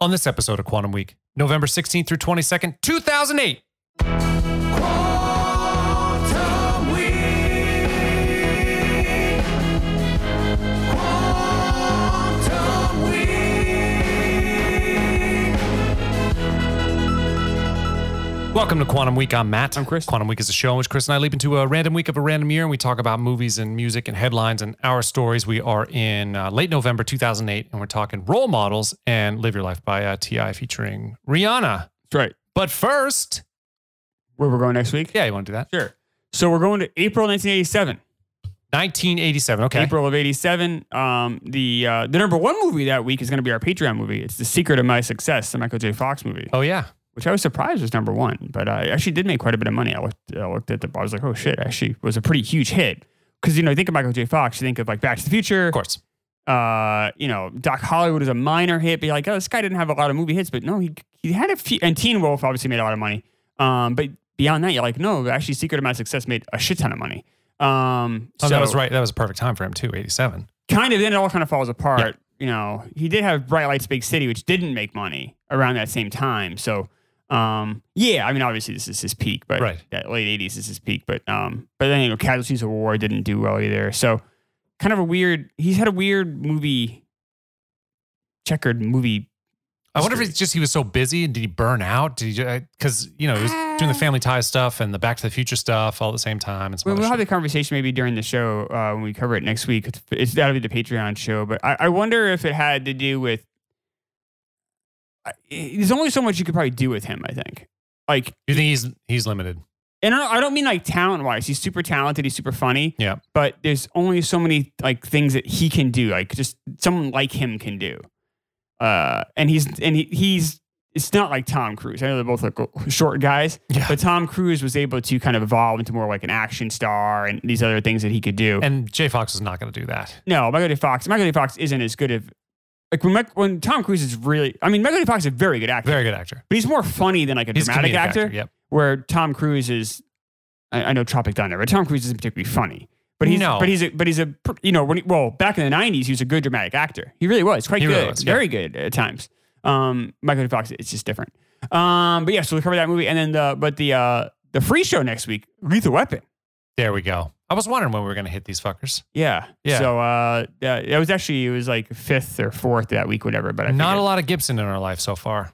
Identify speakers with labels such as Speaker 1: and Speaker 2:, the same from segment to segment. Speaker 1: on this episode of Quantum Week, November 16th through 22nd, 2008. Welcome to Quantum Week. I'm Matt.
Speaker 2: I'm Chris.
Speaker 1: Quantum Week is a show in which Chris and I leap into a random week of a random year and we talk about movies and music and headlines and our stories. We are in uh, late November 2008 and we're talking Role Models and Live Your Life by uh, T.I. featuring Rihanna.
Speaker 2: That's right.
Speaker 1: But first,
Speaker 2: Where we're going next week?
Speaker 1: yeah, you want to do that?
Speaker 2: Sure. So we're going to April 1987.
Speaker 1: 1987. Okay.
Speaker 2: April of 87. Um, the uh, the number one movie that week is going to be our Patreon movie. It's The Secret of My Success, the Michael J. Fox movie,
Speaker 1: Oh, yeah.
Speaker 2: which I was surprised was number one, but I actually did make quite a bit of money. I looked, I looked at the, I was like, oh shit, actually was a pretty huge hit. Because, you know, you think of Michael J. Fox, you think of like Back to the Future.
Speaker 1: Of course.
Speaker 2: Uh, you know, Doc Hollywood is a minor hit, but you're like, oh, this guy didn't have a lot of movie hits, but no, he he had a few. And Teen Wolf obviously made a lot of money. Um, but beyond that, you're like, no, actually, Secret of My Success made a shit ton of money. Um,
Speaker 1: Oh,
Speaker 2: so
Speaker 1: that was right. That was a perfect time for him, too. 87.
Speaker 2: Kind of, then it all kind of falls apart. You know, he did have Bright Lights, Big City, which didn't make money around that same time. So, um, yeah, I mean, obviously, this is his peak, but
Speaker 1: Right.
Speaker 2: that late '80s is his peak. But um, but then you know, Casualties of War didn't do well either. So, kind of a weird. He's had a weird movie, checkered movie.
Speaker 1: I wonder if
Speaker 2: history.
Speaker 1: it's just he was so busy and did he burn out? Did he because you know he was doing the Family Ties stuff and the Back to the Future stuff all at the same time and some
Speaker 2: Well,
Speaker 1: other
Speaker 2: we'll have
Speaker 1: shit.
Speaker 2: the conversation maybe during the show uh, when we cover it next week. It's, it's that'll be the Patreon show, but I, I wonder if it had to do with. I- There's only so much you could probably do with him. I think, like,
Speaker 1: Do you think he's he's limited?
Speaker 2: and I don't- I don't mean like talent wise. He's super talented. He's super funny.
Speaker 1: Yeah.
Speaker 2: But there's only so many like things that he can do. Like just someone like him can do. Uh, and he's and he, he's it's not like Tom Cruise. I know they're both like short guys,
Speaker 1: Yeah.
Speaker 2: but Tom Cruise was able to kind of evolve into more like an action star and these other things that he could do.
Speaker 1: And Jay Fox is not going to do that.
Speaker 2: No, Michael J. Fox. Michael J. Fox isn't as good of like when Mike, when Tom Cruise is really. I mean, Michael J. Fox is a very good actor,
Speaker 1: Very good actor.
Speaker 2: but he's more funny than like a
Speaker 1: He's
Speaker 2: dramatic
Speaker 1: a comedic
Speaker 2: actor.
Speaker 1: Yep.
Speaker 2: Where Tom Cruise is, I, I know Tropic Thunder, but Tom Cruise isn't particularly funny. But he's
Speaker 1: No.
Speaker 2: but he's a, but he's a pr- you know when he, well back in the nineties he was a good dramatic actor. He really was quite
Speaker 1: He
Speaker 2: good,
Speaker 1: really was, yeah.
Speaker 2: very good at times. Um, Michael J. Fox, it's just different. Um, but yeah, so we cover that movie, and then the but the uh the free show next week, Lethal Weapon.
Speaker 1: There we go. I was wondering when we were going to hit these fuckers.
Speaker 2: Yeah.
Speaker 1: Yeah.
Speaker 2: So uh, yeah, it was actually it was like fifth or fourth that week, whatever. But I
Speaker 1: Not a
Speaker 2: forget.
Speaker 1: lot of Gibson in our life so far.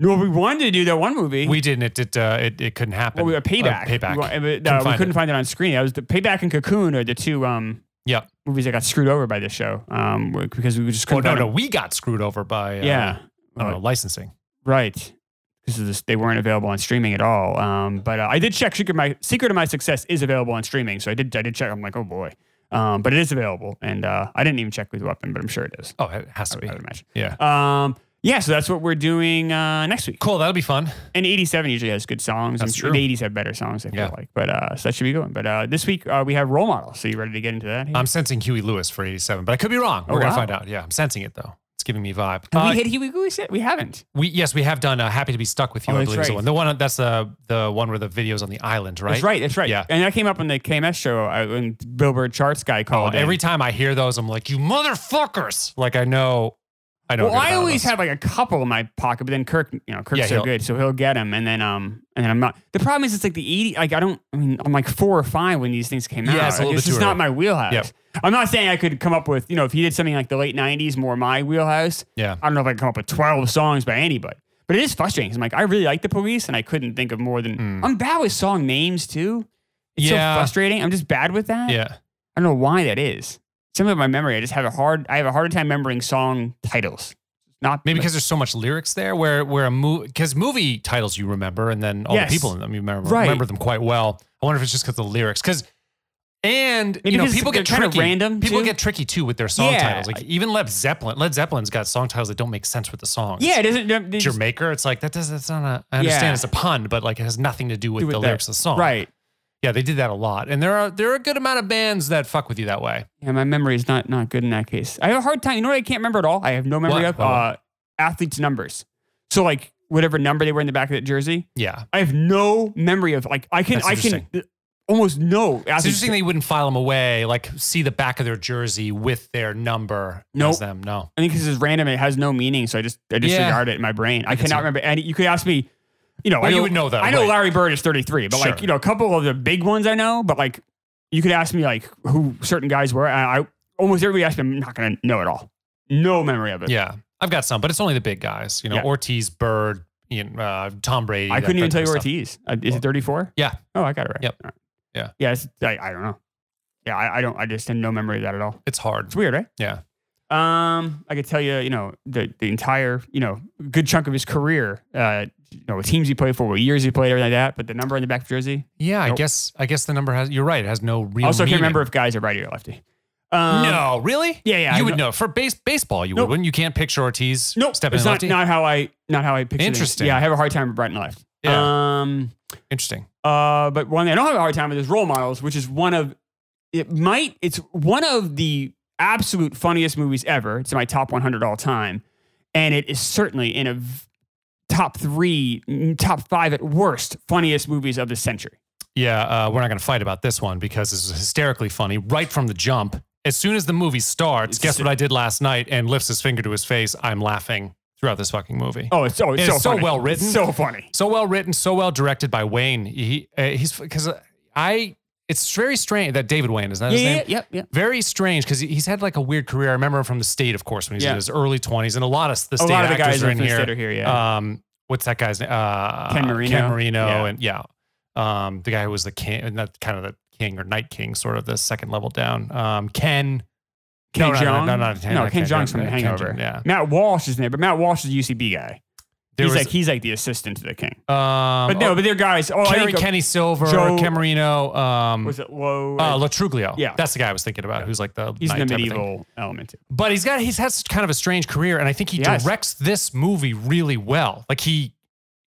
Speaker 2: No, we wanted to do that one movie.
Speaker 1: We didn't. It did. Uh, it it couldn't happen.
Speaker 2: well, we
Speaker 1: Uh,
Speaker 2: were payback.
Speaker 1: payback.
Speaker 2: We, wa- but, uh, we
Speaker 1: Couldn't find
Speaker 2: couldn't
Speaker 1: it.
Speaker 2: find it on screen. That was the payback and Cocoon are the two um
Speaker 1: Yeah.
Speaker 2: movies that got screwed over by this show. Um, because we just
Speaker 1: Oh
Speaker 2: couldn't.
Speaker 1: no,
Speaker 2: find
Speaker 1: no,
Speaker 2: them.
Speaker 1: we got screwed over by uh,
Speaker 2: Yeah.
Speaker 1: I don't know, licensing.
Speaker 2: Right. Because they weren't available on streaming at all. Um, but uh, I did check. Secret of my Secret of My Success is available on streaming, so I did. I did check. I'm like, oh boy. Um, but it is available, and uh, I didn't even check with Weapon, but I'm sure it is.
Speaker 1: Oh, it has to
Speaker 2: I
Speaker 1: be.
Speaker 2: would imagine.
Speaker 1: Yeah.
Speaker 2: Um, yeah, so that's what we're doing uh, next week.
Speaker 1: Cool. That'll be fun.
Speaker 2: And 87 usually has good songs.
Speaker 1: That's
Speaker 2: I'm sure
Speaker 1: true.
Speaker 2: the 80s have better songs, I feel
Speaker 1: Yeah.
Speaker 2: like. But uh, so that should be going. But uh, this week uh, we have Role Model. So you ready to get into that?
Speaker 1: I'm sensing Huey Lewis for 87, but I could be wrong. We're
Speaker 2: Oh,
Speaker 1: going to
Speaker 2: wow.
Speaker 1: find out. Yeah, I'm sensing it though. It's giving me a vibe.
Speaker 2: have
Speaker 1: Uh,
Speaker 2: we hit Huey Gooey set? We haven't.
Speaker 1: we yes, we have done uh, Happy to Be Stuck with You,
Speaker 2: Oh,
Speaker 1: I
Speaker 2: that's
Speaker 1: believe is the
Speaker 2: right.
Speaker 1: one. The one that's the the one where the video's on the island, right?
Speaker 2: That's right. That's right.
Speaker 1: Yeah.
Speaker 2: And that came up on the KMS show uh, when Billboard Charts guy
Speaker 1: Oh,
Speaker 2: called. in.
Speaker 1: every time I hear those, I'm like, you motherfuckers. Like I know I know. a
Speaker 2: Well,
Speaker 1: good
Speaker 2: I
Speaker 1: amount of
Speaker 2: always
Speaker 1: those.
Speaker 2: have like a couple in my pocket, but then Kirk, you know, Kirk's
Speaker 1: Yeah, he'll-
Speaker 2: so good, so he'll get them, and then um, and then I'm not. The problem is, it's like the eighty. Like I don't. I mean, I'm like four or five when these things came
Speaker 1: Yeah,
Speaker 2: out.
Speaker 1: it's a little
Speaker 2: Like,
Speaker 1: bit
Speaker 2: this
Speaker 1: too
Speaker 2: is not
Speaker 1: early.
Speaker 2: my wheelhouse.
Speaker 1: Yep.
Speaker 2: I'm not saying I could come up with, you know, if he did something like the late '90s, more my wheelhouse.
Speaker 1: Yeah.
Speaker 2: I don't know if I can come up with 12 songs by anybody, but it is frustrating. 'cause I'm like, I really like the police, and I couldn't think of more than. I'm bad with song names too. It's
Speaker 1: Hmm. Yeah.
Speaker 2: so frustrating. I'm just bad with that.
Speaker 1: Yeah.
Speaker 2: I don't know why that is. Some of my memory, I just have a hard. I have a harder time remembering song titles. Not
Speaker 1: Maybe because there's so much lyrics there where where a movie because movie titles you remember and then all
Speaker 2: Yes.
Speaker 1: the people in them you remember
Speaker 2: Right.
Speaker 1: remember them quite well. I wonder if it's just because the lyrics because and
Speaker 2: Maybe
Speaker 1: you know
Speaker 2: 'cause
Speaker 1: people
Speaker 2: they're
Speaker 1: get
Speaker 2: kinda
Speaker 1: tricky.
Speaker 2: random,
Speaker 1: people
Speaker 2: too.
Speaker 1: get tricky too with their song
Speaker 2: Yeah.
Speaker 1: titles. Like even Led Zeppelin, Led Zeppelin's got song titles that don't make sense with the song.
Speaker 2: Yeah, it doesn't. it doesn't-
Speaker 1: Jamaica, it's like that does that's not a I understand
Speaker 2: Yeah.
Speaker 1: it's a pun, but like it has nothing to do with,
Speaker 2: with
Speaker 1: the
Speaker 2: that.
Speaker 1: lyrics of the song.
Speaker 2: Right.
Speaker 1: Yeah, they did that a lot. And there are there are a good amount of bands that fuck with you that way.
Speaker 2: Yeah, my memory is not not good in that case. I have a hard time. You know what I can't remember at all? I have no memory
Speaker 1: What?
Speaker 2: of uh, athletes' numbers. So like whatever number they were in the back of that jersey,
Speaker 1: Yeah.
Speaker 2: I have no memory of. Like I can
Speaker 1: That's
Speaker 2: I can almost no.
Speaker 1: It's interesting that you wouldn't file them away, like see the back of their jersey with their number.
Speaker 2: Nope.
Speaker 1: as them. No.
Speaker 2: I think this is random. It has no meaning, so I just I disregard it in my brain. I,
Speaker 1: can see
Speaker 2: cannot
Speaker 1: it.
Speaker 2: remember. And you could ask me, you know,
Speaker 1: Well,
Speaker 2: I
Speaker 1: you would know that,
Speaker 2: I know
Speaker 1: right.
Speaker 2: Larry Bird is 33, but like
Speaker 1: Uh, Sure.
Speaker 2: you know, a couple of the big ones I know. But like, you could ask me like who certain guys were. I, I almost everybody asked me, I'm not gonna know at all. No memory of it.
Speaker 1: Yeah, I've got some, but it's only the big guys. You know,
Speaker 2: Yeah.
Speaker 1: Ortiz, Bird, you know, uh, Tom Brady.
Speaker 2: I
Speaker 1: that-
Speaker 2: couldn't
Speaker 1: that
Speaker 2: even tell
Speaker 1: type
Speaker 2: you
Speaker 1: of
Speaker 2: where
Speaker 1: stuff.
Speaker 2: Ortiz. Uh, Is
Speaker 1: Well,
Speaker 2: it 34?
Speaker 1: yeah.
Speaker 2: Oh, I got it right.
Speaker 1: Yep.
Speaker 2: All right.
Speaker 1: Yeah.
Speaker 2: Yeah. It's, I, I don't know. Yeah. I, I don't. I just had no memory of that at all.
Speaker 1: It's hard.
Speaker 2: It's weird, right?
Speaker 1: Yeah.
Speaker 2: Um, I could tell you, you know, the the entire, you know, good chunk of his career, uh, you know, what teams he played for, what years he played, everything like that. But the number on the back of the jersey,
Speaker 1: Yeah, I
Speaker 2: Nope.
Speaker 1: guess. I guess the number has. You're right. It has no real.
Speaker 2: also
Speaker 1: meaning.
Speaker 2: can't remember if guys are righty or lefty. Um,
Speaker 1: no, really?
Speaker 2: yeah, yeah, I
Speaker 1: You would know for base baseball. You
Speaker 2: Nope.
Speaker 1: would, wouldn't. You can't picture Ortiz.
Speaker 2: Nope,
Speaker 1: stepping
Speaker 2: it's
Speaker 1: in
Speaker 2: not
Speaker 1: lefty.
Speaker 2: not how I not how I picture.
Speaker 1: Interesting.
Speaker 2: Yeah, I have a hard time with right and left.
Speaker 1: Yeah.
Speaker 2: Um,
Speaker 1: Interesting.
Speaker 2: uh, but one thing I don't have a hard time with is role models, which is one of it might it's one of the absolute funniest movies ever. It's in my top 100 all time, and it is certainly in a v- top three, mm, top five at worst funniest movies of the century.
Speaker 1: Yeah, uh, we're not going to fight about this one because this is hysterically funny right from the jump. As soon as the movie starts,
Speaker 2: It's-
Speaker 1: guess what I did last night? And lifts his finger to his face. I'm laughing throughout this fucking movie.
Speaker 2: Oh, it's so it's,
Speaker 1: It's
Speaker 2: so,
Speaker 1: so
Speaker 2: funny.
Speaker 1: well written.
Speaker 2: It's so funny.
Speaker 1: so well written, so well directed by Wayne. He uh, he's because I it's very strange that David Wayne is that his
Speaker 2: yeah,
Speaker 1: name?
Speaker 2: yeah, yeah, yeah.
Speaker 1: Very strange because he's had like a weird career. I remember him from the state, of course, when he's
Speaker 2: Yeah.
Speaker 1: in his early twenties, and a lot of the
Speaker 2: A
Speaker 1: state
Speaker 2: lot of the
Speaker 1: actors
Speaker 2: guys
Speaker 1: are
Speaker 2: in
Speaker 1: in here.
Speaker 2: State are here. Yeah,
Speaker 1: Um, what's that guy's name? Uh,
Speaker 2: Ken Marino.
Speaker 1: Ken Marino,
Speaker 2: Yeah.
Speaker 1: and yeah, um, the guy who was the king, and that kind of the king or night king, sort of the second level down. Um, Ken.
Speaker 2: Ken
Speaker 1: no,
Speaker 2: Jeong.
Speaker 1: No, no, no,
Speaker 2: No,
Speaker 1: not
Speaker 2: Ken Jeong's
Speaker 1: Jeong,
Speaker 2: from The
Speaker 1: Ken
Speaker 2: Hangover.
Speaker 1: Jeong, yeah,
Speaker 2: Matt Walsh is in there, but Matt Walsh is the UCB guy.
Speaker 1: there
Speaker 2: he's
Speaker 1: was
Speaker 2: like he's like the assistant to the king.
Speaker 1: um,
Speaker 2: But no, but they're guys. Oh, I
Speaker 1: Kerry,
Speaker 2: think of-
Speaker 1: Kenny Silver,
Speaker 2: Joe-
Speaker 1: Ken Marino, um,
Speaker 2: was it Low?
Speaker 1: uh, Latruglio.
Speaker 2: Yeah.
Speaker 1: that's the guy I was thinking about.
Speaker 2: Yeah.
Speaker 1: Who's like the
Speaker 2: he's in
Speaker 1: knight
Speaker 2: the
Speaker 1: type of thing.
Speaker 2: medieval element.
Speaker 1: but he's got he's has kind of a strange career, and I think he
Speaker 2: Yes.
Speaker 1: directs this movie really well. Like he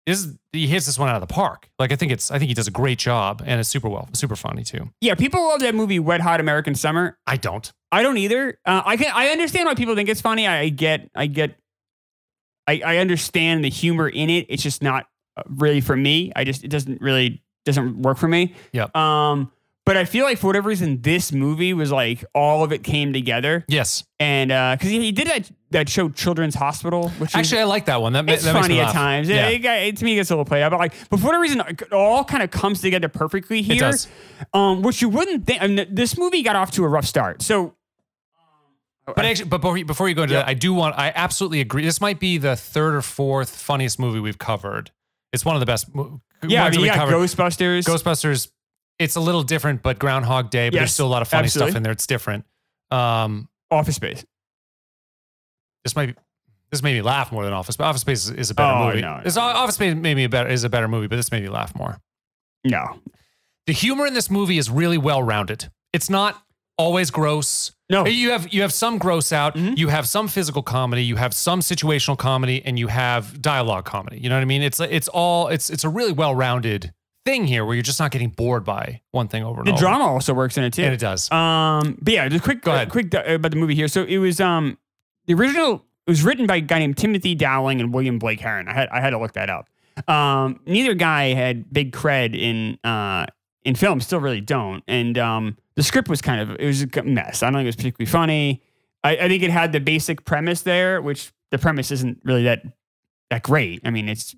Speaker 1: is he hits this one out of the park. Like I think it's I think he does a great job, and it's super well super funny too.
Speaker 2: Yeah, people love that movie, Wet Hot American Summer.
Speaker 1: I don't.
Speaker 2: I don't either. Uh, I can I understand why people think it's funny. I, I get I get I, I understand the humor in it. It's just not uh, really for me. I just it doesn't really doesn't work for me.
Speaker 1: Yep.
Speaker 2: Um, but I feel like for whatever reason, this movie was like all of it came together,
Speaker 1: Yes,
Speaker 2: and because he, he did that that show Children's Hospital, which is-
Speaker 1: actually I like that one. That, ma-
Speaker 2: it's
Speaker 1: that makes
Speaker 2: funny
Speaker 1: me
Speaker 2: at
Speaker 1: laugh.
Speaker 2: times.
Speaker 1: Yeah.
Speaker 2: Yeah. It, got- it- to me, it gets a little played out, but like, but for whatever reason, it all kind of comes together perfectly here.
Speaker 1: does.
Speaker 2: Um, which you wouldn't think. I mean, this movie got off to a rough start. So,
Speaker 1: But actually, but before you, before you go into
Speaker 2: Yeah.
Speaker 1: that, I do want I absolutely agree. This might be the third or fourth funniest movie we've covered. It's one of the best. mo-
Speaker 2: yeah, I
Speaker 1: ones
Speaker 2: mean,
Speaker 1: that
Speaker 2: you
Speaker 1: we
Speaker 2: got
Speaker 1: covered.
Speaker 2: Ghostbusters.
Speaker 1: Ghostbusters, it's a little different, but Groundhog Day, but there's
Speaker 2: Yes,
Speaker 1: still a lot of funny stuff
Speaker 2: absolutely.
Speaker 1: in there. It's different. Um,
Speaker 2: Office Space.
Speaker 1: this might be, this made me laugh more than Office, but Office Space is, is a better
Speaker 2: Oh,
Speaker 1: movie.
Speaker 2: no, no,
Speaker 1: This-
Speaker 2: no.
Speaker 1: Office Space made me a better is a better movie, but this made me laugh more.
Speaker 2: No,
Speaker 1: The humor in this movie is really well rounded. It's not always gross.
Speaker 2: no.
Speaker 1: You have you have some gross out,
Speaker 2: Mhm.
Speaker 1: you have some physical comedy, you have some situational comedy, and you have dialogue comedy. You know what I mean? It's it's all it's it's a really well rounded thing here where you're just not getting bored by one thing over and
Speaker 2: the
Speaker 1: over.
Speaker 2: drama also works in it too.
Speaker 1: and it does.
Speaker 2: Um, but yeah, just quick,
Speaker 1: Go ahead.
Speaker 2: quick uh, about the movie here. So it was um, the original it was written by a guy named Timothy Dowling and William Blake Heron. I had I had to look that up. Um, neither guy had big cred in uh in film. Still, really don't. And um, the script was kind of it was a mess. I don't think it was particularly funny. I, I think it had the basic premise there, which the premise isn't really that that great. I mean, it's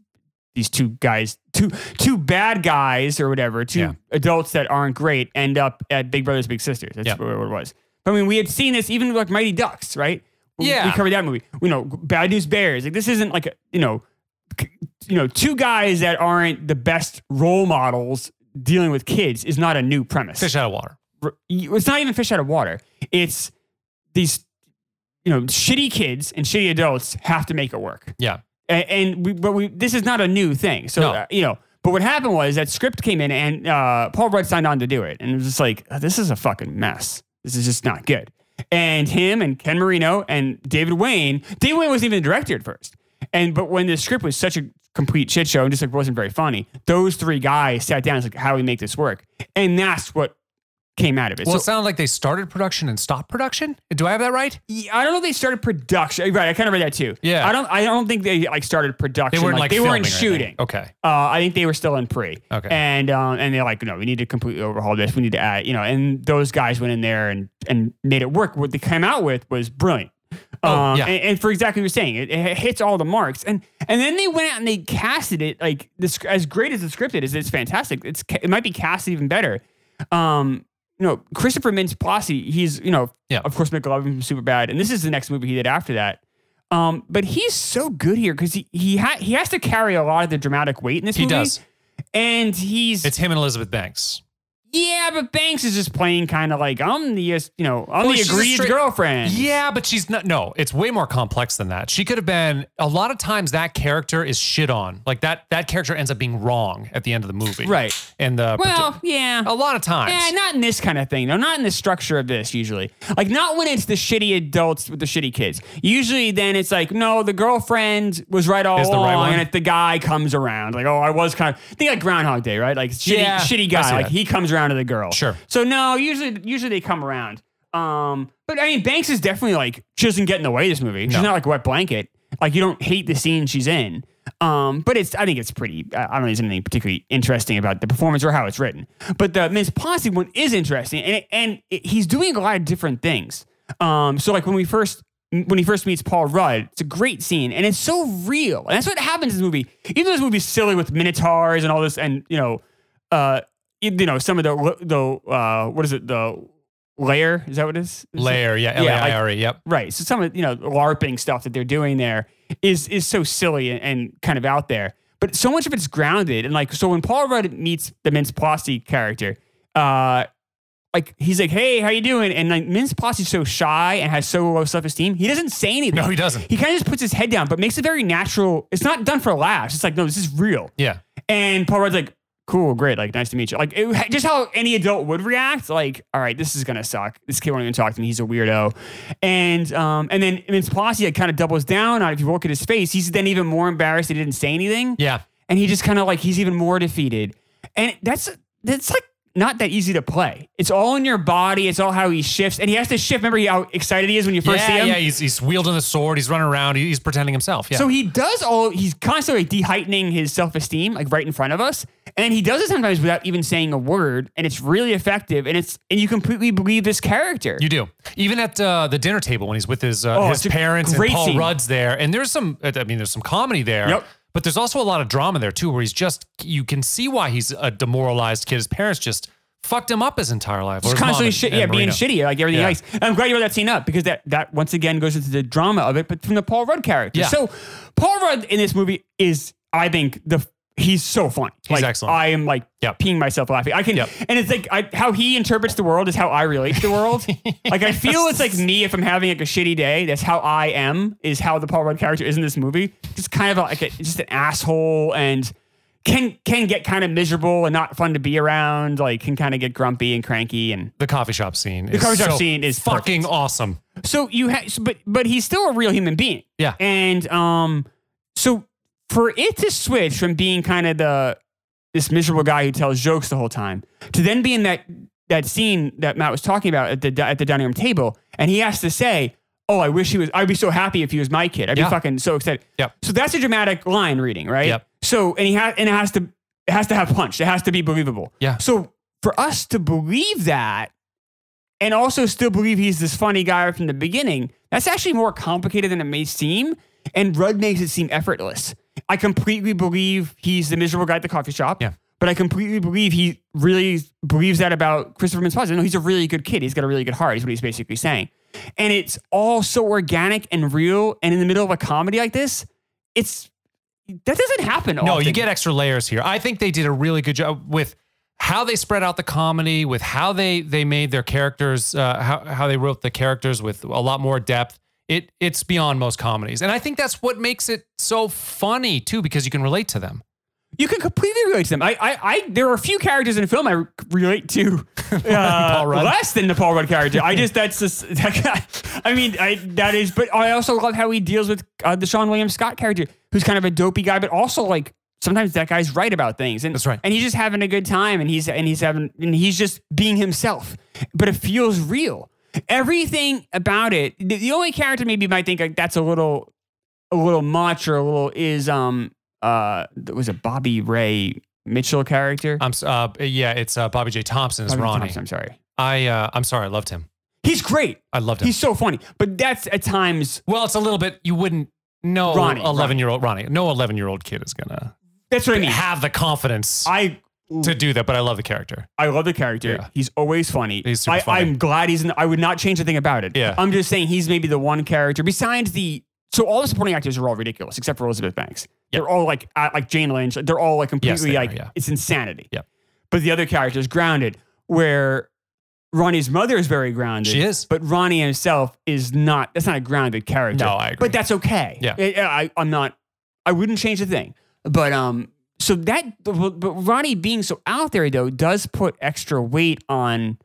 Speaker 2: these two guys, two two bad guys or whatever, two
Speaker 1: Yeah.
Speaker 2: adults that aren't great end up at Big Brothers Big Sisters. That's
Speaker 1: Yeah.
Speaker 2: what it was. But I mean, we had seen this even with, like Mighty Ducks, right? We-
Speaker 1: Yeah.
Speaker 2: we covered that movie. You know, Bad News Bears. Like this isn't like a, you know, c- you know, two guys that aren't the best role models dealing with kids is not a new premise
Speaker 1: Fish out of water.
Speaker 2: r- you- it's not even fish out of water. It's these, you know, shitty kids and shitty adults have to make it work.
Speaker 1: Yeah.
Speaker 2: A- And, we, but we, this is not a new thing. So,
Speaker 1: No.
Speaker 2: uh, you know, but what happened was that script came in and uh, Paul Rudd signed on to do it. And it was just like, "Oh, this is a fucking mess. This is just not good. And him and Ken Marino and David Wayne, David Wayne wasn't even the director at first. And, but when the script was such a complete shit show and just like wasn't very funny, those three guys sat down and was like, how do we make this work? And that's what came out of it.
Speaker 1: Well, it
Speaker 2: so
Speaker 1: sounded like they started production and stopped production. Do I have that right?
Speaker 2: yeah, I don't know if they started production. Right, I kind of read that too.
Speaker 1: Yeah.
Speaker 2: I don't. I don't think they like started production.
Speaker 1: They weren't like,
Speaker 2: they weren't
Speaker 1: filming or anything.
Speaker 2: shooting.
Speaker 1: Okay.
Speaker 2: Uh, I think they were still in pre.
Speaker 1: Okay.
Speaker 2: And um, and they're like, no, we need to completely overhaul this. We need to add, you know. And those guys went in there and and made it work. What they came out with was brilliant. Um,
Speaker 1: Oh, yeah.
Speaker 2: and, and for exactly what you're saying, it, it hits all the marks. And and then they went out and they casted it like this as great as the scripted is. It's fantastic. It's ca- it might be cast even better. Um, you know, Christopher Mintz-Plasse, he's you know,
Speaker 1: Yeah.
Speaker 2: of course, McLovin from Superbad, and this is the next movie he did after that. Um, but he's so good here because he he ha- he has to carry a lot of the dramatic weight in this
Speaker 1: He
Speaker 2: movie.
Speaker 1: does.
Speaker 2: and he's
Speaker 1: It's him and Elizabeth Banks.
Speaker 2: yeah, but Banks is just playing kind of like I'm the uh, you know I'm
Speaker 1: Well,
Speaker 2: the
Speaker 1: she's a
Speaker 2: agreed
Speaker 1: straight-
Speaker 2: girlfriend.
Speaker 1: Yeah, but she's not. No, it's way more complex than that. She could have been. A lot of times, that character is shit on. Like that. That character ends up being wrong at the end of the movie.
Speaker 2: Right.
Speaker 1: And the
Speaker 2: Well, yeah.
Speaker 1: a lot of times.
Speaker 2: Yeah, Eh, not in this kind of thing, though. Not in the structure of this, usually. Like, not when it's the shitty adults with the shitty kids. Usually, then it's like, no, the girlfriend was right all
Speaker 1: Is the right
Speaker 2: along,
Speaker 1: one?
Speaker 2: and if the guy comes around, like, oh, I was kind of, think like Groundhog Day, right? Like, shitty,
Speaker 1: Yeah, I
Speaker 2: shitty
Speaker 1: see
Speaker 2: guy, like,
Speaker 1: that.
Speaker 2: he comes around to the girl.
Speaker 1: Sure.
Speaker 2: So, no, usually, usually they come around. Um, but I mean, Banks is definitely like, she doesn't get in the way of this movie. She's
Speaker 1: No.
Speaker 2: not like a wet blanket. Like, you don't hate the scene she's in. Um, but it's, I think it's pretty, I I don't think there's anything particularly interesting about the performance or how it's written. But the Ms. Posse one is interesting and, it, and it, he's doing a lot of different things. Um, so like when we first, when he first meets Paul Rudd, it's a great scene and it's so real. And that's what happens in this movie. Even though this movie's silly with minotaurs and all this and, you know, uh, you you know, some of the, the, uh, what is it? The layer? Is that what it is? Is it-
Speaker 1: Layer. Yeah. L a
Speaker 2: Yeah,
Speaker 1: i r e. Yep.
Speaker 2: Right. So some of you know LARPing stuff that they're doing there is is so silly and, and kind of out there. But so much of it's grounded and like so when Paul Rudd meets the Mince Posse character, uh, like he's like, "Hey, how you doing?" And like Mince Posse is so shy and has so low self esteem, he doesn't say anything.
Speaker 1: No, he doesn't.
Speaker 2: He kind of just puts his head down, but makes it very natural. It's not done for laughs. It's like, no, this is real.
Speaker 1: Yeah.
Speaker 2: And Paul Rudd's like, cool, great, like, nice to meet you. Like, it, just how any adult would react. Like, all right, this is gonna suck. This kid won't even talk to me. He's a weirdo. And um, and then Vince Posse like, kind of doubles down on. it. If you look at his face, he's then even more embarrassed. He didn't say anything.
Speaker 1: Yeah.
Speaker 2: And he just kind of like he's even more defeated. And that's that's like. Not that easy to play. It's all in your body. It's all how he shifts, and he has to shift. Remember how excited he is when you first see
Speaker 1: yeah.
Speaker 2: him.
Speaker 1: Yeah. He's he's wielding the sword. He's running around. he- He's pretending himself. Yeah.
Speaker 2: So he does all, he's constantly like, deheightening his self esteem, like right in front of us. And he does it sometimes without even saying a word. And it's really effective. And it's, and you completely believe this character.
Speaker 1: You do. Even at uh, the dinner table when he's with his uh,
Speaker 2: Oh,
Speaker 1: his
Speaker 2: it's a
Speaker 1: parents and
Speaker 2: great
Speaker 1: Paul
Speaker 2: scene.
Speaker 1: Rudd's there, and there's some. I mean, there's some comedy there.
Speaker 2: Yep.
Speaker 1: But there's also a lot of drama there too, where he's just. You can see why he's a demoralized kid. His parents just fucked him up his entire life. or
Speaker 2: Just
Speaker 1: his mom
Speaker 2: constantly
Speaker 1: and-
Speaker 2: shit,
Speaker 1: and
Speaker 2: yeah, being
Speaker 1: Marino.
Speaker 2: shitty, like everything
Speaker 1: Yeah.
Speaker 2: else. And I'm glad you brought that scene up because that that once again goes into the drama of it, but from the Paul Rudd character.
Speaker 1: Yeah.
Speaker 2: So Paul Rudd in this movie is, I think, the he's so funny. Like,
Speaker 1: excellent.
Speaker 2: I am like
Speaker 1: Yep.
Speaker 2: peeing myself laughing. I can,
Speaker 1: Yep.
Speaker 2: and it's like I, how he interprets the world is how I relate to the world. like I feel it's like me if I'm having like a shitty day. That's how I am. Is how the Paul Rudd character is in this movie. Just kind of like a, just an asshole and. Can can get kind of miserable and not fun to be around. Like can kind of get grumpy and cranky and
Speaker 1: The coffee shop scene. The
Speaker 2: coffee shop scene is
Speaker 1: fucking
Speaker 2: perfect.
Speaker 1: awesome.
Speaker 2: so you have, so, but but he's still a real human being.
Speaker 1: Yeah.
Speaker 2: And um, so for it to switch from being kind of the this miserable guy who tells jokes the whole time to then being that that scene that Matt was talking about at the di- at the dining room table, and he has to say, "Oh, I wish he was. I'd be so happy if he was my kid. I'd
Speaker 1: Yeah.
Speaker 2: be fucking so excited."
Speaker 1: Yep.
Speaker 2: So that's a dramatic line reading, right?
Speaker 1: Yep.
Speaker 2: So and he has and it has to it has to have punch. It has to be believable.
Speaker 1: Yeah.
Speaker 2: So for us to believe that and also still believe he's this funny guy from the beginning, that's actually more complicated than it may seem. And Rudd makes it seem effortless. I completely believe he's the miserable guy at the coffee shop.
Speaker 1: Yeah.
Speaker 2: But I completely believe he really believes that about Christopher Mintz-Plasse. No, he's a really good kid. He's got a really good heart. Is what he's basically saying. And it's all so organic and real. And in the middle of a comedy like this, it's that doesn't happen.
Speaker 1: No, you
Speaker 2: often.
Speaker 1: get extra layers here. I think they did a really good job with how they spread out the comedy, with how they they made their characters, uh, how how they wrote the characters with a lot more depth. It it's beyond most comedies, and I think that's what makes it so funny too, because you can relate to them.
Speaker 2: You can completely relate to them. I, I, I there are a few characters in film I re- relate to uh,
Speaker 1: Paul Rudd.
Speaker 2: less than the Paul Rudd character. I just that's just, that guy. I mean, I that is. But I also love how he deals with uh, the Sean William Scott character, who's kind of a dopey guy, but also like sometimes that guy's right about things, and
Speaker 1: That's right.
Speaker 2: And he's just having a good time, and he's and he's having and he's just being himself, but it feels real. Everything about it. The, the only character maybe you might think like that's a little, a little much or a little is um uh there was a Bobby Ray Mitchell character.
Speaker 1: I'm s- uh, yeah, it's uh, Bobby J. Thompson is
Speaker 2: Bobby
Speaker 1: Ronnie.
Speaker 2: Thompson, I'm sorry.
Speaker 1: I uh, I'm sorry, I loved him.
Speaker 2: He's great.
Speaker 1: I loved him.
Speaker 2: He's so funny, but that's at times
Speaker 1: well, it's a little bit you wouldn't. No,
Speaker 2: Ronnie,
Speaker 1: eleven year old Ronnie. No, eleven year old kid is gonna
Speaker 2: that's what I mean.
Speaker 1: have the confidence
Speaker 2: I
Speaker 1: to do that. But I love the character.
Speaker 2: I love the character.
Speaker 1: Yeah.
Speaker 2: He's always funny.
Speaker 1: He's super
Speaker 2: I,
Speaker 1: funny.
Speaker 2: I'm glad he's. In the, I would not change a thing about it.
Speaker 1: Yeah.
Speaker 2: I'm just saying he's maybe the one character besides the. So all the supporting actors are all ridiculous except for Elizabeth Banks.
Speaker 1: Yep.
Speaker 2: They're all like uh, like Jane Lynch. They're all
Speaker 1: Yes,
Speaker 2: like completely
Speaker 1: they are,
Speaker 2: like
Speaker 1: yeah.
Speaker 2: it's insanity.
Speaker 1: Yep.
Speaker 2: But the other character is grounded. Where Ronnie's mother is very grounded.
Speaker 1: She is.
Speaker 2: But Ronnie himself is not. That's not a grounded character.
Speaker 1: No, I agree.
Speaker 2: But that's okay.
Speaker 1: Yeah.
Speaker 2: I, I, am not. I wouldn't change a thing. But um, so that but but Ronnie being so out there though does put extra weight on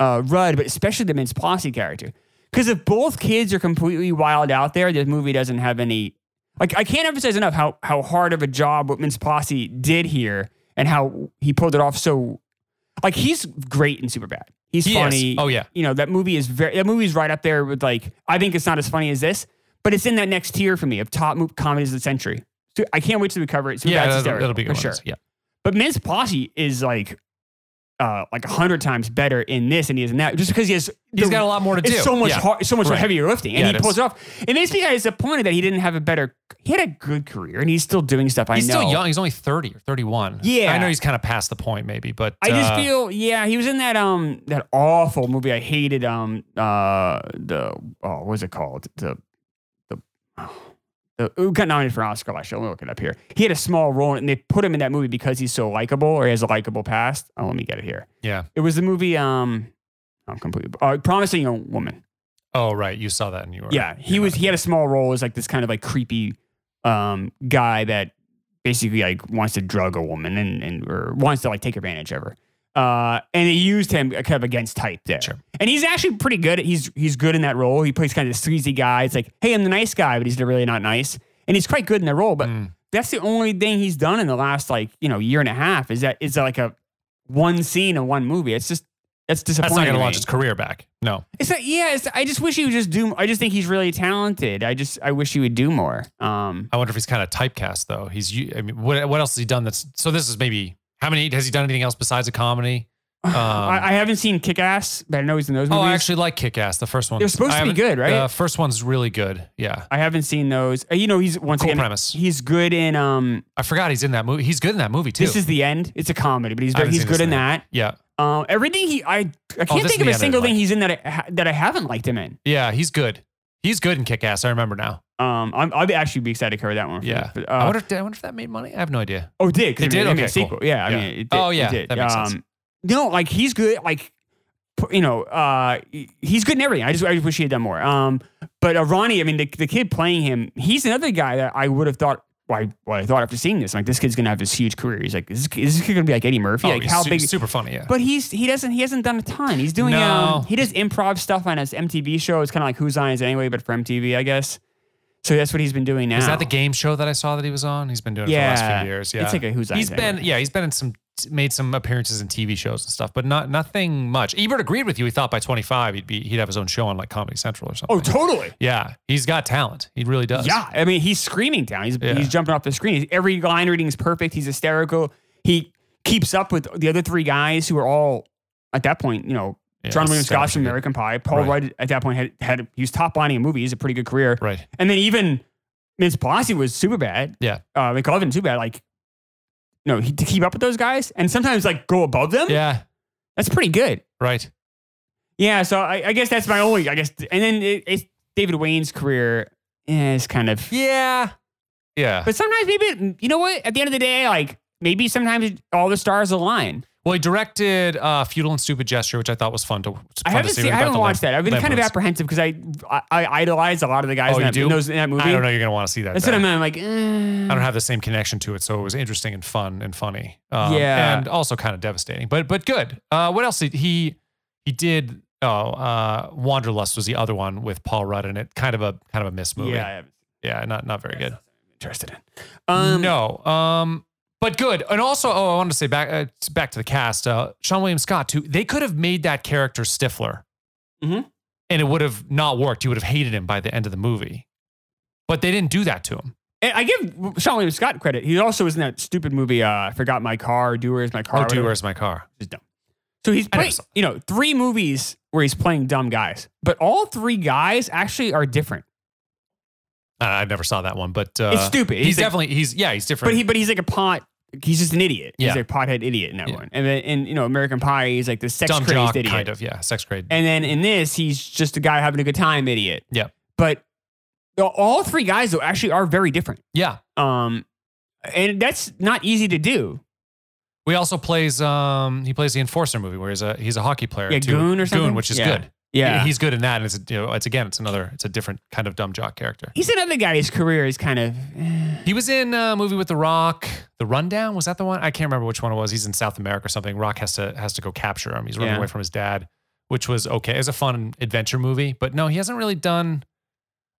Speaker 2: uh Rudd, but especially the Mince Posse character. Because if both kids are completely wild out there, this movie doesn't have any. Like I can't emphasize enough how how hard of a job Whitman's Posse did here, and how he pulled it off so. Like he's great in Superbad. He's
Speaker 1: He is.
Speaker 2: funny.
Speaker 1: Oh, yeah.
Speaker 2: You know that movie is very. That movie's right up there with like. I think it's not as funny as this, but it's in that next tier for me of top mo- comedies of the century. So I can't wait till we cover it. Superbad's
Speaker 1: yeah, that'll,
Speaker 2: hysterical,
Speaker 1: that'll be
Speaker 2: for
Speaker 1: good.
Speaker 2: sure.
Speaker 1: Yeah,
Speaker 2: But Mince Posse is like, uh, like a hundred times better in this than he is in that, just because he has
Speaker 1: he's
Speaker 2: the-
Speaker 1: got a lot more to do.
Speaker 2: it's so much
Speaker 1: Yeah.
Speaker 2: hard, so much
Speaker 1: Right.
Speaker 2: heavier lifting, and
Speaker 1: Yeah,
Speaker 2: he
Speaker 1: it
Speaker 2: pulls
Speaker 1: is.
Speaker 2: it off. It makes me kind of disappointed that he didn't have a better. He had a good career, and he's still doing stuff. I
Speaker 1: He's
Speaker 2: know.
Speaker 1: still young. He's only thirty or thirty-one.
Speaker 2: Yeah.
Speaker 1: I know he's kind of past the point, maybe. But
Speaker 2: I just
Speaker 1: uh,
Speaker 2: feel, yeah, he was in that um that awful movie I hated. Um, uh, the oh, what was it called? The the the who got nominated for an Oscar last year. Let me look it up here. He had a small role, in it, and they put him in that movie because he's so likable or he has a likable past. Oh, let me get it here.
Speaker 1: yeah.
Speaker 2: It was the movie. Um, I'm completely uh, promising young woman.
Speaker 1: Oh right, you saw that and you were
Speaker 2: Yeah, he
Speaker 1: you're
Speaker 2: was.
Speaker 1: not-
Speaker 2: He had a small role as like this kind of like creepy um, guy that basically like wants to drug a woman and and or wants to like take advantage of her. Uh, and they used him kind of against type there.
Speaker 1: Sure.
Speaker 2: And he's actually pretty good. At, he's he's good in that role. He plays kind of this sleazy guy. It's like, hey, I'm the nice guy, but he's really not nice. And he's quite good in the role. But
Speaker 1: Mm.
Speaker 2: that's the only thing he's done in the last like you know year and a half is that is like a one scene in one movie. It's just that's
Speaker 1: That's
Speaker 2: disappointing.
Speaker 1: not going
Speaker 2: to
Speaker 1: to
Speaker 2: me.
Speaker 1: launch his career back. No.
Speaker 2: It's not, yeah, it's, I just wish he would just do. I just think he's really talented. I just, I wish he would do more. Um,
Speaker 1: I wonder if he's kind of typecast though. He's. u- I mean, what what else has he done? That's so. This is maybe how many has he done anything else besides a comedy? Um,
Speaker 2: I, I haven't seen Kick Ass, but I know he's in those
Speaker 1: oh,
Speaker 2: movies.
Speaker 1: I actually like Kick Ass. The first one.
Speaker 2: They're supposed
Speaker 1: I
Speaker 2: to be
Speaker 1: haven't- uh,
Speaker 2: good, right?
Speaker 1: The first one's really good. Yeah.
Speaker 2: I haven't seen those. Uh, You know, he's once
Speaker 1: Cool
Speaker 2: again,
Speaker 1: premise.
Speaker 2: he's good in. Um,
Speaker 1: I forgot he's in that movie. He's good in that movie too.
Speaker 2: this is the end. It's a comedy, but he's
Speaker 1: I haven't
Speaker 2: he's
Speaker 1: seen
Speaker 2: good
Speaker 1: this
Speaker 2: in
Speaker 1: thing.
Speaker 2: that.
Speaker 1: yeah.
Speaker 2: Um, everything he, I, I can't
Speaker 1: this is
Speaker 2: think
Speaker 1: the
Speaker 2: of
Speaker 1: end
Speaker 2: a
Speaker 1: I
Speaker 2: single thing
Speaker 1: like.
Speaker 2: he's in that I, ha- that I haven't liked him in.
Speaker 1: Yeah. He's good. He's good in Kick Ass. I remember now.
Speaker 2: Um, I'm, I'd actually be excited to cover that one. for you.
Speaker 1: Yeah.
Speaker 2: But,
Speaker 1: I
Speaker 2: uh,
Speaker 1: wonder. If, I wonder if that made money. I have no idea.
Speaker 2: oh, it did 'cause
Speaker 1: It
Speaker 2: it
Speaker 1: did?
Speaker 2: made, it made a
Speaker 1: Okay,
Speaker 2: sequel?
Speaker 1: cool.
Speaker 2: Yeah, I
Speaker 1: Yeah.
Speaker 2: mean, it did,
Speaker 1: Oh,
Speaker 2: it
Speaker 1: yeah,
Speaker 2: did.
Speaker 1: that makes sense.
Speaker 2: No, like he's good. Like pu- you know, uh, he's good in everything. I just I just wish he had done more. Um, but uh, Ronnie, I mean, the, the kid playing him, he's another guy that I would have thought. Why? Well, I thought after seeing this, like this kid's gonna have this huge career. He's like, is this, is this kid gonna be like Eddie Murphy?
Speaker 1: Oh,
Speaker 2: like
Speaker 1: he's
Speaker 2: how
Speaker 1: su-
Speaker 2: big?
Speaker 1: Super funny. Yeah.
Speaker 2: But he's he doesn't he hasn't done a ton. He's doing
Speaker 1: No.
Speaker 2: um he does improv stuff on his MTV show. It's kind of like Who's On Is It Anyway, but for MTV, I guess. So that's what he's been doing now.
Speaker 1: Is that the game show that I saw that he was on? He's been doing it for the last
Speaker 2: Yeah.
Speaker 1: few years. Yeah.
Speaker 2: It's like a Who's On
Speaker 1: He's
Speaker 2: Is It
Speaker 1: been
Speaker 2: Anyway.
Speaker 1: yeah, he's been in some made some appearances in TV shows and stuff, but not nothing much. Ebert agreed with you. He thought by 25 he'd be he'd have his own show on like Comedy Central or something.
Speaker 2: Oh, totally.
Speaker 1: yeah, he's got talent. He really does.
Speaker 2: Yeah, I mean, he's screaming down. He's
Speaker 1: Yeah.
Speaker 2: he's jumping off the screen. Every line reading is perfect. He's hysterical. He keeps up with the other three guys who are all at that point, you know,
Speaker 1: Yeah,
Speaker 2: John Williams Scott
Speaker 1: establishing
Speaker 2: from
Speaker 1: it.
Speaker 2: American Pie. Paul
Speaker 1: Right.
Speaker 2: Rudd at that point had had he was top lining in movies. It's a pretty good career.
Speaker 1: Right.
Speaker 2: And then even Vince Palasi was super bad.
Speaker 1: Yeah.
Speaker 2: Uh, McLovin too bad. Like, no, he, to keep up with those guys and sometimes like go above them.
Speaker 1: Yeah.
Speaker 2: that's pretty good.
Speaker 1: Right.
Speaker 2: Yeah, so I, I guess that's my only. I guess, and then it, it's David Wayne's career eh, is kind of.
Speaker 1: Yeah. Yeah.
Speaker 2: But sometimes maybe it- you know what? At the end of the day, like maybe sometimes all the stars align.
Speaker 1: well, he directed uh, Futile and Stupid Gesture, which I thought was fun to fun
Speaker 2: I haven't
Speaker 1: to see.
Speaker 2: seen, I
Speaker 1: about
Speaker 2: haven't
Speaker 1: the
Speaker 2: watched
Speaker 1: lamp-
Speaker 2: that. I've been kind of
Speaker 1: lampoons.
Speaker 2: apprehensive because I, I I idolize a lot of the guys
Speaker 1: Oh,
Speaker 2: in,
Speaker 1: you
Speaker 2: that,
Speaker 1: do?
Speaker 2: in those, in that movie.
Speaker 1: I don't know you're gonna want to see that.
Speaker 2: That's
Speaker 1: though.
Speaker 2: what I meant. I'm like, eh.
Speaker 1: I don't have the same connection to it, so it was interesting and fun and funny. Um,
Speaker 2: Yeah.
Speaker 1: and also kind of devastating, but but good. Uh, what else did he he did? Oh, uh, Wanderlust was the other one with Paul Rudd in it. Kind of a kind of a miss movie.
Speaker 2: Yeah, I haven't
Speaker 1: Yeah, not not very good.
Speaker 2: interested in. Um,
Speaker 1: no, um, But good. And also, oh, I wanted to say back uh, back to the cast, uh, Sean William Scott, too. They could have made that character Stifler.
Speaker 2: Mhm.
Speaker 1: And it would have not worked. You would have hated him by the end of the movie. But they didn't do that to him.
Speaker 2: And I give Sean William Scott credit. He also was in that stupid movie. Uh, I forgot my car. Do where's my car?
Speaker 1: Oh, dude,
Speaker 2: whatever.
Speaker 1: where's my car?
Speaker 2: Just dumb. So he's
Speaker 1: I never
Speaker 2: playing,
Speaker 1: saw
Speaker 2: you know, three movies where he's playing dumb guys, but all three guys actually are different.
Speaker 1: Uh, I never saw that one, but uh,
Speaker 2: it's stupid.
Speaker 1: He's,
Speaker 2: like-
Speaker 1: definitely he's yeah he's different.
Speaker 2: but he, but he's like a pot. He's just an idiot.
Speaker 1: Yeah.
Speaker 2: He's a pothead idiot in that
Speaker 1: Yeah.
Speaker 2: one. And then in you know American Pie, he's like the sex
Speaker 1: dumb
Speaker 2: crazed
Speaker 1: jock
Speaker 2: idiot.
Speaker 1: kind of yeah sex grade.
Speaker 2: And then in this, he's just a guy having a good time idiot.
Speaker 1: Yeah.
Speaker 2: But the- all three guys though actually are very different.
Speaker 1: yeah,
Speaker 2: Um, and that's not easy to do.
Speaker 1: we also plays um he plays the enforcer movie where he's a he's a hockey player
Speaker 2: Yeah,
Speaker 1: too.
Speaker 2: Goon or something?
Speaker 1: which is
Speaker 2: Yeah.
Speaker 1: good.
Speaker 2: Yeah.
Speaker 1: he's good in that, and it's you know, it's again it's another it's a different kind of dumb jock character.
Speaker 2: he's another guy. His career is kind of. eh.
Speaker 1: He was in a movie with The Rock, The Rundown. Was that the one? I can't remember which one it was. He's in South America or something. Rock has to has to go capture him. He's running
Speaker 2: Yeah.
Speaker 1: away from his dad, which was okay. It was a fun adventure movie, but no, he hasn't really done.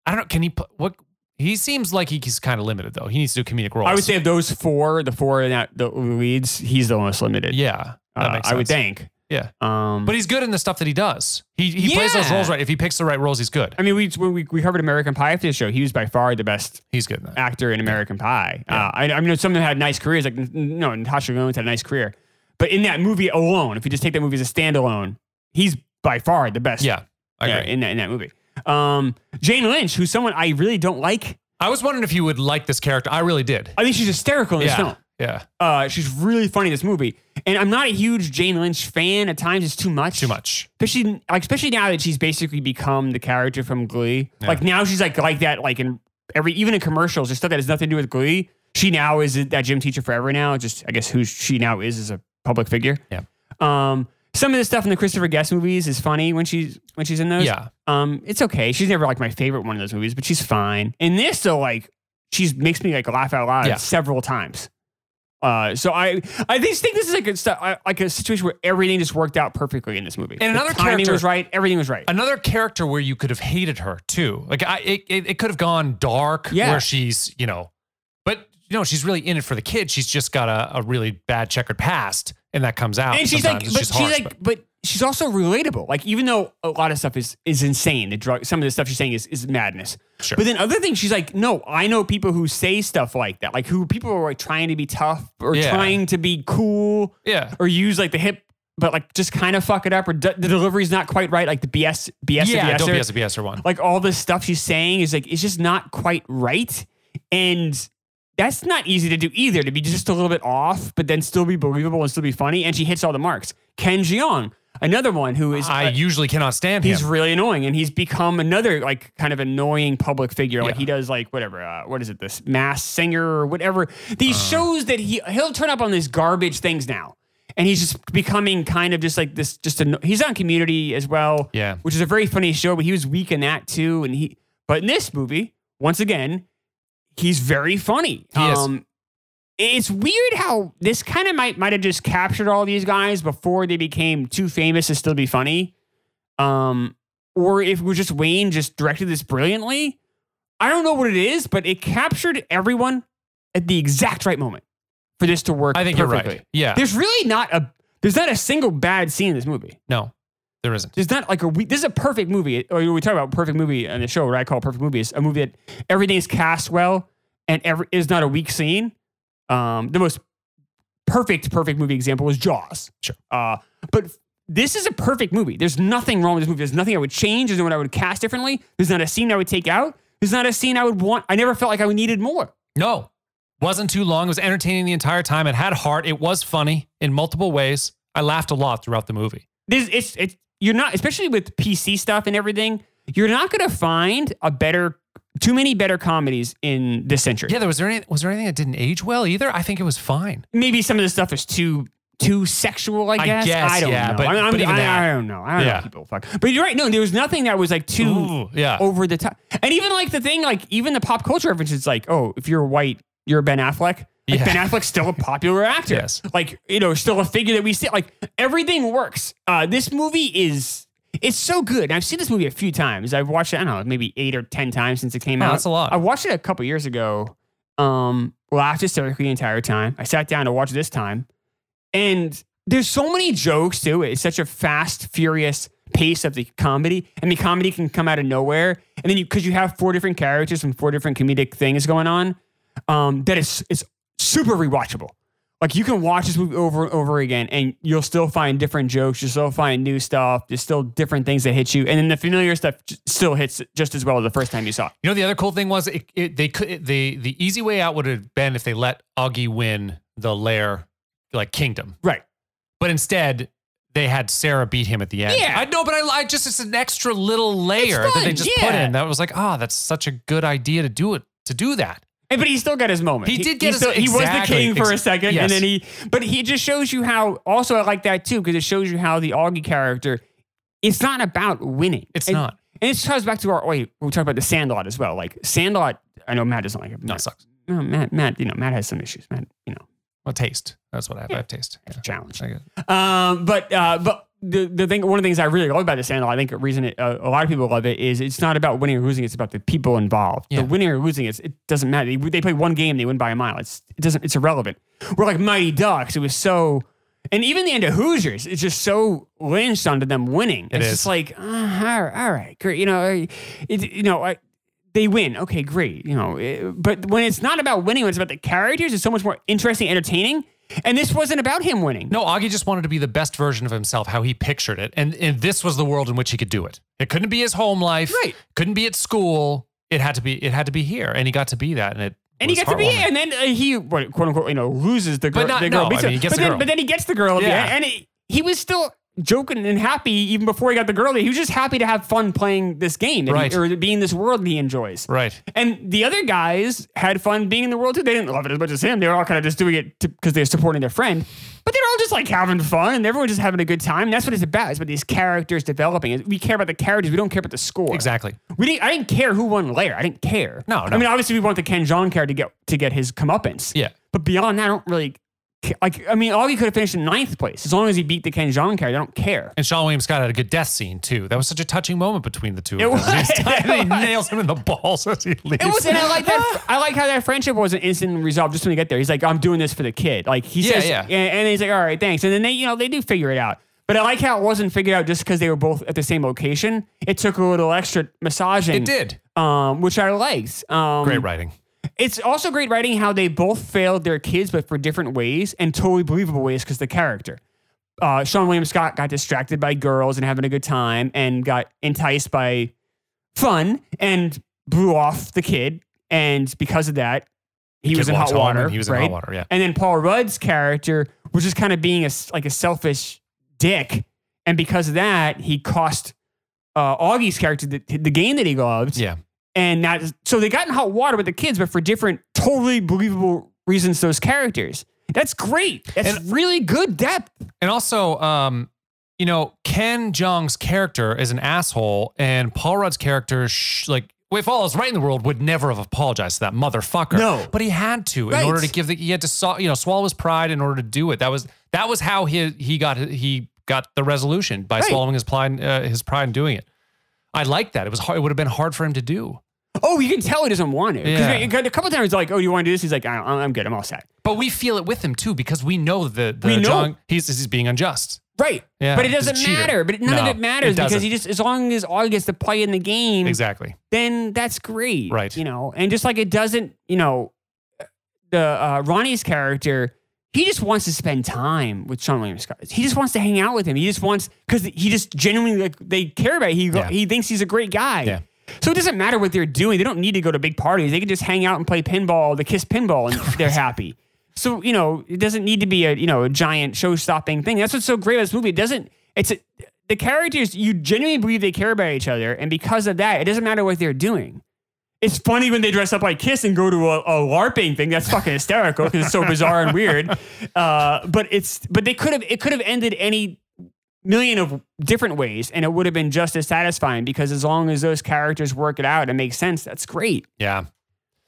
Speaker 1: I don't know. Can he? pl- What he seems like he's kind of limited though. He needs to do comedic roles.
Speaker 2: I would say of those four, the four in that the leads, he's the most limited.
Speaker 1: yeah, that
Speaker 2: uh,
Speaker 1: makes
Speaker 2: I would
Speaker 1: sense.
Speaker 2: think.
Speaker 1: Yeah.
Speaker 2: Um,
Speaker 1: But
Speaker 2: but
Speaker 1: he's good in the stuff that he does. He he plays those
Speaker 2: Yeah.
Speaker 1: roles right. If he picks the right roles, he's good.
Speaker 2: I mean, we, we we covered American Pie for this show. He was by far the best
Speaker 1: He's good in that.
Speaker 2: actor in American Pie.
Speaker 1: Yeah.
Speaker 2: Uh, I, I mean, some of them had nice careers. Like, n- n- no, Natasha Jones had a nice career. But in that movie alone, if you just take that movie as a standalone, he's by far the best.
Speaker 1: Yeah, I
Speaker 2: yeah,
Speaker 1: agree.
Speaker 2: in that in that movie. Um, Jane Lynch, who's someone I really don't like.
Speaker 1: I was wondering if you would like this character. I really did.
Speaker 2: I think she's hysterical in this
Speaker 1: yeah,
Speaker 2: film.
Speaker 1: yeah,
Speaker 2: Uh, she's really funny in this movie. And I'm not a huge Jane Lynch fan. At times, it's too much.
Speaker 1: too much.
Speaker 2: especially like especially now that she's basically become the character from Glee.
Speaker 1: Yeah.
Speaker 2: Like now she's like like that like in every even in commercials and stuff that has nothing to do with Glee. She now is that gym teacher forever now. Just I guess who she now is as a public figure.
Speaker 1: Yeah.
Speaker 2: Um. Some of the stuff in the Christopher Guest movies is funny when she's when she's in those.
Speaker 1: Yeah,
Speaker 2: Um. It's okay. She's never like my favorite one of those movies, but she's fine. In this though, like she's makes me like laugh out loud
Speaker 1: Yeah.
Speaker 2: several times. Uh, so I I just think this is like a stu- I- like a situation where everything just worked out perfectly in this movie.
Speaker 1: And another
Speaker 2: the timing
Speaker 1: character-
Speaker 2: was right. Everything was right.
Speaker 1: another character where you could have hated her too. Like I, it, it, it could have gone dark
Speaker 2: Yeah.
Speaker 1: where she's, you know, but you know, she's really in it for the kid. She's just got a, a really bad checkered past and that comes out.
Speaker 2: and she's like,
Speaker 1: sometimes.
Speaker 2: but
Speaker 1: It's
Speaker 2: she's,
Speaker 1: just harsh,
Speaker 2: like,
Speaker 1: but-
Speaker 2: but, she's also relatable. Like even though a lot of stuff is is insane, the drug, some of the stuff she's saying is is madness.
Speaker 1: Sure.
Speaker 2: But then other things, she's like, no, I know people who say stuff like that, like who people are like trying to be tough or
Speaker 1: Yeah.
Speaker 2: trying to be cool
Speaker 1: yeah,
Speaker 2: or use like the hip, but like just kind of fuck it up or d- the delivery's not quite right, like the BS, BS,
Speaker 1: yeah.
Speaker 2: BS
Speaker 1: Don't BS a BS or one.
Speaker 2: like all this stuff she's saying is like it's just not quite right and that's not easy to do either to be just a little bit off but then still be believable and still be funny and she hits all the marks ken jeong another one who is
Speaker 1: I
Speaker 2: uh,
Speaker 1: usually cannot stand him.
Speaker 2: he's really annoying and he's become another like kind of annoying public figure like
Speaker 1: Yeah.
Speaker 2: he does like whatever uh, what is it this mass singer or whatever
Speaker 1: Uh.
Speaker 2: these shows that he he'll turn up on these garbage things now and he's just becoming kind of just like this just a, he's on community as well
Speaker 1: Yeah.
Speaker 2: which is a very funny show but he was weak in that too and he but in this movie once again he's very funny Um,
Speaker 1: He is.
Speaker 2: it's weird how this kind of might might have just captured all these guys before they became too famous to still be funny. Um, or if it was just Wayne just directed this brilliantly. I don't know what it is, but it captured everyone at the exact right moment for this to work.
Speaker 1: I think
Speaker 2: perfectly.
Speaker 1: you're right. Yeah.
Speaker 2: There's really not a there's not a single bad scene in this movie.
Speaker 1: no, there isn't.
Speaker 2: There's not like a we, this is a perfect movie. Or we talk about perfect movie on the show. What I call perfect movie is a movie that everything is cast well and every is not a weak scene. Um, the most perfect perfect movie example is Jaws.
Speaker 1: Sure.
Speaker 2: Uh, but f- this is a perfect movie. There's nothing wrong with this movie. There's nothing I would change. There's no one I would cast differently. There's not a scene I would take out. There's not a scene I would want. I never felt like I needed more.
Speaker 1: No, wasn't too long. It was entertaining the entire time. It had heart. It was funny in multiple ways. I laughed a lot throughout the movie.
Speaker 2: This it's it's you're not especially with PC stuff and everything. You're not gonna find a better too many better comedies in this century.
Speaker 1: Yeah, there was there any, was there anything that didn't age well either? I think it was fine.
Speaker 2: maybe some of the stuff is too too sexual. I
Speaker 1: I
Speaker 2: guess I,
Speaker 1: guess,
Speaker 2: don't
Speaker 1: yeah,
Speaker 2: know.
Speaker 1: but-
Speaker 2: I, I'm-
Speaker 1: but even
Speaker 2: I-
Speaker 1: that-
Speaker 2: I don't know. I don't know
Speaker 1: Yeah.
Speaker 2: know. People fuck. But you're right. No, there was nothing that was like too
Speaker 1: Ooh, yeah.
Speaker 2: over the top. And even like the thing, like even the pop culture reference is like, oh, if you're white, you're Ben Affleck. Like
Speaker 1: Yeah.
Speaker 2: Ben Affleck's still a popular actor.
Speaker 1: Yes.
Speaker 2: Like, you know, still a figure that we see. Like everything works. Uh, this movie is it's so good. And I've seen this movie a few times. I've watched it, Uh, I don't know, maybe eight or ten times since it came
Speaker 1: Oh,
Speaker 2: out.
Speaker 1: that's a lot.
Speaker 2: I watched it a couple years ago. Um, laughed hysterically the entire time. I sat down to watch this time, and there's so many jokes too. It's such a fast, furious pace of the comedy. I mean, comedy can come out of nowhere, and then you because you have four different characters and four different comedic things going on, um, that is it's super rewatchable. Like you can watch this movie over and over again, and you'll still find different jokes. You'll still find new stuff. There's still different things that hit you, and then the familiar stuff j- still hits just as well as the first time you saw it.
Speaker 1: You know, the other cool thing was it, it, they could it, the the easy way out would have been if they let Augie win the lair like kingdom,
Speaker 2: Right.
Speaker 1: but instead they had Sarah beat him at the end.
Speaker 2: Yeah.
Speaker 1: I know, but I, I just it's an extra little layer that they
Speaker 2: fun,
Speaker 1: just put
Speaker 2: yeah.
Speaker 1: in. That was like, ah, that's such a good idea to do it to do that.
Speaker 2: And, but he still got his moment.
Speaker 1: He did get his-
Speaker 2: still, He was the
Speaker 1: exactly,
Speaker 2: king for a
Speaker 1: ex-
Speaker 2: second,
Speaker 1: yes.
Speaker 2: and then he. But he just shows you how. Also, I like that too because it shows you how the Augie character. It's not about winning.
Speaker 1: It's
Speaker 2: And-
Speaker 1: not.
Speaker 2: and it ties back to our. Wait, we talked about the Sandlot as well. Like Sandlot, I know Matt doesn't like
Speaker 1: No,
Speaker 2: it.
Speaker 1: it
Speaker 2: Matt,
Speaker 1: sucks.
Speaker 2: no, Matt, Matt, you know, Matt has some issues. Matt, you know,
Speaker 1: Well, taste. That's what I have. I have taste. Yeah.
Speaker 2: challenge.
Speaker 1: I get-
Speaker 2: Um, but uh, but the the thing, one of the things I really love about the Sandlot, I think the reason it, uh, a lot of people love it is it's not about winning or losing; it's about the people involved.
Speaker 1: Yeah.
Speaker 2: The winning or losing, it's, it doesn't matter. They, they play one game, they win by a mile. It's it doesn't. It's irrelevant. We're like Mighty Ducks. It was so, and even the end of Hoosiers, it's just so lynched onto them winning.
Speaker 1: It
Speaker 2: it's
Speaker 1: is.
Speaker 2: just like uh, all right, all right, great. You know, I- it, you know. I, they win. Okay, great. You know, eh, but when it's not about winning, when it's about the characters, it's so much more interesting, entertaining. And this wasn't about him winning.
Speaker 1: No, Augie just wanted to be the best version of himself, how he pictured it. And, and this was the world in which he could do it. It couldn't be his home life.
Speaker 2: Right.
Speaker 1: Couldn't be at school. It had to be it had to be here. And he got to be that. And it
Speaker 2: And he
Speaker 1: was
Speaker 2: got to be,
Speaker 1: heartwarming.
Speaker 2: and then uh, he, what, quote unquote, you know, loses the girl.
Speaker 1: But not-
Speaker 2: the girl
Speaker 1: no,
Speaker 2: beats
Speaker 1: I mean,
Speaker 2: him.
Speaker 1: he gets
Speaker 2: but,
Speaker 1: the
Speaker 2: then,
Speaker 1: girl.
Speaker 2: but then he gets the girl. at the
Speaker 1: Yeah.
Speaker 2: end, and it, he was still joking and happy even before he got the girl. He was just happy to have fun playing this game that he-
Speaker 1: Right.
Speaker 2: or being in this world he enjoys.
Speaker 1: Right.
Speaker 2: And the other guys had fun being in the world too. They didn't love it as much as him. They were all kind of just doing it because they're supporting their friend. But they're all just like having fun and everyone's just having a good time. And that's what it's about. It's about these characters developing. We care about the characters. We don't care about the score.
Speaker 1: Exactly.
Speaker 2: We didn't, I didn't care who won later. I didn't care.
Speaker 1: No, no.
Speaker 2: I mean, obviously, we want the Ken Jeong character to get to get his comeuppance.
Speaker 1: Yeah.
Speaker 2: But beyond that, I don't really ca- like. I mean, Augie could have finished in ninth place as long as he beat the Ken Jeong character. I don't care.
Speaker 1: And Sean William Scott had a good death scene too. That was such a touching moment between the two of
Speaker 2: It
Speaker 1: them.
Speaker 2: was.
Speaker 1: he
Speaker 2: It was.
Speaker 1: nails him in the balls as he leaves.
Speaker 2: It was, and I like that. I like how that friendship wasn't instant resolved just when we get there. He's like, "I'm doing this for the kid." Like he
Speaker 1: Yeah,
Speaker 2: says,
Speaker 1: yeah.
Speaker 2: And, and he's like, "All right, thanks." And then they, you know, they do figure it out. But I like how it wasn't figured out just because they were both at the same location. It took a little extra massaging.
Speaker 1: It did.
Speaker 2: um, which I liked. Um,
Speaker 1: Great writing.
Speaker 2: It's also great writing how they both failed their kids, but for different ways and totally believable ways because the character. Uh, Sean William Scott got distracted by girls and having a good time and got enticed by fun and blew off the kid. And because of that, he
Speaker 1: Kid
Speaker 2: was in
Speaker 1: walks
Speaker 2: hot
Speaker 1: home and
Speaker 2: water.
Speaker 1: He was in
Speaker 2: right?
Speaker 1: hot water. Yeah.
Speaker 2: And then Paul Rudd's character was just kind of being a s- like a selfish dick, and because of that, he cost uh, Augie's character the, the game that he loved.
Speaker 1: Yeah.
Speaker 2: and that is- so they got in hot water with the kids, but for different, totally believable reasons. to Those characters. That's great. That's really good depth.
Speaker 1: And also, um, you know, Ken Jong's character is an asshole, and Paul Rudd's character, sh- like, if all is right in the world, would never have apologized to that motherfucker.
Speaker 2: No.
Speaker 1: but he had to in
Speaker 2: Right.
Speaker 1: order to give the he had to saw, you know swallow his pride in order to do it. That was that was how he he got he got the resolution by
Speaker 2: Right.
Speaker 1: swallowing his pride uh, his pride and doing it. I like that. It was hard, it would have been hard for him to do.
Speaker 2: Oh, you can tell he doesn't want it. 'Cause
Speaker 1: Yeah.
Speaker 2: he- 'cause a couple times, like, oh, you want to do this? He's like, I, I'm good. I'm all set.
Speaker 1: But we feel it with him too because we know the the
Speaker 2: We know.
Speaker 1: Jong he's he's being unjust.
Speaker 2: Right.
Speaker 1: Yeah,
Speaker 2: but it
Speaker 1: he's a
Speaker 2: doesn't
Speaker 1: cheater.
Speaker 2: matter. But none
Speaker 1: No,
Speaker 2: of it matters
Speaker 1: it
Speaker 2: because
Speaker 1: doesn't.
Speaker 2: he just, as long as Augie gets to play in the game,
Speaker 1: Exactly.
Speaker 2: then that's great.
Speaker 1: Right.
Speaker 2: You know, and just like it doesn't, you know, the uh, Ronnie's character, he just wants to spend time with Sean William Scott. He just wants to hang out with him. He just wants because he just genuinely like they care about. It. He
Speaker 1: Yeah.
Speaker 2: he thinks he's a great guy.
Speaker 1: Yeah.
Speaker 2: So it doesn't matter what they're doing. They don't need to go to big parties. They can just hang out and play pinball. They kiss pinball and they're happy. So you know it doesn't need to be a you know a giant show stopping thing. That's what's so great about this movie. It doesn't. It's a, the characters you genuinely believe they care about each other, and because of that, it doesn't matter what they're doing. It's funny when they dress up like Kiss and go to a, a LARPing thing. That's fucking hysterical because it's so bizarre and weird. Uh, but it's but they could have it could have ended any million of different ways, and it would have been just as satisfying because as long as those characters work it out and make sense, that's great.
Speaker 1: Yeah.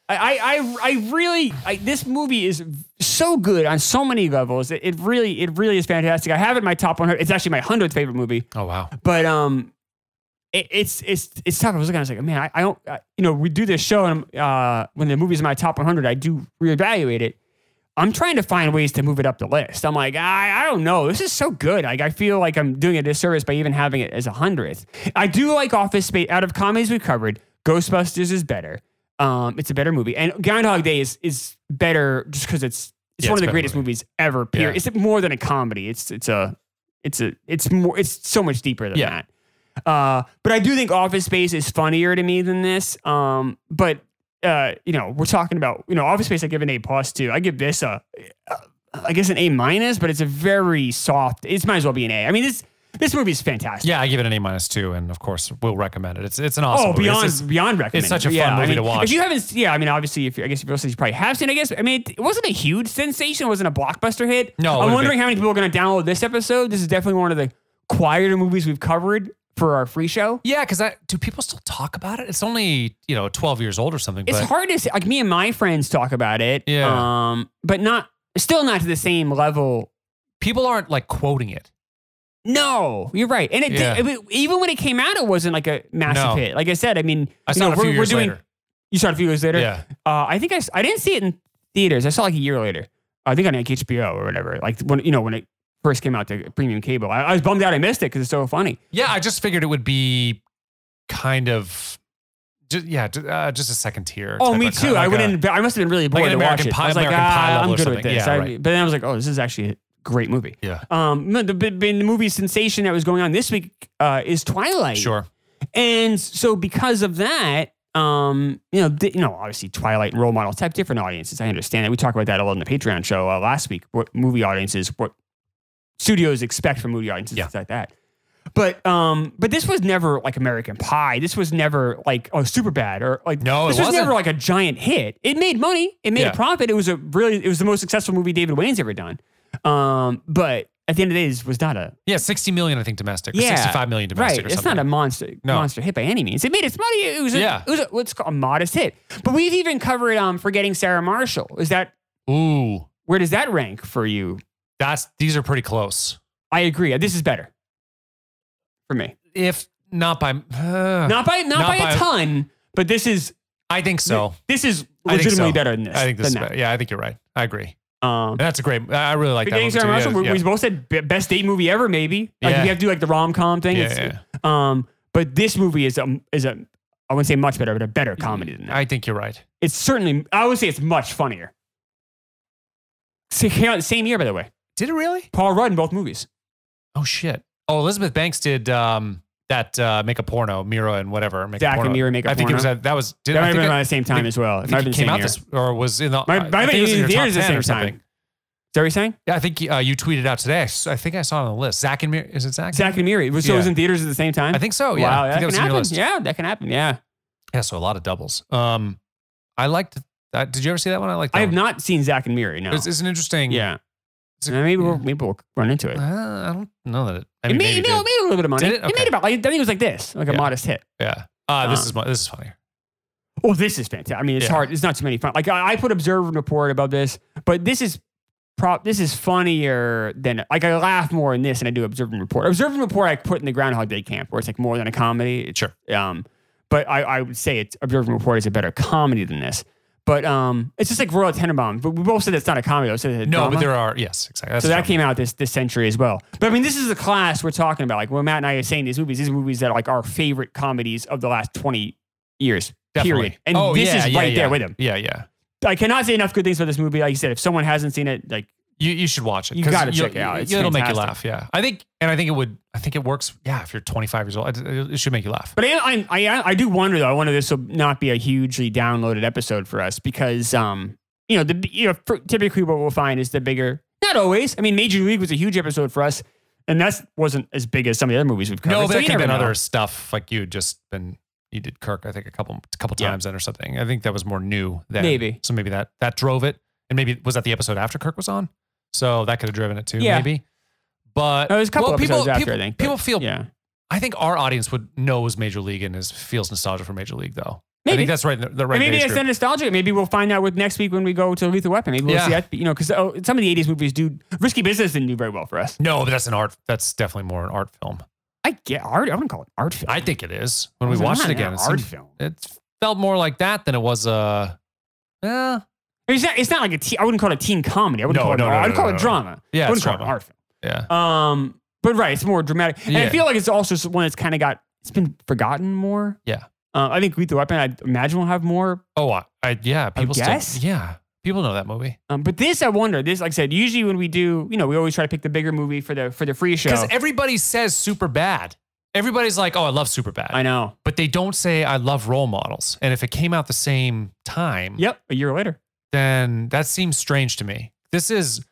Speaker 2: I I I, I really I, this movie is so good on so many levels. It, it really it really is fantastic. I have it in my top 100. It's actually my hundredth favorite movie.
Speaker 1: Oh wow.
Speaker 2: But um, it, it's it's it's tough. I was looking, I was like, man, I, I don't, I, you know, we do this show, and I'm, uh, when the movie's in my top 100, I do reevaluate it. I'm trying to find ways to move it up the list. I'm like, I, I don't know. This is so good. Like, I feel like I'm doing a disservice by even having it as a hundredth. I do like Office Space. Out of comedies we covered, Ghostbusters is better. Um, it's a better movie, and Groundhog Day is is better just because it's it's
Speaker 1: Yeah,
Speaker 2: one
Speaker 1: it's
Speaker 2: of
Speaker 1: a
Speaker 2: the
Speaker 1: better
Speaker 2: greatest
Speaker 1: movie.
Speaker 2: movies ever. Period.
Speaker 1: Yeah.
Speaker 2: It's more than a comedy. It's it's a it's a it's more it's so much deeper than
Speaker 1: Yeah.
Speaker 2: that. Uh, but I do think Office Space is funnier to me than this. Um, but uh, you know, we're talking about you know Office Space. I give an A plus to. I give this a, uh, I guess an A minus, but it's a very soft. It might as well be an A. I mean, this this movie is fantastic.
Speaker 1: Yeah, I give it an A minus two, and of course we'll recommend it. It's it's an awesome.
Speaker 2: Oh,
Speaker 1: movie. It's
Speaker 2: beyond
Speaker 1: just-
Speaker 2: beyond recommended.
Speaker 1: such a fun
Speaker 2: I
Speaker 1: movie
Speaker 2: mean,
Speaker 1: to watch.
Speaker 2: If you haven't, yeah, I mean, obviously, if you, I guess if you're listening, you probably have seen. I guess I mean, it wasn't a huge sensation. It wasn't a blockbuster hit.
Speaker 1: No, it
Speaker 2: I'm
Speaker 1: would've
Speaker 2: wondering how many people are going to download this episode. This is definitely one of the quieter movies we've covered for our free show.
Speaker 1: yeah, because I do people still talk about it? It's only you know twelve years old or something.
Speaker 2: It's
Speaker 1: but
Speaker 2: hard to say, like me and my friends talk about it.
Speaker 1: Yeah.
Speaker 2: Um, but not still not to the same level.
Speaker 1: people aren't like quoting it.
Speaker 2: No, you're right. And it, did-
Speaker 1: Yeah.
Speaker 2: I mean, even when it came out, it wasn't like a massive
Speaker 1: No.
Speaker 2: hit. Like I said, I mean,
Speaker 1: I
Speaker 2: you
Speaker 1: saw
Speaker 2: know,
Speaker 1: it a few
Speaker 2: we're,
Speaker 1: years
Speaker 2: we're doing.
Speaker 1: later.
Speaker 2: You saw it a few years later.
Speaker 1: Yeah,
Speaker 2: Uh, I think I, s- I didn't see it in theaters. I saw it like a year later. I think on like HBO or whatever. Like when you know when it first came out to premium cable. I, I was bummed out I missed it because it's so funny.
Speaker 1: yeah. I just figured it would be kind of, just, yeah, ju- uh, just a second tier.
Speaker 2: Oh,
Speaker 1: type
Speaker 2: me
Speaker 1: of kind-
Speaker 2: too. I
Speaker 1: like
Speaker 2: went
Speaker 1: a-
Speaker 2: in. I must have been really bored
Speaker 1: an
Speaker 2: to watch
Speaker 1: American
Speaker 2: it.
Speaker 1: Pie-
Speaker 2: I was like,
Speaker 1: American Pie
Speaker 2: ah,
Speaker 1: level
Speaker 2: I'm
Speaker 1: or
Speaker 2: good with
Speaker 1: something."
Speaker 2: this.
Speaker 1: Yeah,
Speaker 2: I-
Speaker 1: right.
Speaker 2: But then I was like, oh, this is actually a great movie.
Speaker 1: Yeah.
Speaker 2: Um, no, the, the, the movie sensation that was going on this week uh, is Twilight.
Speaker 1: Sure.
Speaker 2: And so because of that, um, you know, th- you know, obviously Twilight and role models have different audiences. I understand that. We talked about that a lot in the Patreon show uh, last week. What movie audiences, what studios expect from movie audiences,
Speaker 1: Yeah.
Speaker 2: things like that. But um, but this was never like American Pie. This was never like oh super bad or like
Speaker 1: No, it
Speaker 2: This was
Speaker 1: wasn't.
Speaker 2: never like a giant hit. It made money. It made
Speaker 1: Yeah.
Speaker 2: a profit. It was a really it was the most successful movie David Wayne's ever done. Um, but at the end of the day, this was not a
Speaker 1: Yeah, sixty million I think domestic. Or
Speaker 2: Yeah,
Speaker 1: sixty-five million domestic
Speaker 2: right.
Speaker 1: or
Speaker 2: it's
Speaker 1: something.
Speaker 2: not a monster
Speaker 1: No.
Speaker 2: monster hit by any means. It made its money. It was a,
Speaker 1: Yeah.
Speaker 2: it was a, what's called a modest hit. But we've even covered um forgetting Sarah Marshall. Is that
Speaker 1: Ooh,
Speaker 2: where does that rank for you?
Speaker 1: that's these are pretty close.
Speaker 2: I agree. This is better for me.
Speaker 1: If not by, uh,
Speaker 2: Not by not,
Speaker 1: Not
Speaker 2: by,
Speaker 1: by-
Speaker 2: a ton, but this is
Speaker 1: I think so.
Speaker 2: this is
Speaker 1: I think
Speaker 2: legitimately
Speaker 1: so.
Speaker 2: better than this.
Speaker 1: I think this. Is
Speaker 2: than that.
Speaker 1: better. Yeah, I think you're right. I agree.
Speaker 2: Um,
Speaker 1: That's a great. I I really like that.
Speaker 2: forgetting
Speaker 1: movie
Speaker 2: Sarah
Speaker 1: too.
Speaker 2: Marshall. we-
Speaker 1: Yeah,
Speaker 2: We both said be- best date movie ever. Maybe like
Speaker 1: Yeah.
Speaker 2: if you have to do like the rom com thing.
Speaker 1: yeah,
Speaker 2: it's,
Speaker 1: yeah.
Speaker 2: Um, but this movie is um is a I wouldn't say much better, but a better comedy than that.
Speaker 1: I think you're right.
Speaker 2: it's certainly I would say it's much funnier. Sa- came out the Same year, by the way.
Speaker 1: Did it really?
Speaker 2: Paul Rudd in both movies.
Speaker 1: Oh shit. Oh, Elizabeth Banks did um, that uh, make a porno, Mira and whatever. Make
Speaker 2: Zach
Speaker 1: a porno.
Speaker 2: and Mira make a
Speaker 1: I think it was
Speaker 2: porno.
Speaker 1: that. That was. Did,
Speaker 2: That might
Speaker 1: I
Speaker 2: have
Speaker 1: think I-
Speaker 2: been around the same time
Speaker 1: think-
Speaker 2: as well.
Speaker 1: I
Speaker 2: It might
Speaker 1: think
Speaker 2: have
Speaker 1: it
Speaker 2: been the
Speaker 1: came
Speaker 2: same
Speaker 1: out
Speaker 2: year.
Speaker 1: this or was in the.
Speaker 2: Might-
Speaker 1: I
Speaker 2: might
Speaker 1: think
Speaker 2: have been
Speaker 1: it was
Speaker 2: in
Speaker 1: your
Speaker 2: the
Speaker 1: top
Speaker 2: theaters at the
Speaker 1: 10 or
Speaker 2: same time.
Speaker 1: something.
Speaker 2: Is that what you're saying?
Speaker 1: Yeah, I think uh, you tweeted out today. I s- I think I saw it on the list. Zach and Mira. Is it Zach?
Speaker 2: Zach and Miri. So it was
Speaker 1: Yeah.
Speaker 2: in theaters at the same time?
Speaker 1: I think so. Yeah.
Speaker 2: Wow,
Speaker 1: I think
Speaker 2: that
Speaker 1: that was
Speaker 2: can
Speaker 1: in your
Speaker 2: happen.
Speaker 1: list.
Speaker 2: Yeah, that can happen. Yeah.
Speaker 1: Yeah, so a lot of doubles. Um, I liked that. Did you ever see that one? I like that.
Speaker 2: I have
Speaker 1: one.
Speaker 2: not seen Zach and Miri, no.
Speaker 1: It's, it's an interesting.
Speaker 2: yeah.
Speaker 1: it's a-
Speaker 2: Uh, maybe, We'll,
Speaker 1: yeah.
Speaker 2: maybe we'll run into it.
Speaker 1: Uh, I don't know that. It, I
Speaker 2: it
Speaker 1: mean,
Speaker 2: made,
Speaker 1: maybe it
Speaker 2: it
Speaker 1: did.
Speaker 2: made, a little bit of money.
Speaker 1: Did it? Okay.
Speaker 2: made about, like, I think it was like this, like a
Speaker 1: Yeah.
Speaker 2: modest hit.
Speaker 1: Yeah. Uh, this
Speaker 2: Uh.
Speaker 1: is mo- this is funnier.
Speaker 2: Oh, this is fantastic. I mean, it's
Speaker 1: Yeah.
Speaker 2: hard. It's not too many fun. Like I, I put observe and report about this, but this is prop. This is funnier than like I laugh more in this than I do observe and report. Observe and report I put in the Groundhog Day camp where it's like more than a comedy. It's,
Speaker 1: Sure.
Speaker 2: Um, but I, I would say it's observe and report is a better comedy than this. But um, it's just like Royal Tenenbaum. But we both said it's not a comedy. though. So it's a
Speaker 1: No,
Speaker 2: drama.
Speaker 1: but there are. Yes, exactly. That's
Speaker 2: So that
Speaker 1: true.
Speaker 2: came out this this century as well. But I mean, this is the class we're talking about. Like when Matt and I are saying these movies, these are movies that are like our favorite comedies of the last twenty years. Period.
Speaker 1: Definitely.
Speaker 2: And
Speaker 1: Oh,
Speaker 2: this
Speaker 1: yeah,
Speaker 2: is
Speaker 1: yeah,
Speaker 2: right there
Speaker 1: yeah.
Speaker 2: with him.
Speaker 1: Yeah, yeah.
Speaker 2: I cannot say enough good things about this movie. Like you said, if someone hasn't seen it, like
Speaker 1: You you should watch it.
Speaker 2: You
Speaker 1: 'cause
Speaker 2: gotta
Speaker 1: you'll-
Speaker 2: check it out. It's
Speaker 1: it'll make you laugh.
Speaker 2: fantastic.
Speaker 1: Yeah, I think, and I think it would. I think it works. Yeah, if you're 25 years old, it, it should make you laugh.
Speaker 2: But I, I, I, I do wonder though. I wonder this will not be a hugely downloaded episode for us because, um, you know, the you know for, typically what we'll find is the bigger. Not always. I mean, Major League was a huge episode for us, and that wasn't as big as some of the other movies we've covered.
Speaker 1: No,
Speaker 2: so
Speaker 1: but there
Speaker 2: you
Speaker 1: could have
Speaker 2: never
Speaker 1: been
Speaker 2: know.
Speaker 1: other stuff like you had just been. You did Kirk, I think, a couple a couple
Speaker 2: Yeah.
Speaker 1: times then or something. I think that was more new then.
Speaker 2: Maybe.
Speaker 1: So maybe that that drove it, and maybe was that the episode after Kirk was on, so that could have driven it too.
Speaker 2: Yeah.
Speaker 1: Maybe. But
Speaker 2: No, there's a couple
Speaker 1: well, people,
Speaker 2: episodes after,
Speaker 1: people,
Speaker 2: I think, but-
Speaker 1: people feel.
Speaker 2: Yeah,
Speaker 1: I think our audience would knows Major League and is feels nostalgia for Major League though. I
Speaker 2: Maybe.
Speaker 1: think that's right. in The, the right.
Speaker 2: and maybe
Speaker 1: age
Speaker 2: that's
Speaker 1: group.
Speaker 2: not nostalgic. Maybe we'll find out with next week when we go to Lethal Weapon. Maybe we'll
Speaker 1: Yeah.
Speaker 2: see that. You know, because oh, some of the '80s movies do risky business didn't do very well for us.
Speaker 1: no, but that's an art. That's definitely more an art film.
Speaker 2: I get art. I wouldn't call it art film.
Speaker 1: I think it is. When we
Speaker 2: It's
Speaker 1: watched
Speaker 2: not
Speaker 1: it again,
Speaker 2: an
Speaker 1: it,
Speaker 2: art
Speaker 1: seemed,
Speaker 2: film.
Speaker 1: it felt more like that than it was a. Uh, eh,
Speaker 2: It's not. It's not like a teen. I wouldn't call it a teen comedy. I wouldn't
Speaker 1: No,
Speaker 2: call it.
Speaker 1: no,
Speaker 2: art.
Speaker 1: no,
Speaker 2: I'd
Speaker 1: no,
Speaker 2: call
Speaker 1: no,
Speaker 2: it
Speaker 1: no.
Speaker 2: drama.
Speaker 1: Yeah,
Speaker 2: I
Speaker 1: it's
Speaker 2: wouldn't call it an
Speaker 1: drama.
Speaker 2: art film.
Speaker 1: yeah.
Speaker 2: Um, but right, it's more dramatic, and I
Speaker 1: Yeah.
Speaker 2: feel like it's also s- one that's kind of got it's been forgotten more.
Speaker 1: Yeah.
Speaker 2: Uh, I think Lethal Weapon. I imagine will have more.
Speaker 1: Oh, I, I yeah. People still.
Speaker 2: guess?
Speaker 1: Yeah, people know that movie
Speaker 2: Um, but this, I wonder. This, like I said, usually when we do, you know, we always try to pick the bigger movie for the for the free show.
Speaker 1: because everybody says super bad. Everybody's like, "Oh, I love super bad,"
Speaker 2: I know.
Speaker 1: but they don't say, "I love role models." And if it came out the same time,
Speaker 2: Yep. A year later.
Speaker 1: then that seems strange to me. This is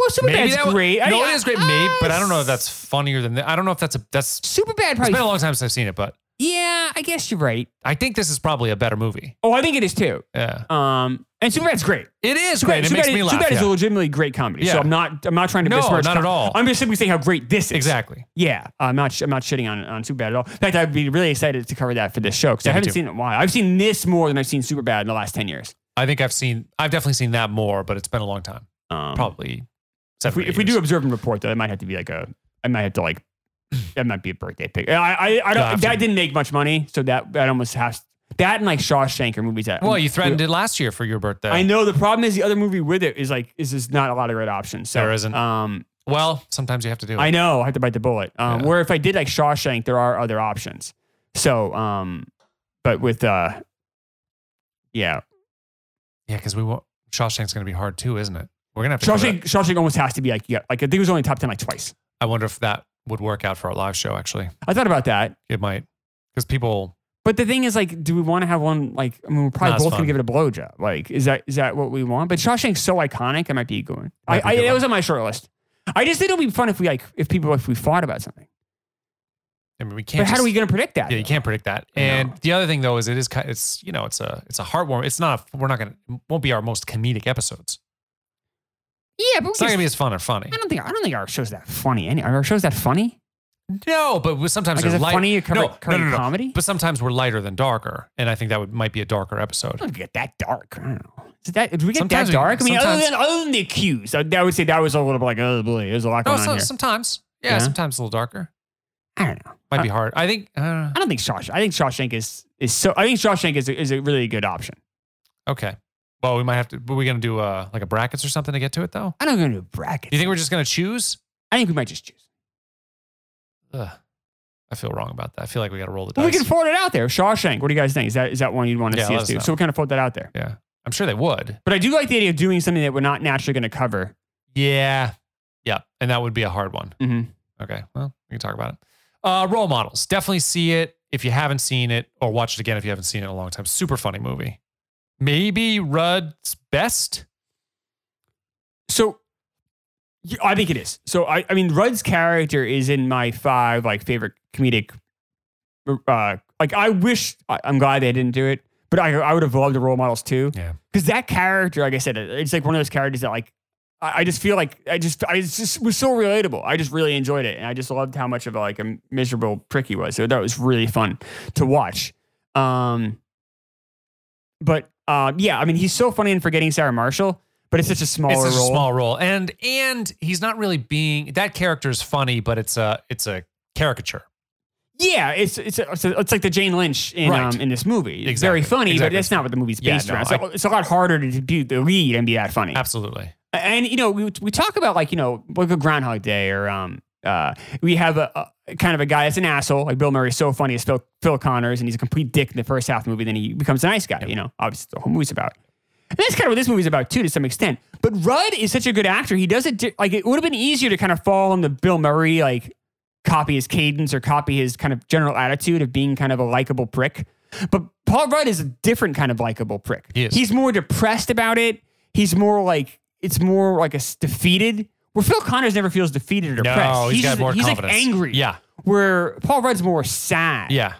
Speaker 2: Well, Superbad's
Speaker 1: maybe that,
Speaker 2: great. I
Speaker 1: No,
Speaker 2: mean,
Speaker 1: it is great,
Speaker 2: I-
Speaker 1: maybe, but I don't know if that's funnier than that. I don't know if that's a that's.
Speaker 2: Superbad.
Speaker 1: It's
Speaker 2: Probably.
Speaker 1: been a long time since I've seen it, but
Speaker 2: yeah, I guess you're right.
Speaker 1: I think this is probably a better movie.
Speaker 2: Oh, I think it is too.
Speaker 1: Yeah,
Speaker 2: Um, and Superbad's great.
Speaker 1: it is
Speaker 2: Superbad,
Speaker 1: great. It
Speaker 2: Superbad,
Speaker 1: makes me laugh.
Speaker 2: Superbad is
Speaker 1: yeah.
Speaker 2: a legitimately great comedy. So
Speaker 1: Yeah.
Speaker 2: I'm not. I'm not trying to.
Speaker 1: No,
Speaker 2: besmirch
Speaker 1: not at
Speaker 2: com-
Speaker 1: all.
Speaker 2: I'm just simply saying how great this is.
Speaker 1: exactly.
Speaker 2: Yeah, I'm not. sh- I'm not shitting on on Superbad at all. In fact, I'd be really excited to cover that for this show because
Speaker 1: Yeah,
Speaker 2: I
Speaker 1: me
Speaker 2: haven't
Speaker 1: too.
Speaker 2: seen it in a while. I've seen this more than I've seen Superbad in the last ten years.
Speaker 1: I think I've seen. I've definitely seen that more, but it's been a long time.
Speaker 2: Um,
Speaker 1: Probably.
Speaker 2: If we, if we do observe and report, though, it might have to be like a. I might have to like. That might be a birthday pick. I I, I
Speaker 1: No,
Speaker 2: don't.
Speaker 1: absolutely.
Speaker 2: that didn't make much money, so that that almost has that and like Shawshank are movies that.
Speaker 1: Well, you threatened it last year for your birthday.
Speaker 2: I know the problem is the other movie with it is like is just not a lot of great options. So,
Speaker 1: There isn't.
Speaker 2: Um,
Speaker 1: Well, sometimes you have to do it.
Speaker 2: I know I have to bite the bullet. Um,
Speaker 1: Yeah.
Speaker 2: Where if I did like Shawshank, there are other options. So, um, but with uh, yeah,
Speaker 1: yeah, because we won't. Shawshank's going to be hard too, isn't it? We're gonna have to. cover
Speaker 2: Shawshank,
Speaker 1: that.
Speaker 2: Shawshank almost has to be like yeah, like I think it was only top ten like twice.
Speaker 1: I wonder if that would work out for our live show. Actually,
Speaker 2: I thought about that,
Speaker 1: it might, because people.
Speaker 2: but the thing is like, do we want to have one like? I mean, we're probably
Speaker 1: Not as
Speaker 2: both gonna
Speaker 1: fun.
Speaker 2: give it a blowjob. Like, is that is that what we want? But Shawshank's so iconic, I might be going. I,
Speaker 1: Might be
Speaker 2: I
Speaker 1: a good
Speaker 2: that
Speaker 1: one.
Speaker 2: was on my short list. I just think it'll be fun if we like if people if we fought about something.
Speaker 1: I mean, we
Speaker 2: But
Speaker 1: can't.
Speaker 2: how
Speaker 1: just-
Speaker 2: are we gonna predict that?
Speaker 1: Yeah, you can't predict that.
Speaker 2: I know.
Speaker 1: And the other thing though is it is kind. It's you know it's a it's a heartwarming. It's not. A, we're not gonna won't be our most comedic episodes.
Speaker 2: Yeah, but we
Speaker 1: It's not
Speaker 2: can-
Speaker 1: gonna be as fun or funny.
Speaker 2: I don't think I don't think our show's that funny. Any are our show's that funny?
Speaker 1: No, but we- sometimes
Speaker 2: Like, is
Speaker 1: they're
Speaker 2: it
Speaker 1: light-
Speaker 2: funny? You cover,
Speaker 1: No,
Speaker 2: cover
Speaker 1: no, no, no.
Speaker 2: comedy?
Speaker 1: But sometimes we're lighter than darker, and I think that would might be a darker episode.
Speaker 2: I don't get that dark. I don't know. Is it that, did we get
Speaker 1: Sometimes
Speaker 2: that
Speaker 1: we-
Speaker 2: dark? I mean, other
Speaker 1: sometimes-
Speaker 2: than, other than the cues, I, I would say that was a little bit like, oh boy, there's a lot
Speaker 1: No,
Speaker 2: going on
Speaker 1: so-
Speaker 2: here.
Speaker 1: sometimes. Yeah,
Speaker 2: Yeah?
Speaker 1: sometimes a little darker.
Speaker 2: I don't know.
Speaker 1: Might be hard. I think. Uh,
Speaker 2: I don't think Shawshank. I think Shawshank is is so. I think Shawshank is a, is a really good option.
Speaker 1: okay. Well, we might have to. Are we gonna do uh, like a brackets or something to get to it though?
Speaker 2: I don't going to do brackets.
Speaker 1: You think we're just gonna choose?
Speaker 2: I think we might just choose.
Speaker 1: Ugh. I feel wrong about that. I feel like we gotta roll the
Speaker 2: But
Speaker 1: dice.
Speaker 2: we can float it out there. Shawshank. What do you guys think? Is that is that one you'd want to
Speaker 1: Yeah,
Speaker 2: see
Speaker 1: let
Speaker 2: us
Speaker 1: us
Speaker 2: do?
Speaker 1: know.
Speaker 2: So we kind of float that out there.
Speaker 1: yeah, I'm sure they would.
Speaker 2: But I do like the idea of doing something that we're not naturally going to cover.
Speaker 1: Yeah, yeah, and that would be a hard one.
Speaker 2: Mhm.
Speaker 1: Okay, well, we can talk about it. Uh, role models. Definitely see it if you haven't seen it, or watch it again if you haven't seen it in a long time. Super funny movie. Maybe Rudd's best.
Speaker 2: So yeah, I think it is. So I, I mean, Rudd's character is in my five like favorite comedic. Uh, like I wish I, I'm glad they didn't do it, but I I would have loved the role models too.
Speaker 1: Yeah.
Speaker 2: because that character, like I said, it- it's like one of those characters that like I, I just feel like I just I it's just was so relatable. I just really enjoyed it, and I just loved how much of a, like a miserable prick he was. So that was really fun to watch. Um, but uh, yeah, I mean, he's so funny in Forgetting Sarah Marshall, but it's such a smaller
Speaker 1: it's such
Speaker 2: role.
Speaker 1: a small role, and and he's not really being that character is funny, but it's a it's a caricature.
Speaker 2: Yeah, it's it's it's, it's like the Jane Lynch in
Speaker 1: Right.
Speaker 2: um, in this movie. It's
Speaker 1: Exactly,
Speaker 2: very funny, but
Speaker 1: exactly.
Speaker 2: that's not what the movie's
Speaker 1: Yeah,
Speaker 2: based
Speaker 1: no,
Speaker 2: around. So it's a lot harder to do the lead and be that funny.
Speaker 1: Absolutely.
Speaker 2: And you know, we, we talk about like you know, like a Groundhog Day, or um, uh, we have a, a kind of a guy that's an asshole, like Bill Murray, is so funny as Phil, Phil Connors, and he's a complete dick in the first half of the movie, then he becomes a nice guy. You know, obviously the whole movie's about. And that's kind of what this movie's about too, to some extent. But Rudd is such a good actor; he does it di- like it would have been easier to kind of fall into Bill Murray, like copy his cadence or copy his kind of general attitude of being kind of a likable prick. But Paul Rudd is a different kind of likable prick.
Speaker 1: He is.
Speaker 2: He's more depressed about it. He's more like it's more like a s- defeated. Where Phil Connors never feels defeated
Speaker 1: No,
Speaker 2: or depressed.
Speaker 1: he's got
Speaker 2: just-
Speaker 1: more
Speaker 2: he's
Speaker 1: confidence.
Speaker 2: like angry.
Speaker 1: Yeah,
Speaker 2: Where Paul Rudd's more sad.
Speaker 1: yeah,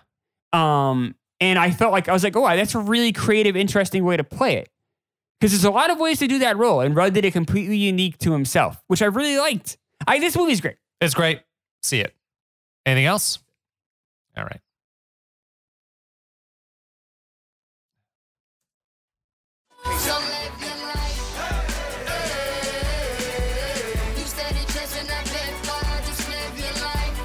Speaker 2: Um, and I felt like I was like, oh, that's a really creative, interesting way to play it. Because there's a lot of ways to do that role, and Rudd did it completely unique to himself, which I really liked. I this movie's great.
Speaker 1: it's great. See it. Anything else? All right.
Speaker 3: Show left and right. You steady chasing that big fire, just live your life.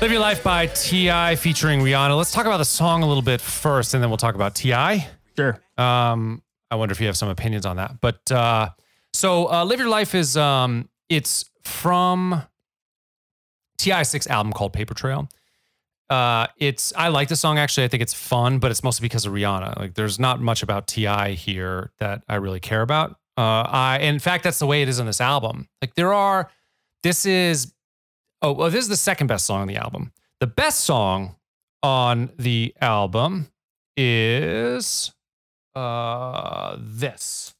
Speaker 1: Live Your Life by T.I. featuring Rihanna. Let's talk about the song a little bit first, and then we'll talk about T.I.
Speaker 2: Sure.
Speaker 1: Um, I wonder if you have some opinions on that. But uh, so uh, Live Your Life is um, it's from Ti6 album called Paper Trail. Uh, it's I like the song actually. I think it's fun, but it's mostly because of Rihanna. Like there's not much about Ti here that I really care about. Uh, I in fact that's the way it is on this album. Like there are this is oh well this is the second best song on the album. The best song on the album is uh this.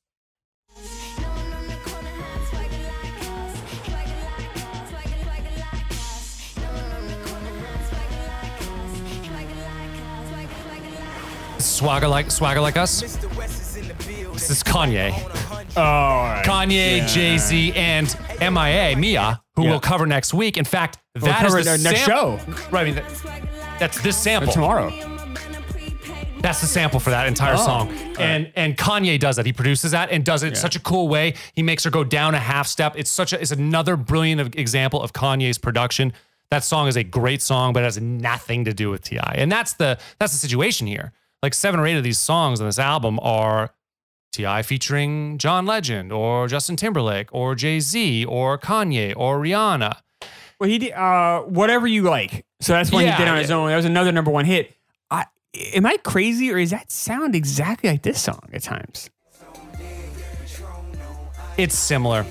Speaker 1: Swagger like swagger like us. This is Kanye.
Speaker 2: Oh, all right.
Speaker 1: Kanye,
Speaker 2: Yeah.
Speaker 1: Jay Z, and MIA Mia, who
Speaker 2: Yeah.
Speaker 1: we'll cover next week. In fact,
Speaker 2: We'll
Speaker 1: that is
Speaker 2: cover
Speaker 1: the
Speaker 2: it next
Speaker 1: sam-
Speaker 2: show.
Speaker 1: Right, I mean, that- that's this sample.
Speaker 2: Tomorrow.
Speaker 1: That's the sample for that entire
Speaker 2: Oh.
Speaker 1: song. And and Kanye does that. He produces that and does it in such a cool way. He makes her go down a half step. It's such a it's another brilliant of- example of Kanye's production. That song is a great song, but it has nothing to do with TI. And that's the that's the situation here. Like seven or eight of these songs on this album are TI featuring John Legend or Justin Timberlake or Jay-Z or Kanye or Rihanna.
Speaker 2: Well, he did uh, whatever you like. So that's what
Speaker 1: Yeah,
Speaker 2: he did on
Speaker 1: yeah.
Speaker 2: his own. That was another number one hit. I, am I crazy or is that sound exactly like this song at times?
Speaker 1: It's similar.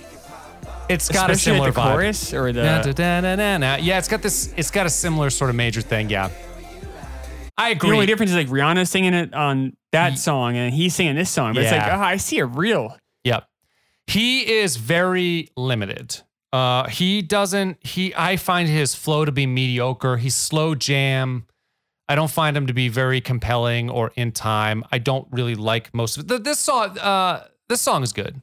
Speaker 1: It's got a
Speaker 2: Especially
Speaker 1: similar
Speaker 2: at the
Speaker 1: vibe.
Speaker 2: chorus or the.
Speaker 1: Da, da, da, da, da, da. Yeah, it's got this. It's got a similar sort of major thing. Yeah, I
Speaker 2: the
Speaker 1: agree.
Speaker 2: only difference is like Rihanna singing it on that song and he's singing this song. But it's like,
Speaker 1: Yeah.
Speaker 2: oh, I see a real.
Speaker 1: Yep. He is very limited. Uh, he doesn't. He I find his flow to be mediocre. He's slow jam. I don't find him to be very compelling or in time. I don't really like most of it. Th- This song. Uh, this song is good.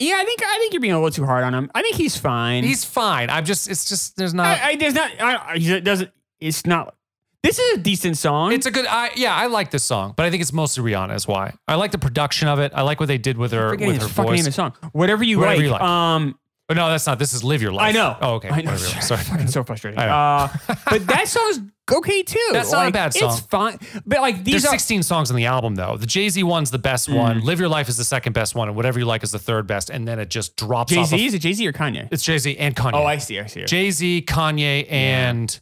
Speaker 2: Yeah, I think I think you're being a little too hard on him. I think he's fine.
Speaker 1: He's uh, fine. I'm just. It's just. There's
Speaker 2: I,
Speaker 1: not.
Speaker 2: I, there's not. I, I- it doesn't. It's not. This is a decent song.
Speaker 1: It's a good. I yeah. I like this song, but I think it's mostly Rihanna. Is why I like the production of it. I like what they did with her
Speaker 2: Forgetting
Speaker 1: with
Speaker 2: his
Speaker 1: her
Speaker 2: fucking name
Speaker 1: voice.
Speaker 2: of the song. Whatever you
Speaker 1: Whatever
Speaker 2: like.
Speaker 1: you like.
Speaker 2: Um,
Speaker 1: Oh, no, that's not. This is live your life.
Speaker 2: I know.
Speaker 1: Oh, okay.
Speaker 2: I know.
Speaker 1: Whatever. Sorry.
Speaker 2: fucking so frustrating.
Speaker 1: I know.
Speaker 2: Uh, but that song's okay too.
Speaker 1: That's not a
Speaker 2: Like,
Speaker 1: bad song.
Speaker 2: It's fine. But like these
Speaker 1: There's
Speaker 2: are
Speaker 1: 16
Speaker 2: Hmm.
Speaker 1: songs on the album, though. The Jay Z one's the best one. Live Your Life is the second best one, and Whatever You Like is the third best. And then it just drops
Speaker 2: Jay
Speaker 1: off.
Speaker 2: Z.
Speaker 1: of-
Speaker 2: Is it Jay Z or Kanye?
Speaker 1: It's Jay Z and Kanye.
Speaker 2: Oh, I see. Hmm. I see.
Speaker 1: Jay Z, Kanye, and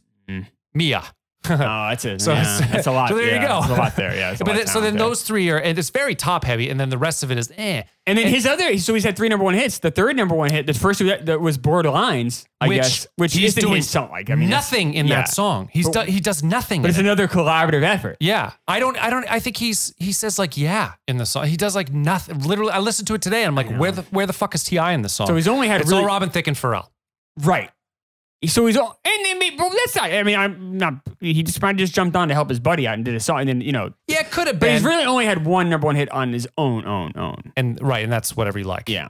Speaker 1: Mia.
Speaker 2: oh, that's it.
Speaker 1: So
Speaker 2: yeah,
Speaker 1: it's-
Speaker 2: that's a lot.
Speaker 1: so there you
Speaker 2: yeah,
Speaker 1: go.
Speaker 2: That's a lot there. Yeah. that's a
Speaker 1: But
Speaker 2: lot
Speaker 1: then,
Speaker 2: of
Speaker 1: so then
Speaker 2: talent there.
Speaker 1: those three are, and it's very top heavy, and then the rest of it is eh.
Speaker 2: And then his other, so he's had three number one hits. The third number one hit, the first two that, that was Borderlines, I
Speaker 1: Which
Speaker 2: guess, which
Speaker 1: he's
Speaker 2: isn't
Speaker 1: doing
Speaker 2: his song. Like I mean, that's-
Speaker 1: nothing in
Speaker 2: yeah.
Speaker 1: that song. He's do, he does nothing.
Speaker 2: But
Speaker 1: in
Speaker 2: it's
Speaker 1: it.
Speaker 2: another collaborative effort.
Speaker 1: Yeah, I don't. I don't. I think he's he says like yeah in the song. He does like nothing. Literally, I listened to it today and I'm like, where the where the fuck is Ti in the song?
Speaker 2: So he's only had
Speaker 1: it's
Speaker 2: really
Speaker 1: all Robin Thicke and Pharrell.
Speaker 2: right. So he's all, and I mean, well, that's not. I mean, I'm not. He just probably just jumped on to help his buddy out and did a song, and then you know.
Speaker 1: Yeah, it could have
Speaker 2: But
Speaker 1: been.
Speaker 2: he's really only had one number one hit on his own, own, own.
Speaker 1: and right, and that's whatever you like.
Speaker 2: Yeah,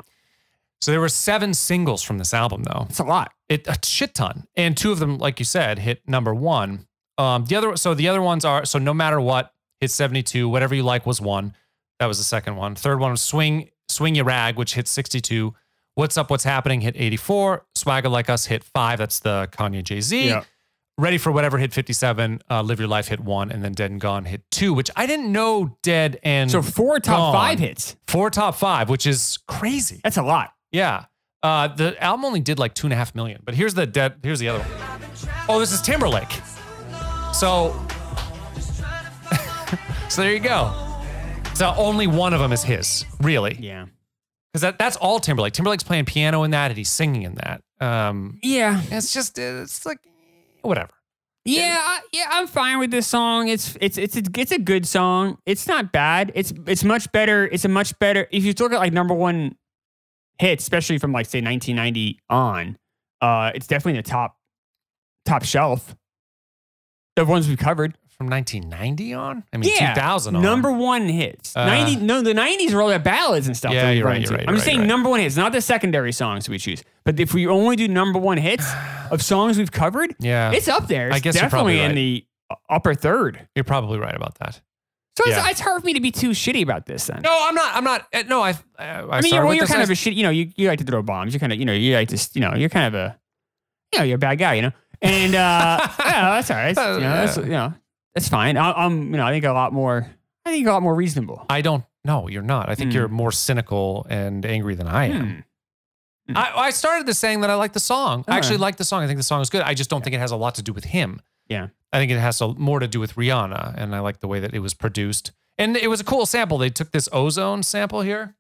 Speaker 1: So there were seven singles from this album though.
Speaker 2: it's a lot.
Speaker 1: It a shit ton, and two of them, like you said, hit number one. Um, the other so the other ones are so no matter what hit seventy two. Whatever you like was one. That was the second one. Third one was swing swing your rag, which hit sixty two. What's up? What's happening? Hit eighty four. Swagger like us hit five. That's the Kanye Jay Z.
Speaker 2: Yeah.
Speaker 1: Ready for Whatever hit 57, uh, Live Your Life hit one, and then Dead and Gone hit two, which I didn't know Dead and
Speaker 2: So four top
Speaker 1: Mm. Gone.
Speaker 2: five hits.
Speaker 1: Four top five, which is crazy.
Speaker 2: That's a lot.
Speaker 1: Yeah. Uh, the album only did like two and a half million, but here's the dead. Here's the other one. Oh, this is Timberlake. So, so there you go. So only one of them is his, really, because
Speaker 2: Yeah.
Speaker 1: that, that's all Timberlake. Timberlake's playing piano in that, and he's singing in that. Um,
Speaker 2: Yeah.
Speaker 1: it's just it's like whatever.
Speaker 2: Yeah, I, yeah, I'm fine with this song. It's it's it's a, it's a good song. It's not bad. It's it's much better. It's a much better. If you look at like number one hits, especially from like say 1990 on, uh, it's definitely in the top top shelf. The ones we've covered.
Speaker 1: From 1990 on, I mean 2000 on.
Speaker 2: number one hits.
Speaker 1: Uh,
Speaker 2: 90 no, the 90s were all the ballads and stuff.
Speaker 1: Yeah,
Speaker 2: that we
Speaker 1: you're
Speaker 2: run
Speaker 1: right, you're
Speaker 2: into.
Speaker 1: right,
Speaker 2: I'm
Speaker 1: you're right,
Speaker 2: just saying
Speaker 1: you're right.
Speaker 2: number one hits, not the secondary songs we choose. But if we only do number one hits of songs we've covered,
Speaker 1: Yeah,
Speaker 2: it's up there.
Speaker 1: Uh, I
Speaker 2: It's
Speaker 1: guess you're
Speaker 2: definitely
Speaker 1: probably right.
Speaker 2: in the upper third.
Speaker 1: you're probably right about that.
Speaker 2: So it's,
Speaker 1: Yeah.
Speaker 2: it's hard for me to be too shitty about this. Then
Speaker 1: No, I'm not. I'm not. uh, No, I. I, I
Speaker 2: I mean,
Speaker 1: started
Speaker 2: you're, well,
Speaker 1: with
Speaker 2: you're
Speaker 1: this.
Speaker 2: kind
Speaker 1: I-
Speaker 2: of a shit. You know, you, you like to throw bombs. You're kind of you know you like to s- you know you're kind of a you know you're a bad guy. You know, And uh, yeah, that's all right.
Speaker 1: Oh,
Speaker 2: You know, that's, you know, that's fine. I, I'm, you know, I think a lot more. I think a lot more reasonable.
Speaker 1: I don't. No, you're not. I think
Speaker 2: Hmm.
Speaker 1: you're more cynical and angry than I am.
Speaker 2: Hmm.
Speaker 1: I, I started this saying that I like the song. I actually
Speaker 2: Alright.
Speaker 1: like the song. I think the song is good. I just don't think it has a lot to do with him.
Speaker 2: Yeah.
Speaker 1: I think it has a, more to do with Rihanna, and I like the way that it was produced. And it was a cool sample. They took this ozone sample here.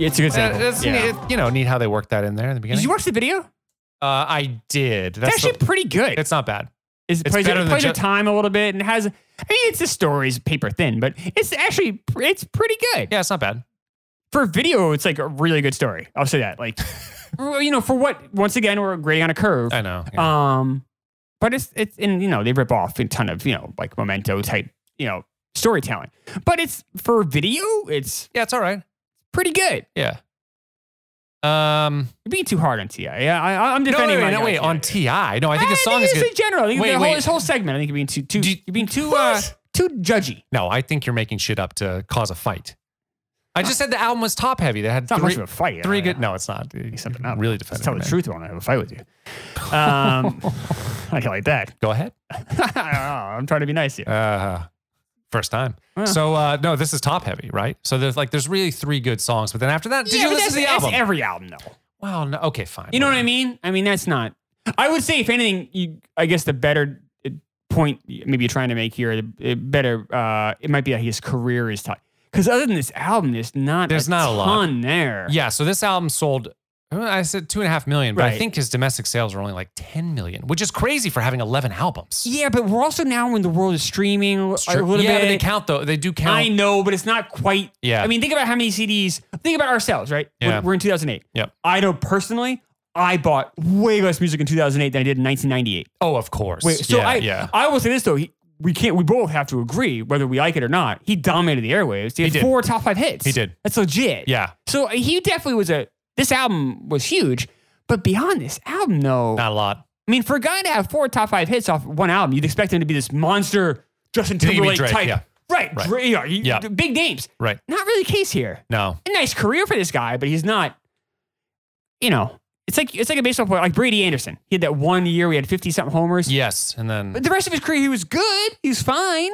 Speaker 2: It's a good
Speaker 1: Uh,
Speaker 2: sample.
Speaker 1: it's
Speaker 2: yeah.
Speaker 1: neat- you know, neat how they worked that in there in the
Speaker 2: Did
Speaker 1: beginning.
Speaker 2: you watch the video?
Speaker 1: uh, I did.
Speaker 2: It's
Speaker 1: That's
Speaker 2: actually
Speaker 1: the-
Speaker 2: pretty good.
Speaker 1: it's not bad.
Speaker 2: It's,
Speaker 1: it's
Speaker 2: plays,
Speaker 1: better
Speaker 2: it
Speaker 1: than
Speaker 2: plays
Speaker 1: ju-
Speaker 2: a time a little bit and has. I mean, it's the story's paper thin, but it's actually pr- it's pretty good
Speaker 1: Yeah, it's not bad.
Speaker 2: for video. It's like a really good story. I'll say that. Like, well, you know, for what once again we're grading on a curve.
Speaker 1: I know. yeah.
Speaker 2: Um, but it's it's and you know they rip off a ton of you know like memento type you know storytelling, but it's for video. It's
Speaker 1: yeah, it's all right.
Speaker 2: pretty good.
Speaker 1: Yeah. Um.
Speaker 2: You're being too hard on Ti. Yeah, I, I- I'm
Speaker 1: No, wait,
Speaker 2: defending.
Speaker 1: wait,
Speaker 2: my
Speaker 1: no,
Speaker 2: guy,
Speaker 1: wait. On
Speaker 2: T.I..
Speaker 1: Ti. No, I think the song is
Speaker 2: just
Speaker 1: good.
Speaker 2: in general. I think
Speaker 1: Wait,
Speaker 2: the whole,
Speaker 1: wait.
Speaker 2: this whole segment. I think you're being too too
Speaker 1: Do
Speaker 2: you,
Speaker 1: you-
Speaker 2: are being too uh,
Speaker 1: What?
Speaker 2: too judgy.
Speaker 1: No, I think you're making shit up to cause a fight. I just said the album was top heavy. They had
Speaker 2: It's not
Speaker 1: three,
Speaker 2: much of a fight.
Speaker 1: three
Speaker 2: uh,
Speaker 1: good. No, it's not. You're
Speaker 2: something up.
Speaker 1: Really
Speaker 2: Just
Speaker 1: defending.
Speaker 2: tell the
Speaker 1: it, man.
Speaker 2: truth. I want to have a fight with you. Um, I like that.
Speaker 1: Go ahead.
Speaker 2: I'm trying to be nice here.
Speaker 1: Uh, first time.
Speaker 2: Yeah.
Speaker 1: So uh, no, this is top heavy, right? So there's like there's really three good songs, but then after that, did
Speaker 2: Yeah,
Speaker 1: you
Speaker 2: but
Speaker 1: listen to the
Speaker 2: that's- that's
Speaker 1: album?
Speaker 2: every album, though.
Speaker 1: well, no, okay, fine.
Speaker 2: You know what I
Speaker 1: whatever.
Speaker 2: mean? I mean, that's not. I would say, if anything, you, I guess the better uh, point maybe you're trying to make here, the uh, better uh, it might be that his career is tight. Because other than this album, there's not
Speaker 1: There's
Speaker 2: a
Speaker 1: not a
Speaker 2: ton
Speaker 1: lot.
Speaker 2: there.
Speaker 1: Yeah. So this album sold. I said two and a half million, but I
Speaker 2: Right.
Speaker 1: think his domestic sales were only like ten million, which is crazy for having eleven albums.
Speaker 2: yeah, but we're also now in the world of streaming a
Speaker 1: Sure.
Speaker 2: little
Speaker 1: yeah,
Speaker 2: bit.
Speaker 1: but they count though. They do count.
Speaker 2: I know, but it's not quite.
Speaker 1: Yeah.
Speaker 2: I mean, think about how many CDs. Think about ourselves, right? We're-
Speaker 1: Yeah.
Speaker 2: We're, in 2008.
Speaker 1: Yep.
Speaker 2: I know personally, I bought way less music in 2008 than I did in 1998.
Speaker 1: oh, of course.
Speaker 2: Wait, so
Speaker 1: yeah,
Speaker 2: I,
Speaker 1: yeah.
Speaker 2: I will say this though. He, we can't. We both have to agree, whether we like it or not. He dominated the airwaves. He had
Speaker 1: did.
Speaker 2: four top five hits.
Speaker 1: He did.
Speaker 2: That's legit.
Speaker 1: yeah.
Speaker 2: So uh, he definitely was a. This album was huge, but beyond this album, no.
Speaker 1: Not a lot.
Speaker 2: I mean, for a guy to have four top five hits off one album, you'd expect him to be this monster Justin
Speaker 1: you mean
Speaker 2: Timberlake
Speaker 1: Drake,
Speaker 2: type.
Speaker 1: yeah.
Speaker 2: Right.
Speaker 1: Right.
Speaker 2: Dra- yeah, you-
Speaker 1: Yeah.
Speaker 2: Big names.
Speaker 1: Right.
Speaker 2: Not really the case here.
Speaker 1: No.
Speaker 2: A nice career for this guy, but he's not. You know, it's like it's like a baseball player, like Brady Anderson. He had that one year we had fifty something homers.
Speaker 1: Yes, and then
Speaker 2: But the rest of his career, he was good. He was fine.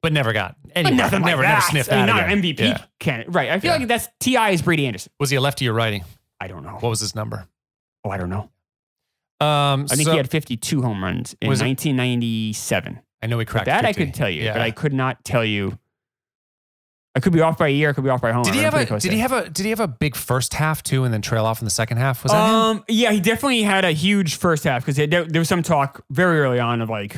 Speaker 1: but never got
Speaker 2: But
Speaker 1: anywhere.
Speaker 2: nothing
Speaker 1: never, never
Speaker 2: like that.
Speaker 1: sniffed
Speaker 2: I mean,
Speaker 1: that.
Speaker 2: not
Speaker 1: again.
Speaker 2: an MVP
Speaker 1: Yeah.
Speaker 2: candidate. Right. I feel
Speaker 1: Yeah.
Speaker 2: like that's T.I. is Brady Anderson.
Speaker 1: Was he a lefty or righty?
Speaker 2: I don't know.
Speaker 1: What was his number?
Speaker 2: oh, I don't know.
Speaker 1: Um,
Speaker 2: I think
Speaker 1: so-
Speaker 2: he had 52 home runs in
Speaker 1: Was it-
Speaker 2: 1997.
Speaker 1: I know he cracked
Speaker 2: That I
Speaker 1: 50.
Speaker 2: could tell you,
Speaker 1: Yeah.
Speaker 2: but I could not tell you. I could be off by a year. I could be off by a home.
Speaker 1: did he
Speaker 2: run.
Speaker 1: have
Speaker 2: I'm
Speaker 1: a
Speaker 2: pretty close
Speaker 1: did he
Speaker 2: there.
Speaker 1: have a did he have a big first half too, and then trail off in the second half? Was that him?
Speaker 2: um, yeah, he definitely had a huge first half because there, there was some talk very early on of like,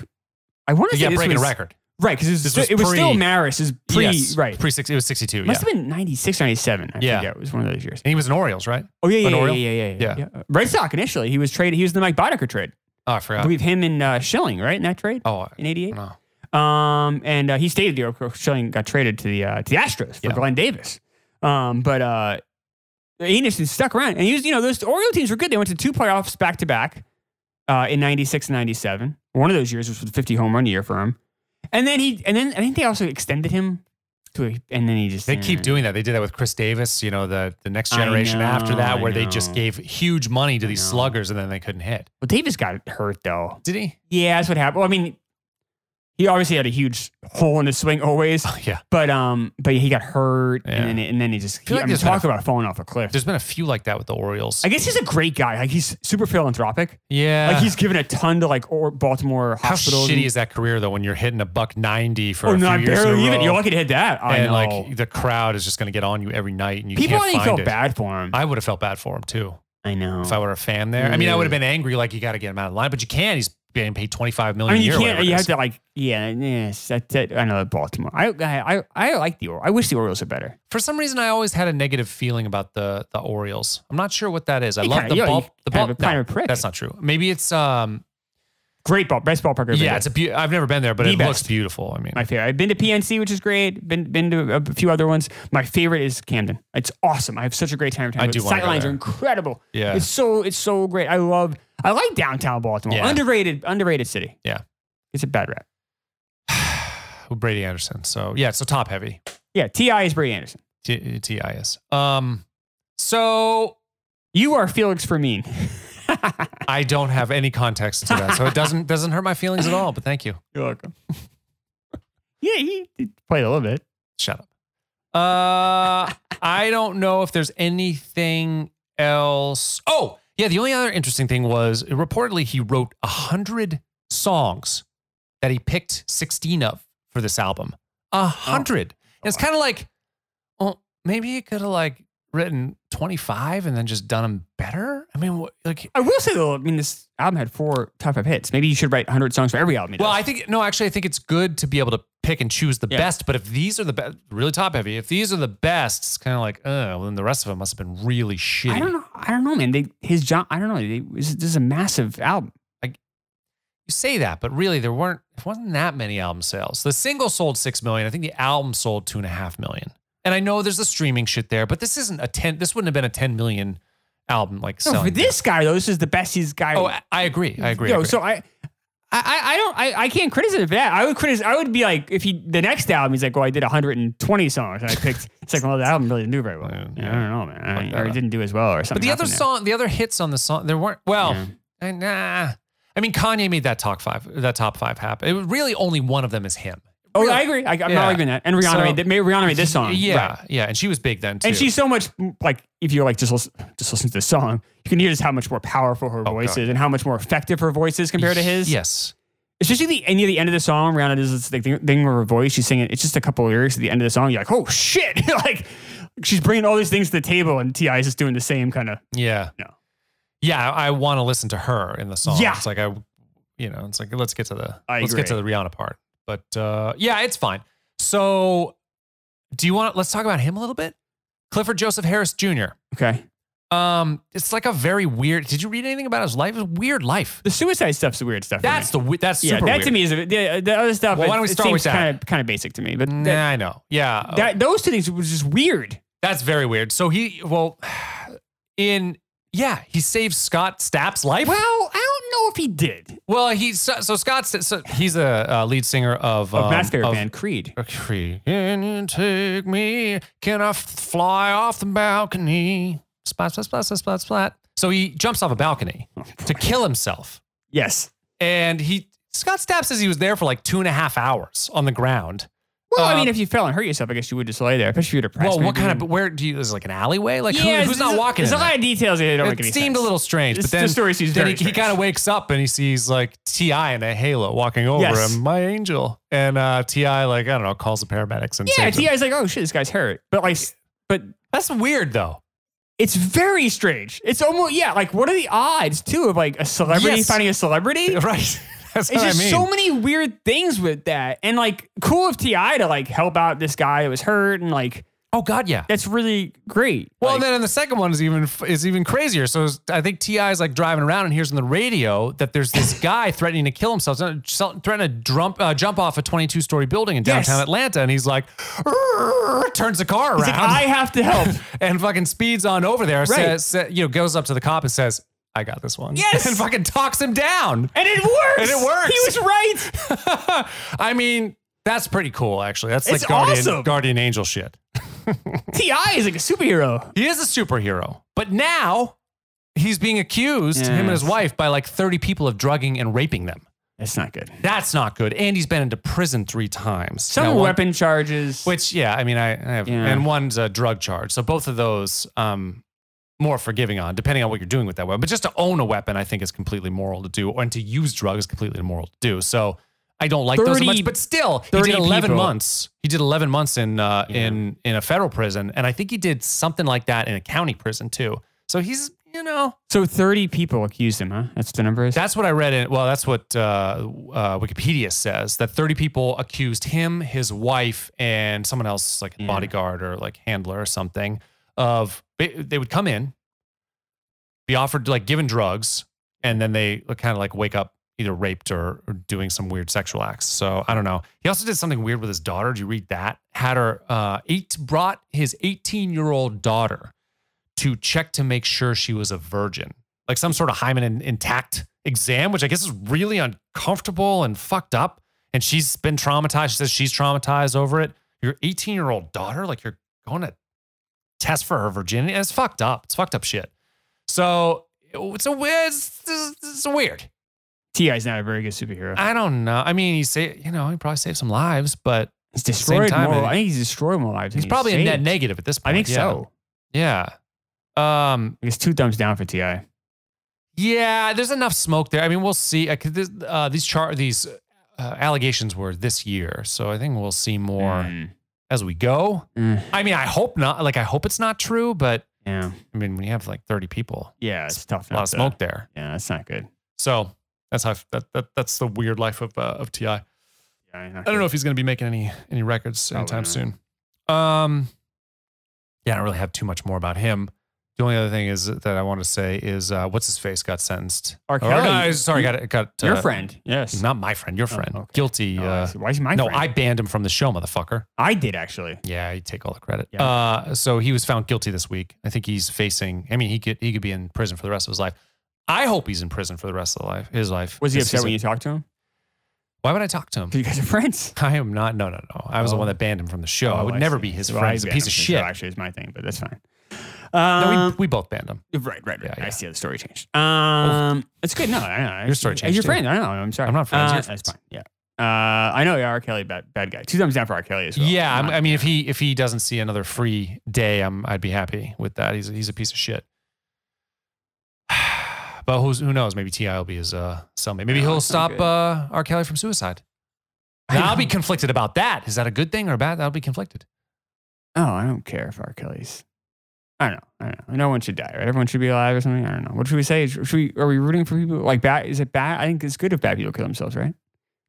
Speaker 2: I want to say
Speaker 1: Yeah,
Speaker 2: this
Speaker 1: breaking
Speaker 2: was,
Speaker 1: a record.
Speaker 2: right because it was,
Speaker 1: This
Speaker 2: sti-
Speaker 1: was
Speaker 2: it was still
Speaker 1: pre-
Speaker 2: Maris is pre
Speaker 1: yes,
Speaker 2: right
Speaker 1: Pre six. It was sixty two. Yeah,
Speaker 2: must have been 96, 97. I
Speaker 1: Yeah.
Speaker 2: forget. it was one of those years.
Speaker 1: and he was an Orioles, right?
Speaker 2: Oh yeah, yeah,
Speaker 1: An
Speaker 2: yeah,
Speaker 1: Oriole?
Speaker 2: yeah, yeah, yeah,
Speaker 1: Yeah.
Speaker 2: yeah. Red Sox initially, he was traded. He was in the Mike Boddicker trade.
Speaker 1: Oh, I
Speaker 2: I
Speaker 1: forgot.
Speaker 2: believe him and uh, Schilling, right, in that trade
Speaker 1: oh, I
Speaker 2: in '88.
Speaker 1: no.
Speaker 2: Um, and uh, he stayed there. Of course, Schilling got traded to the uh, to the Astros for
Speaker 1: Yeah.
Speaker 2: Glenn Davis. Um, but uh, Anderson stuck around, and he was you know those Oriole teams were good. They went to two playoffs back to back uh, in '96 and '97. One of those years was the 50 home run year for him. And then he and then I think they also extended him to a, and then he just eh.
Speaker 1: They keep doing that. They did that with Chris Davis. You know, the the next
Speaker 2: Hmm. I
Speaker 1: generation after
Speaker 2: know,
Speaker 1: that,
Speaker 2: I
Speaker 1: where they just
Speaker 2: know.
Speaker 1: gave huge money to these
Speaker 2: know.
Speaker 1: sluggers, and then they couldn't hit.
Speaker 2: Well, Davis got hurt though.
Speaker 1: Did he?
Speaker 2: Yeah, that's what happened. Well, I mean, he obviously had a huge hole in his swing always,
Speaker 1: Yeah.
Speaker 2: but um, but he got hurt,
Speaker 1: Yeah.
Speaker 2: and then and then he just
Speaker 1: feel
Speaker 2: he,
Speaker 1: like
Speaker 2: I mean,
Speaker 1: there's been
Speaker 2: talk
Speaker 1: a-
Speaker 2: about falling off a cliff.
Speaker 1: There's been a few like that with the Orioles.
Speaker 2: I guess he's a great guy. Like he's super philanthropic.
Speaker 1: yeah.
Speaker 2: like he's given a ton to like or Baltimore
Speaker 1: How
Speaker 2: hospitals.
Speaker 1: shitty is that career though when you're hitting a buck ninety for
Speaker 2: or
Speaker 1: a few
Speaker 2: not
Speaker 1: years in a
Speaker 2: Oh, barely even?
Speaker 1: row,
Speaker 2: You're lucky to hit that. I
Speaker 1: and
Speaker 2: know.
Speaker 1: like the crowd is just going to get on you every night, and you
Speaker 2: People
Speaker 1: can't
Speaker 2: only
Speaker 1: find
Speaker 2: felt
Speaker 1: it.
Speaker 2: bad for him. I,
Speaker 1: I would have felt bad for him too
Speaker 2: know.
Speaker 1: if I were a fan there. I mean, I
Speaker 2: Yeah.
Speaker 1: would have been angry, like you got to get him out of line, but you can. He's getting paid twenty five
Speaker 2: I
Speaker 1: million.
Speaker 2: mean, you
Speaker 1: a year,
Speaker 2: can't.
Speaker 1: whatever it
Speaker 2: You have
Speaker 1: is.
Speaker 2: to like, yeah, yes. That, that, I know Baltimore. I, I, I, I like the Orioles. I wish the Orioles were better.
Speaker 1: For some reason, I always had a negative feeling about the the Orioles. I'm not sure what that is. I
Speaker 2: You
Speaker 1: love
Speaker 2: kinda-
Speaker 1: the
Speaker 2: you-
Speaker 1: ball.
Speaker 2: you
Speaker 1: The
Speaker 2: kind
Speaker 1: ball.
Speaker 2: of a- kind
Speaker 1: no,
Speaker 2: of a prick.
Speaker 1: that's not true. Maybe it's um.
Speaker 2: Great ball, best ballpark I've ever.
Speaker 1: Yeah,
Speaker 2: been
Speaker 1: it's
Speaker 2: to.
Speaker 1: a. Be- I've never been there, but
Speaker 2: The
Speaker 1: it looks
Speaker 2: best.
Speaker 1: beautiful. I mean,
Speaker 2: my favorite. I've been to PNC, which is great. Been been to a few other ones. My favorite is Camden. It's awesome. I have such a great time. every time.
Speaker 1: I
Speaker 2: But
Speaker 1: do
Speaker 2: the
Speaker 1: wanna go
Speaker 2: Sightlines
Speaker 1: there.
Speaker 2: are incredible.
Speaker 1: Yeah.
Speaker 2: it's so it's so great. I love. I like downtown Baltimore.
Speaker 1: Yeah.
Speaker 2: Underrated, underrated city.
Speaker 1: Yeah.
Speaker 2: it's a bad rap.
Speaker 1: Brady Anderson. So yeah, so top heavy.
Speaker 2: Yeah, Ti is Brady Anderson.
Speaker 1: T- TIS. Um, so
Speaker 2: You are Felix Fermin.
Speaker 1: I don't have any context to that, so it doesn't doesn't hurt my feelings at all. But thank you.
Speaker 2: You're welcome. yeah, he he played a little bit.
Speaker 1: Shut up. Uh, I don't know if there's anything else. Oh, yeah. The only other interesting thing was reportedly he wrote a hundred songs that he picked sixteen of for this album. A hundred. And It's kind of like, well, maybe he could have like written twenty five and then just done them better. I mean, what, like
Speaker 2: I will say though, I mean, this album had four top five hits. Maybe you should write 100 songs for every album. he
Speaker 1: Well,
Speaker 2: does.
Speaker 1: I think no, actually, I think it's good to be able to pick and choose the
Speaker 2: Yeah.
Speaker 1: best. But if these are the best, really top heavy, if these are the best, it's kind of like, oh, well, then the rest of them must have been really shitty.
Speaker 2: I don't know. I don't know, man. They his John. I don't know. They, this, this is a massive album.
Speaker 1: You say that, but really, there weren't there wasn't that many album sales. The single sold six million. I think the album sold two and a half million. And I know there's the streaming shit there, but this isn't a ten. This wouldn't have been a ten million album like
Speaker 2: No,
Speaker 1: selling.
Speaker 2: for this guy though, this is the best he's guy.
Speaker 1: oh, I- I agree. I agree. I
Speaker 2: Yo,
Speaker 1: agree.
Speaker 2: so I, I, I I don't, I, I can't criticize him for that. I would criticize. I would be like, if he the next album, he's like, well, I did 120 songs and I picked. it's like, well, the album really didn't do very well.
Speaker 1: Yeah,
Speaker 2: Yeah, I don't know, man. I-
Speaker 1: Fuck that
Speaker 2: or it
Speaker 1: up.
Speaker 2: didn't do as well, or something.
Speaker 1: But the other
Speaker 2: happened there.
Speaker 1: song, the other hits on the song, there weren't. Well,
Speaker 2: Yeah.
Speaker 1: I, nah. I mean, Kanye made that top five. That top five happen. It was really only one of them is him.
Speaker 2: Oh,
Speaker 1: Really.
Speaker 2: I agree. I, I'm
Speaker 1: Yeah.
Speaker 2: not arguing that. And Rihanna
Speaker 1: So-
Speaker 2: made that. Maybe Rihanna made this song.
Speaker 1: Yeah,
Speaker 2: Right.
Speaker 1: yeah, and she was big then too.
Speaker 2: And she's so much like if you like just listen, just listen to this song, you can hear just how much more powerful her
Speaker 1: Oh,
Speaker 2: voice
Speaker 1: God.
Speaker 2: is and how much more effective her voice is compared to his.
Speaker 1: Yes,
Speaker 2: especially the and near the end of the song, Rihanna does this like, thing thing with her voice. She's singing. It's just a couple lyrics at the end of the song. You're like, oh shit! like she's bringing all these things to the table, and Ti is just doing the same kind of.
Speaker 1: yeah,
Speaker 2: No.
Speaker 1: yeah. I, I want to listen to her in the song.
Speaker 2: Yeah.
Speaker 1: it's like I, you know, it's like let's get to the
Speaker 2: I
Speaker 1: let's get to
Speaker 2: agree.
Speaker 1: the Rihanna part. But uh, yeah, it's fine. So, do you want? Let's talk about him a little bit. Clifford Joseph Harris Jr.
Speaker 2: Okay.
Speaker 1: Um, it's like a very weird. Did you read anything about his life? It's a weird life.
Speaker 2: The suicide stuff's the weird stuff. for
Speaker 1: That's
Speaker 2: me.
Speaker 1: the we- that's
Speaker 2: yeah.
Speaker 1: super
Speaker 2: That
Speaker 1: weird.
Speaker 2: to me is a, the, the other stuff.
Speaker 1: Well, why don't we start with that?
Speaker 2: Kind of kind of basic to me, but
Speaker 1: Nah,
Speaker 2: that,
Speaker 1: I know. Yeah, uh,
Speaker 2: that those two things was just weird.
Speaker 1: that's very weird. So he well, in yeah, he saves Scott Stapp's life.
Speaker 2: Well, I don't know if he did.
Speaker 1: Well, he's so, so Scott. So he's a uh, lead singer of
Speaker 2: Of
Speaker 1: um,
Speaker 2: my favorite
Speaker 1: of-
Speaker 2: band, Creed.
Speaker 1: Creed. Can you take me? Can I f- fly off the balcony? Splat, splat, splat, splat, splat, splat. So he jumps off a balcony to kill himself,
Speaker 2: Yes.
Speaker 1: and he Scott Stapp says he was there for like two and a half hours on the ground.
Speaker 2: Well, I
Speaker 1: Um,
Speaker 2: mean, if you fell and hurt yourself, I guess you would just lay there, especially if you're depressed.
Speaker 1: Well, what
Speaker 2: maybe.
Speaker 1: kind of? But where do you? Is it like an alleyway? Like who-
Speaker 2: Yeah,
Speaker 1: who's
Speaker 2: there's-
Speaker 1: not walking?
Speaker 2: There's
Speaker 1: in
Speaker 2: a lot
Speaker 1: that?
Speaker 2: of details that don't
Speaker 1: it
Speaker 2: make any
Speaker 1: seemed
Speaker 2: sense.
Speaker 1: a little strange,
Speaker 2: It's-
Speaker 1: but then
Speaker 2: the story seems
Speaker 1: then
Speaker 2: very
Speaker 1: he, he
Speaker 2: strange.
Speaker 1: kind of wakes up and he sees like Ti in a halo walking over
Speaker 2: Yes.
Speaker 1: him, my angel, and uh, Ti like I don't know calls the paramedics and
Speaker 2: Yeah,
Speaker 1: saves him.
Speaker 2: Ti's like, oh shit, this guy's hurt. But like, s- but
Speaker 1: That's weird though.
Speaker 2: it's very strange. It's almost yeah. Like, what are the odds too of like a celebrity
Speaker 1: Yes.
Speaker 2: finding a celebrity?
Speaker 1: Right. That's
Speaker 2: It's
Speaker 1: what
Speaker 2: just
Speaker 1: I mean.
Speaker 2: so many weird things with that, and like, cool of Ti to like help out this guy that was hurt, and like,
Speaker 1: oh God, yeah.
Speaker 2: that's really great.
Speaker 1: Well,
Speaker 2: Like,
Speaker 1: then in the second one is even is even crazier. So it's- I think Ti is like driving around and hears on the radio that there's this guy threatening to kill himself, threatening to jump uh, jump off a 22 story building in
Speaker 2: Yes.
Speaker 1: downtown Atlanta, and he's like, "Rrrr," turns the car around.
Speaker 2: it's like, I have to help.
Speaker 1: and fucking speeds on over there.
Speaker 2: Right.
Speaker 1: Says, sa- you know, goes up to the cop and says, "I got this one."
Speaker 2: Yes!
Speaker 1: and fucking talks him down.
Speaker 2: And it works.
Speaker 1: And it works.
Speaker 2: He was right.
Speaker 1: I mean, that's pretty cool, actually. That's
Speaker 2: It's
Speaker 1: like guardian,
Speaker 2: awesome.
Speaker 1: guardian angel shit.
Speaker 2: Ti is like a superhero.
Speaker 1: He is a superhero, but now he's being accused, him and his
Speaker 2: Yes.
Speaker 1: wife, by like thirty people of drugging and raping them.
Speaker 2: That's not good.
Speaker 1: That's not good. And he's been into prison three times.
Speaker 2: Some
Speaker 1: Now, one-
Speaker 2: weapon charges.
Speaker 1: which yeah, I mean, I, I have,
Speaker 2: Yeah.
Speaker 1: and one's a drug charge. So both of those, um, more forgiving on, depending on what you're doing with that weapon. But just to own a weapon, I think is completely moral to do, and to use drugs is completely immoral to do. So I don't like those
Speaker 2: 30
Speaker 1: much. But still, he
Speaker 2: 30
Speaker 1: did 11
Speaker 2: people.
Speaker 1: months. He did 11 months in uh,
Speaker 2: Yeah.
Speaker 1: in in a federal prison, and I think he did something like that in a county prison too. So he's you know
Speaker 2: so thirty people accused him, huh? That's the number. Is
Speaker 1: that's what I read in. Well, that's what uh, uh, Wikipedia says that 30 people accused him, his wife, and someone else, like a
Speaker 2: Yeah.
Speaker 1: bodyguard or like handler or something, of they they would come in, be offered like given drugs, and then they kind of like wake up either raped or, or doing some weird sexual acts. So I don't know. He also did something weird with his daughter. Did you read that? Had her uh, eight brought his 18 year old daughter to check to make sure she was a virgin, like some sort of hymen in- intact exam, which I guess is really uncomfortable and fucked up. And she's been traumatized. She says she's traumatized over it. Your 18 year old daughter, like you're going to test for her virginity. It's fucked up. It's fucked up shit. So it's a it's, it's weird.
Speaker 2: Ti's not a very good superhero.
Speaker 1: I don't know. I mean, he say you know he probably saved some lives, but
Speaker 2: He's
Speaker 1: the same
Speaker 2: destroyed
Speaker 1: time,
Speaker 2: more.
Speaker 1: I-
Speaker 2: I think he's destroyed more lives. than
Speaker 1: he's
Speaker 2: he
Speaker 1: probably a net
Speaker 2: saved.
Speaker 1: negative at this point.
Speaker 2: I think
Speaker 1: yeah.
Speaker 2: so.
Speaker 1: Yeah. Um.
Speaker 2: I guess two thumbs down for Ti.
Speaker 1: Yeah. There's enough smoke there. I mean, we'll see. Uh, 'cause this- uh, these char these uh, allegations were this year, so I think we'll see more
Speaker 2: Mm.
Speaker 1: as we go.
Speaker 2: Mm.
Speaker 1: I mean, I hope not. Like, I hope it's not true, but
Speaker 2: Yeah,
Speaker 1: I mean, when you have like 30 people,
Speaker 2: yeah, it's tough.
Speaker 1: a lot
Speaker 2: not
Speaker 1: of
Speaker 2: to-
Speaker 1: smoke there.
Speaker 2: Yeah, that's not good.
Speaker 1: So that's how that, that that's the weird life of uh, of Ti. I
Speaker 2: Yeah, not
Speaker 1: don't
Speaker 2: good.
Speaker 1: know if he's going to be making any any records
Speaker 2: Probably
Speaker 1: anytime
Speaker 2: not.
Speaker 1: soon. Um, yeah, I don't really have too much more about him. The only other thing is that I want to say is uh, what's his face got sentenced.
Speaker 2: R.
Speaker 1: Or,
Speaker 2: Kelly.
Speaker 1: no, sorry, got got
Speaker 2: your
Speaker 1: uh,
Speaker 2: friend. Yes.
Speaker 1: He's not my friend. Your friend.
Speaker 2: okay.
Speaker 1: Guilty.
Speaker 2: Oh, I
Speaker 1: uh,
Speaker 2: see. Why is he my
Speaker 1: no,
Speaker 2: friend?
Speaker 1: I banned him from the show, motherfucker.
Speaker 2: I did actually.
Speaker 1: Yeah, you take all the credit.
Speaker 2: Yeah.
Speaker 1: Uh, so he was found guilty this week. I think he's facing. I mean, he could he could be in prison for the rest of his life. I hope he's in prison for the rest of the life. His life.
Speaker 2: Was he
Speaker 1: 'Cause
Speaker 2: upset
Speaker 1: he's a-
Speaker 2: when you talked to him?
Speaker 1: Why would I talk to him?
Speaker 2: Because you guys are friends.
Speaker 1: I am not. No, no, no. I was the
Speaker 2: Oh.
Speaker 1: one that banned him from the show. I would
Speaker 2: Oh,
Speaker 1: never
Speaker 2: see.
Speaker 1: be his
Speaker 2: Well,
Speaker 1: friend.
Speaker 2: I
Speaker 1: He's a
Speaker 2: banned
Speaker 1: piece
Speaker 2: him
Speaker 1: of
Speaker 2: from the show,
Speaker 1: shit.
Speaker 2: Actually, is my thing, but that's fine.
Speaker 1: No, we,
Speaker 2: Um,
Speaker 1: we both banned him.
Speaker 2: right, right, right.
Speaker 1: Yeah, yeah.
Speaker 2: I see how the story changed. Um, it's good. No, I know.
Speaker 1: Your story
Speaker 2: As
Speaker 1: changed,
Speaker 2: Your
Speaker 1: too.
Speaker 2: friend. I know. I'm sorry.
Speaker 1: I'm not friends,
Speaker 2: Uh,
Speaker 1: you're
Speaker 2: that's
Speaker 1: friends.
Speaker 2: fine. Yeah. Uh, I know. Yeah, R. Kelly, bad, bad guy. Two thumbs down for R. Kelly as well.
Speaker 1: yeah,
Speaker 2: I'm
Speaker 1: I'm,
Speaker 2: not-
Speaker 1: I mean, if he if he doesn't see another free day, I'm I'd be happy with that. He's he's a piece of shit. But who's, who knows? Maybe Ti will be his uh, cellmate. Maybe
Speaker 2: Yeah,
Speaker 1: he'll
Speaker 2: that's
Speaker 1: stop
Speaker 2: not good.
Speaker 1: uh, R. Kelly from suicide.
Speaker 2: I
Speaker 1: Now, I'll be
Speaker 2: know.
Speaker 1: conflicted about that. Is that a good thing or a bad? I'll be conflicted.
Speaker 2: Oh, I don't care if R. Kelly's. I don't know. I don't know. No one should die, right? Everyone should be alive or something. I don't know. What should we say? Should we? Are we rooting for people like bad? Is it bad? I think it's good if bad people kill themselves, right?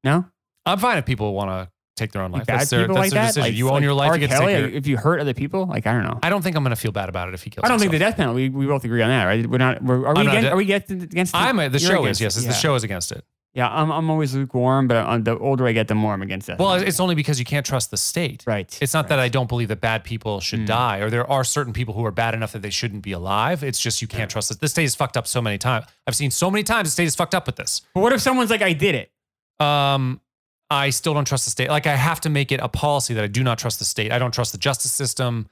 Speaker 2: No,
Speaker 1: I'm fine if people want to take their own life.
Speaker 2: Like, bad
Speaker 1: that's their,
Speaker 2: people
Speaker 1: that's
Speaker 2: like
Speaker 1: their
Speaker 2: that.
Speaker 1: decision.
Speaker 2: Like,
Speaker 1: you own
Speaker 2: like
Speaker 1: your life.
Speaker 2: R.
Speaker 1: You get to take
Speaker 2: Kelly,
Speaker 1: your-
Speaker 2: like, if you hurt other people, like I don't know.
Speaker 1: I don't think I'm going to feel bad about it if he kills.
Speaker 2: I don't think
Speaker 1: himself.
Speaker 2: the death penalty. We, we both agree on that, right? We're not. We're, are we?
Speaker 1: I'm not
Speaker 2: Against,
Speaker 1: de-
Speaker 2: are we against, against?
Speaker 1: I'm a, the
Speaker 2: you're
Speaker 1: show is
Speaker 2: against-
Speaker 1: yes. it's
Speaker 2: yeah.
Speaker 1: The show is against it.
Speaker 2: Yeah, I'm. I'm always lukewarm, but uh the older I get, the more I'm against that.
Speaker 1: Well, it's only because you can't trust the state.
Speaker 2: right.
Speaker 1: It's not
Speaker 2: right.
Speaker 1: that I don't believe that bad people should
Speaker 2: Mm.
Speaker 1: die or there are certain people who are bad enough that they shouldn't be alive. It's just you can't trust it. The state is fucked up so many times. I've seen so many times the state is fucked up with this.
Speaker 2: But what if someone's like, I did it?
Speaker 1: Um, I still don't trust the state. Like I have to make it a policy that I do not trust the state. I don't trust the justice system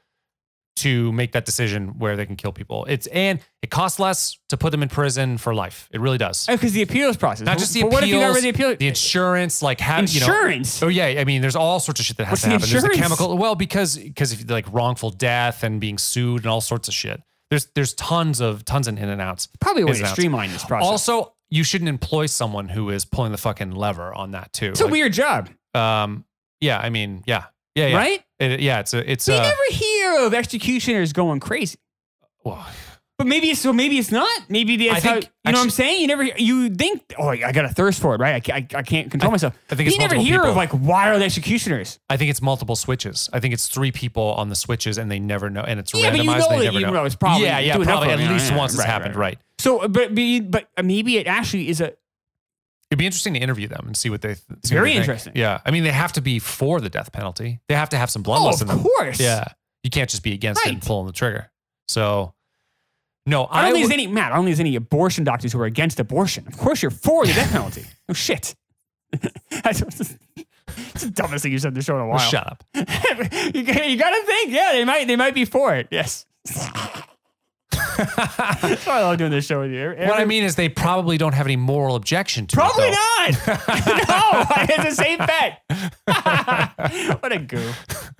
Speaker 1: to make that decision where they can kill people. It's and it costs less to put them in prison for life. It really does.
Speaker 2: Because Oh, the appeals process.
Speaker 1: Not
Speaker 2: But-
Speaker 1: just the
Speaker 2: but What if you got rid of the appeal?
Speaker 1: The insurance, like how you know
Speaker 2: insurance.
Speaker 1: Oh yeah, I mean, there's all sorts of shit that has
Speaker 2: What's
Speaker 1: to
Speaker 2: the
Speaker 1: happen. There's the
Speaker 2: insurance?
Speaker 1: chemical, well, because because if like wrongful death and being sued and all sorts of shit. There's there's tons of tons in in and outs.
Speaker 2: Probably a way
Speaker 1: is
Speaker 2: to
Speaker 1: announced.
Speaker 2: streamline this process.
Speaker 1: Also, you shouldn't employ someone who is pulling the fucking lever on that too.
Speaker 2: it's a
Speaker 1: Like,
Speaker 2: weird job,
Speaker 1: Um, yeah, I mean, yeah, yeah, yeah,
Speaker 2: right?
Speaker 1: It- yeah, it's a, it's
Speaker 2: We
Speaker 1: a,
Speaker 2: never hear of executioners going crazy.
Speaker 1: well,
Speaker 2: But maybe it's so. Maybe it's not. Maybe that's
Speaker 1: I
Speaker 2: how.
Speaker 1: think-
Speaker 2: you know what
Speaker 1: actu-
Speaker 2: I'm saying? You never. You think. Oh, I got a thirst for it, right? I, ca- I, I can't control myself.
Speaker 1: I think it's
Speaker 2: you never
Speaker 1: multiple
Speaker 2: hear
Speaker 1: people.
Speaker 2: of like wild executioners.
Speaker 1: I think it's multiple switches. I think it's three people on the switches and they never know, and it's randomized.
Speaker 2: Yeah, but you know
Speaker 1: they
Speaker 2: that
Speaker 1: never
Speaker 2: you
Speaker 1: know.
Speaker 2: know it's probably-
Speaker 1: yeah, yeah,
Speaker 2: do enough
Speaker 1: probably
Speaker 2: of
Speaker 1: at
Speaker 2: it, yeah,
Speaker 1: least
Speaker 2: yeah,
Speaker 1: once it's
Speaker 2: right,
Speaker 1: happened,
Speaker 2: right.
Speaker 1: right?
Speaker 2: So, uh, but be- but maybe it actually is a.
Speaker 1: It'd be interesting to interview them and see what they. th- see what
Speaker 2: Very
Speaker 1: they think.
Speaker 2: interesting.
Speaker 1: Yeah, I mean, they have to be for the death penalty. They have to have some blood
Speaker 2: Oh,
Speaker 1: loss
Speaker 2: of
Speaker 1: in them.
Speaker 2: course.
Speaker 1: Yeah, you can't just be against it and
Speaker 2: Right.
Speaker 1: pulling the trigger. So, no,
Speaker 2: I
Speaker 1: I,
Speaker 2: don't think
Speaker 1: would,
Speaker 2: there's any Matt. I don't think there's any abortion doctors who are against abortion. Of course, you're for the death penalty. Oh shit. That's it's the dumbest thing you said on the show in a
Speaker 1: Oh,
Speaker 2: while.
Speaker 1: shut up.
Speaker 2: you, gotta, you gotta think. Yeah, they might. They might be for it. Yes. That's why I love doing this show with you. Every-
Speaker 1: What I mean is, they probably don't have any moral objection to
Speaker 2: Probably
Speaker 1: it.
Speaker 2: not. no, it's a safe bet. what a goof.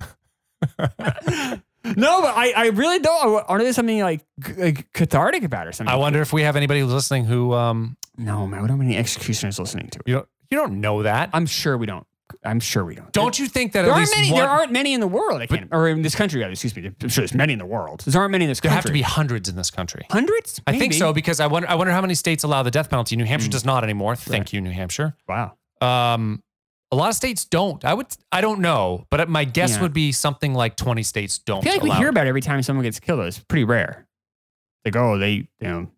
Speaker 2: no, but I, I really don't. Aren't there something like c- like cathartic about it or something?
Speaker 1: I wonder if we have anybody who's listening who um
Speaker 2: no, man. We don't have any executioners listening to it.
Speaker 1: you don't you don't know that.
Speaker 2: I'm sure we don't. I'm sure we don't.
Speaker 1: don't you think that
Speaker 2: There
Speaker 1: at
Speaker 2: aren't
Speaker 1: least
Speaker 2: many.
Speaker 1: one,
Speaker 2: there aren't many in the world. I can't, or in this country, rather. Excuse me. I'm sure there's many in the world. There aren't many in this
Speaker 1: there
Speaker 2: country.
Speaker 1: have to be hundreds in this country?
Speaker 2: hundreds.
Speaker 1: I think
Speaker 2: Maybe. Hmm.
Speaker 1: so because I wonder I wonder how many states allow the death penalty. New Hampshire does not anymore. Thank you, New Hampshire.
Speaker 2: Wow.
Speaker 1: Um, a lot of states don't. I would. I don't know, but my guess
Speaker 2: Yeah.
Speaker 1: would be something like twenty states don't.
Speaker 2: I feel like we
Speaker 1: allow
Speaker 2: hear
Speaker 1: it.
Speaker 2: about it every time someone gets killed. Though. It's pretty rare. Like, oh, they, you know,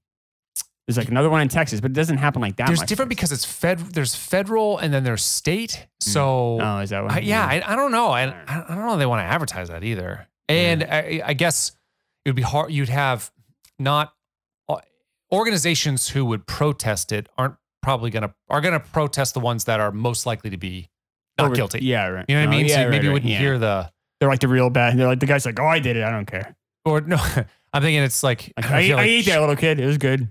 Speaker 2: there's like another one in Texas, but it doesn't happen like that
Speaker 1: There's
Speaker 2: much.
Speaker 1: different because it's fed. There's federal and then there's state. So
Speaker 2: Oh, is that one?
Speaker 1: I, yeah, I, I don't know. I,
Speaker 2: I don't
Speaker 1: I don't know. If they want to advertise that either. And I, I guess it would be hard. You'd have not organizations who would protest it aren't probably gonna are gonna protest the ones that are most likely to be not
Speaker 2: Over-
Speaker 1: guilty.
Speaker 2: Yeah, right.
Speaker 1: You know what I
Speaker 2: Oh,
Speaker 1: mean?
Speaker 2: Yeah,
Speaker 1: so you
Speaker 2: right,
Speaker 1: maybe you
Speaker 2: right,
Speaker 1: wouldn't
Speaker 2: yeah.
Speaker 1: hear the
Speaker 2: They're like the real bad. They're like the guy's like, oh, I did it. I don't care.
Speaker 1: or no, I'm thinking it's like,
Speaker 2: Like,
Speaker 1: I
Speaker 2: I,
Speaker 1: feel
Speaker 2: I
Speaker 1: like-
Speaker 2: ate that little kid. It was good.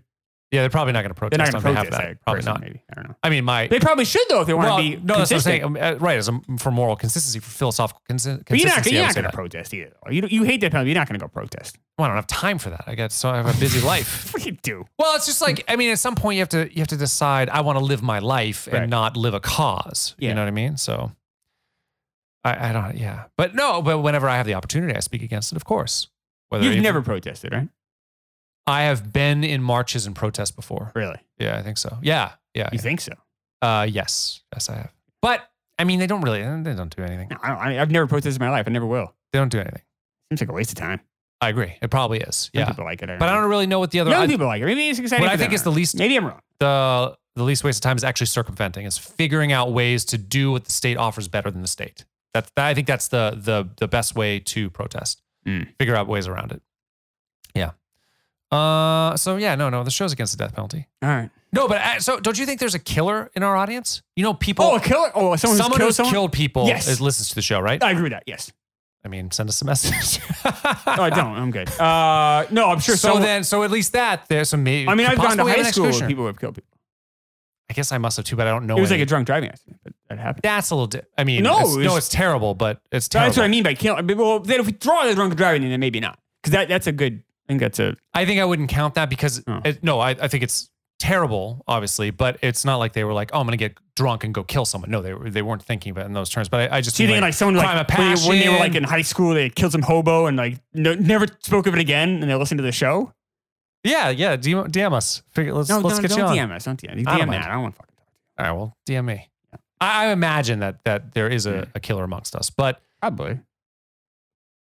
Speaker 1: Yeah, they're probably not going to
Speaker 2: They're
Speaker 1: protest.
Speaker 2: not going
Speaker 1: on
Speaker 2: to
Speaker 1: behalf of that.
Speaker 2: protest that.
Speaker 1: Probably
Speaker 2: person,
Speaker 1: not.
Speaker 2: Maybe. I don't know.
Speaker 1: I mean, my
Speaker 2: They probably should though if they want
Speaker 1: well,
Speaker 2: to be
Speaker 1: no, that's what I'm saying.
Speaker 2: consistent.
Speaker 1: Um, uh, Right, as a, for moral consistency, for philosophical consi-
Speaker 2: But
Speaker 1: consistency,
Speaker 2: you're not, you're
Speaker 1: I would
Speaker 2: not
Speaker 1: say
Speaker 2: going to
Speaker 1: that.
Speaker 2: protest either. though. You, you hate that penalty. You're not going to go protest.
Speaker 1: Well, I don't have time for that. I got so I have a busy life.
Speaker 2: What do you do?
Speaker 1: Well, it's just like I mean, at some point you have to you have to decide I want to live my life and
Speaker 2: Right.
Speaker 1: not live a cause.
Speaker 2: Yeah.
Speaker 1: You know what I mean? So I, I don't. Yeah, but no. But whenever I have the opportunity, I speak against it. Of course. Whether
Speaker 2: You've
Speaker 1: even-
Speaker 2: never protested, right?
Speaker 1: I have been in marches and protests before.
Speaker 2: Really?
Speaker 1: Yeah, I think so. Yeah, yeah.
Speaker 2: You think so?
Speaker 1: Uh, yes, yes, I have. But I mean, they don't really. They don't do anything.
Speaker 2: No, I don't, I, I've never protested in my life. I never will.
Speaker 1: They don't do anything.
Speaker 2: Seems like a waste of time.
Speaker 1: I agree. It probably is.
Speaker 2: Some
Speaker 1: Yeah.
Speaker 2: people like it.
Speaker 1: But I
Speaker 2: know.
Speaker 1: don't really know what the other.
Speaker 2: Young
Speaker 1: I-
Speaker 2: people like it. Maybe it's exciting.
Speaker 1: what I
Speaker 2: for
Speaker 1: think
Speaker 2: them.
Speaker 1: is the least
Speaker 2: Maybe I'm wrong.
Speaker 1: the the least waste of time is actually circumventing. Is figuring out ways to do what the state offers better than the state. That's that, I think that's the the the best way to protest.
Speaker 2: Mm.
Speaker 1: Figure out ways around it. Yeah. Uh. So yeah. No. No. The show's against the death penalty.
Speaker 2: All right.
Speaker 1: No. But I, so don't you think there's a killer in our audience? You know, people.
Speaker 2: Oh, a killer. Oh, someone,
Speaker 1: someone
Speaker 2: who's killed
Speaker 1: who's
Speaker 2: someone.
Speaker 1: killed people
Speaker 2: Yes.
Speaker 1: is, listens to the show, right?
Speaker 2: I agree with that. Yes.
Speaker 1: I mean, send us a message.
Speaker 2: No, I don't. I'm good. Uh, no, I'm sure.
Speaker 1: So
Speaker 2: someone-
Speaker 1: then, so at least that there's some. Maybe,
Speaker 2: I mean, I've gone to
Speaker 1: possibly have
Speaker 2: high
Speaker 1: an
Speaker 2: school with
Speaker 1: executioner.
Speaker 2: people who have killed people.
Speaker 1: I guess I must have too, but I don't know.
Speaker 2: It was like
Speaker 1: any.
Speaker 2: a drunk driving accident. But that happened.
Speaker 1: that's a little. Di- I mean,
Speaker 2: No,
Speaker 1: no, it's, no,
Speaker 2: it's-
Speaker 1: it's terrible, but it's terrible.
Speaker 2: That's what I mean by kill. I mean, Well, then if we draw the drunk driving, then maybe not. Because that, that's a good. I think that's a.
Speaker 1: I think I wouldn't count that because
Speaker 2: Oh.
Speaker 1: it, no, I, I think it's terrible, obviously, but it's not like they were like, oh, I'm gonna get drunk and go kill someone. No, they were they weren't thinking about it in those terms. But I, I just
Speaker 2: Do you
Speaker 1: mean,
Speaker 2: think like someone
Speaker 1: crime
Speaker 2: like
Speaker 1: of
Speaker 2: when they, when they were like
Speaker 1: passion.
Speaker 2: in high school, they killed some hobo and like no, never spoke of it again, and they listened to the show?
Speaker 1: yeah, yeah. DM, DM us. Figure, let's
Speaker 2: No,
Speaker 1: let's
Speaker 2: don't,
Speaker 1: get
Speaker 2: don't
Speaker 1: you on.
Speaker 2: DM us. Don't DM. You
Speaker 1: I don't
Speaker 2: DM
Speaker 1: mind.
Speaker 2: that. I don't want to fucking talk. to you.
Speaker 1: All right, well, DM me. I, I imagine that that there is
Speaker 2: Yeah.
Speaker 1: a, a killer amongst us, but
Speaker 2: Probably.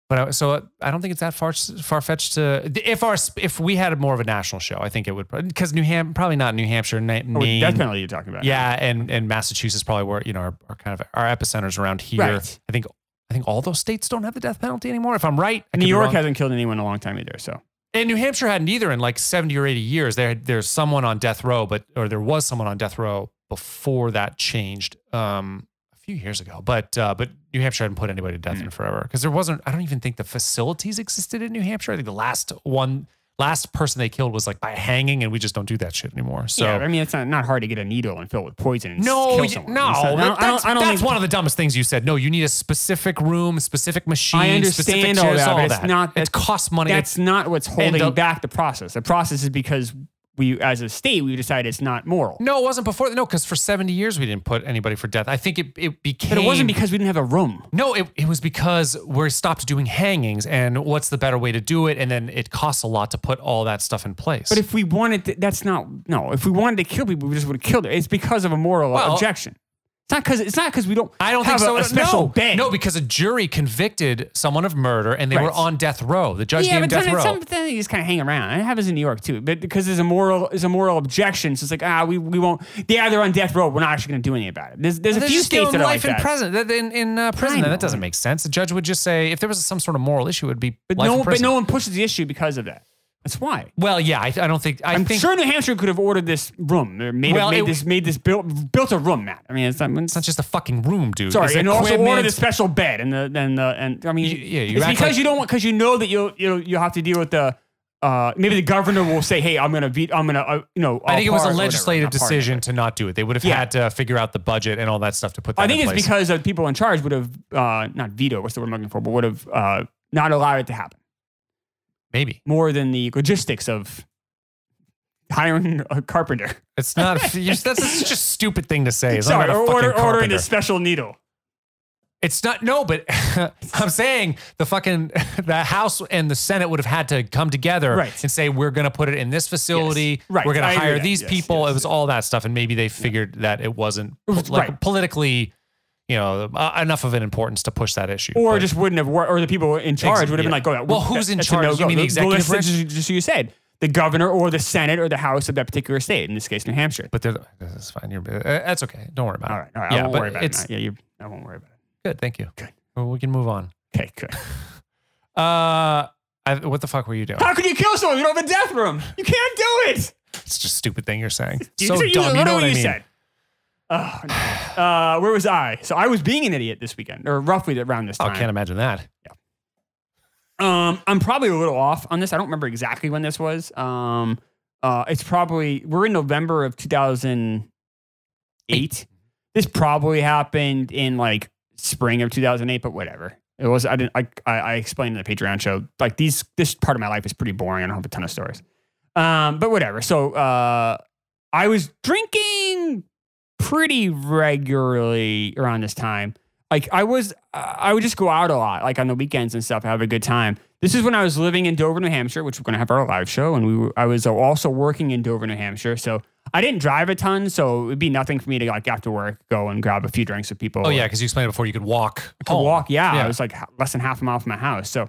Speaker 1: But I, so uh, I don't think it's that far far fetched to if our if we had more of a national show, I think it would because New Ham probably not New Hampshire, Na-
Speaker 2: Oh, with
Speaker 1: Maine,
Speaker 2: death penalty you're talking about.
Speaker 1: yeah, and and Massachusetts probably were you know are, are kind of our epicenters around here.
Speaker 2: Right.
Speaker 1: I think I think all those states don't have the death penalty anymore. If I'm right, I could
Speaker 2: New
Speaker 1: be
Speaker 2: York
Speaker 1: wrong.
Speaker 2: hasn't killed anyone in a long time either. So
Speaker 1: and New Hampshire hadn't either in like 70 or 80 years. There had- there's someone on death row, but or there was someone on death row before that changed um, a few years ago. But uh, but New Hampshire hadn't put anybody to death
Speaker 2: Hmm.
Speaker 1: in forever because there wasn't. I don't even think the facilities existed in New Hampshire. I think the last one, last person they killed was like by hanging, and we just don't do that shit anymore. So.
Speaker 2: yeah, I mean, it's not, not hard to get a needle and fill it with poison. And s-
Speaker 1: No,
Speaker 2: kill
Speaker 1: you-
Speaker 2: someone.
Speaker 1: no,
Speaker 2: It's not-
Speaker 1: that- that's, that's
Speaker 2: think-
Speaker 1: one of the dumbest things you said. No, you need a specific room, specific machine,
Speaker 2: I
Speaker 1: specific
Speaker 2: understand all
Speaker 1: chairs,
Speaker 2: that,
Speaker 1: all
Speaker 2: but it's
Speaker 1: that.
Speaker 2: not-
Speaker 1: It costs money.
Speaker 2: That's not what's holding
Speaker 1: the-
Speaker 2: back the process. The process is because we, as a state, we decided it's not moral.
Speaker 1: No, it wasn't before. No, because for 70 years we didn't put anybody for death. I think it, it became.
Speaker 2: but it wasn't because we didn't have a room.
Speaker 1: No, it, it was because we stopped doing hangings and what's the better way to do it? And then it costs a lot to put all that stuff in place.
Speaker 2: But if we wanted, to, that's not no. If we wanted to kill people, we just would have killed it. It's because of a moral
Speaker 1: Well-
Speaker 2: objection. It's not because it's not because we don't.
Speaker 1: I don't
Speaker 2: have
Speaker 1: think so.
Speaker 2: A, a special
Speaker 1: no,
Speaker 2: bed.
Speaker 1: no, because a jury convicted someone of murder and they
Speaker 2: Right.
Speaker 1: were on death row. The judge
Speaker 2: yeah,
Speaker 1: gave
Speaker 2: but
Speaker 1: them death
Speaker 2: some,
Speaker 1: row.
Speaker 2: some things you just kind of hang around. It happens in New York too, but because there's a moral, there's a moral objection. So it's like, ah, we, we won't. Yeah, they're on death row. We're not actually going to do anything about it. There's there's a
Speaker 1: They're
Speaker 2: few
Speaker 1: just giving
Speaker 2: states that are
Speaker 1: life in
Speaker 2: like that.
Speaker 1: prison. that- In, in uh, prison,
Speaker 2: know.
Speaker 1: that doesn't make sense. The judge would just say if there was some sort of moral issue, it would be
Speaker 2: but
Speaker 1: life in
Speaker 2: no, but
Speaker 1: prison.
Speaker 2: no one pushes the issue because of that. That's why.
Speaker 1: Well, yeah, I, I don't think. I
Speaker 2: I'm
Speaker 1: think
Speaker 2: sure New Hampshire could have ordered this room. Or made,
Speaker 1: Well,
Speaker 2: made
Speaker 1: it-
Speaker 2: this made this built built a room, Matt. I mean, it's not. It's
Speaker 1: it's not just a fucking room, dude. It's
Speaker 2: Sorry, and also order
Speaker 1: equipment.
Speaker 2: the special bed and the and the and I mean,
Speaker 1: You- yeah, you
Speaker 2: it's
Speaker 1: act
Speaker 2: because
Speaker 1: like-
Speaker 2: you don't want because you know that you'll you'll you'll have to deal with the. Uh, maybe the governor will say, "Hey, I'm gonna beat. I'm gonna, uh, you know."
Speaker 1: I think it was a
Speaker 2: par- or whatever,
Speaker 1: legislative
Speaker 2: not par,
Speaker 1: decision to not do it. They would have
Speaker 2: Yeah.
Speaker 1: had to figure out the budget and all that stuff to put that
Speaker 2: I think
Speaker 1: in
Speaker 2: it's
Speaker 1: place.
Speaker 2: because the people in charge would have uh, not veto. What's the word I'm looking for? But would have uh, not allowed it to happen
Speaker 1: Maybe.
Speaker 2: more than the logistics of hiring a carpenter.
Speaker 1: It's not, you're- that's, that's just a stupid thing to say. It's
Speaker 2: Sorry,
Speaker 1: not a
Speaker 2: or order,
Speaker 1: fucking
Speaker 2: ordering
Speaker 1: carpenter.
Speaker 2: a special needle.
Speaker 1: It's not, no, but I'm saying the fucking, the House and the Senate would have had to come together
Speaker 2: Right.
Speaker 1: and say, we're going to put it in this facility.
Speaker 2: Right.
Speaker 1: We're going
Speaker 2: I
Speaker 1: to
Speaker 2: agree
Speaker 1: hire
Speaker 2: with that.
Speaker 1: these
Speaker 2: Yes,
Speaker 1: people.
Speaker 2: yes,
Speaker 1: it was all that stuff. And maybe they figured that it wasn't
Speaker 2: was-
Speaker 1: like
Speaker 2: right.
Speaker 1: politically, you know, uh, enough of an importance to push that issue.
Speaker 2: or
Speaker 1: But-
Speaker 2: just wouldn't have worked, or the people in charge would have
Speaker 1: yeah.
Speaker 2: been like, "Oh, "Go out."
Speaker 1: Well, who's in charge? You mean the executive branch?
Speaker 2: Just, just you said the governor or the senate or the house of that particular state. In this case, New Hampshire.
Speaker 1: but they're, that's fine. You're, uh, that's okay. Don't worry about
Speaker 2: All
Speaker 1: it.
Speaker 2: right, all right.
Speaker 1: Yeah,
Speaker 2: I won't
Speaker 1: but
Speaker 2: worry about
Speaker 1: it's-
Speaker 2: it. Matt. Yeah, you, I won't worry about it.
Speaker 1: Good. Thank you.
Speaker 2: Good.
Speaker 1: Well, we can move on.
Speaker 2: Okay, good.
Speaker 1: Uh, I, what the fuck were you doing?
Speaker 2: How could you kill someone? You don't have a death room. You can't do it.
Speaker 1: It's just a stupid thing you're saying.
Speaker 2: You-
Speaker 1: so dumb. You know
Speaker 2: literally
Speaker 1: what I mean?
Speaker 2: said. Oh, no. uh, where was I? So I was being an idiot this weekend, or roughly around this
Speaker 1: Oh,
Speaker 2: time.
Speaker 1: can't imagine that.
Speaker 2: Um, I'm probably a little off on this. I don't remember exactly when this was. Um, uh, it's probably we're in November of 2008. This probably happened in like spring of 2008, but whatever. It was. I didn't. I I I explained in the Patreon show. Like these, this part of my life is pretty boring. I don't have a ton of stories. Um, but whatever. So uh, I was drinking pretty regularly around this time. Like I was, I would just go out a lot, like on the weekends and stuff, have a good time. This is when I was living in Dover, New Hampshire, which we're gonna have our live show, and we were, I was also working in Dover, New Hampshire, so I didn't drive a ton, so it'd be nothing for me to like after work go and grab a few drinks with people.
Speaker 1: Oh yeah, because you explained before you could walk.
Speaker 2: to
Speaker 1: home.
Speaker 2: walk. Yeah,
Speaker 1: Yeah.
Speaker 2: it was like h- less than half a mile from my house. So,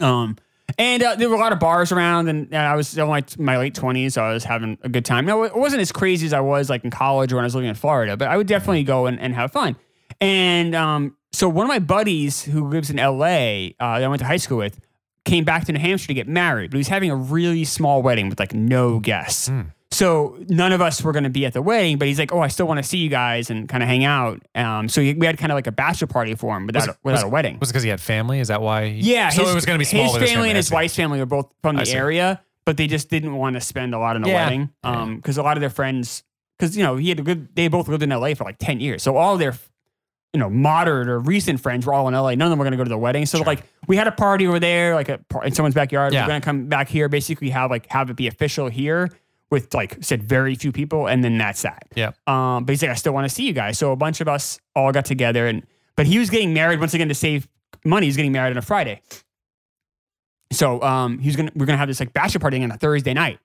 Speaker 2: um, and uh, there were a lot of bars around, and, and I was still in my, my late twenties. So I was having a good time. No, it wasn't as crazy as I was like in college or when I was living in Florida, but I would definitely go and, and have fun. And um, so one of my buddies who lives in L.A. Uh, that I went to high school with came back to New Hampshire to get married, but he was having a really small wedding with like no guests.
Speaker 1: Hmm.
Speaker 2: So none of us were going to be at the wedding, but he's like, "Oh, I still want to see you guys and kind of hang out." Um, so we had kind of like a bachelor party for him without,
Speaker 1: Was it-
Speaker 2: without
Speaker 1: was
Speaker 2: a
Speaker 1: it-
Speaker 2: wedding.
Speaker 1: Was it because he had family? Is that why? He,
Speaker 2: yeah,
Speaker 1: So it was going to be small.
Speaker 2: His
Speaker 1: with
Speaker 2: family and
Speaker 1: I
Speaker 2: his
Speaker 1: see.
Speaker 2: wife's family were both from
Speaker 1: I
Speaker 2: the
Speaker 1: see.
Speaker 2: area, but they just didn't want to spend a lot on a
Speaker 1: Yeah.
Speaker 2: wedding because a lot of their friends, because you know he had a good, they both lived in L.A. for like ten years, so all their you know moderate or recent friends were all in L.A. None of them were going to go to the wedding, so
Speaker 1: Sure.
Speaker 2: like we had a party over there, like a, par- in someone's backyard.
Speaker 1: Yeah.
Speaker 2: We're going to come back here, basically have like have it be official here with like said very few people, and then that's that.
Speaker 1: Yeah.
Speaker 2: Um, but he's like, I still want to see you guys. So a bunch of us all got together, and but he was getting married once again to save money. He's getting married on a Friday, so um, he's gonna we're gonna have this like bachelor party on a Thursday night.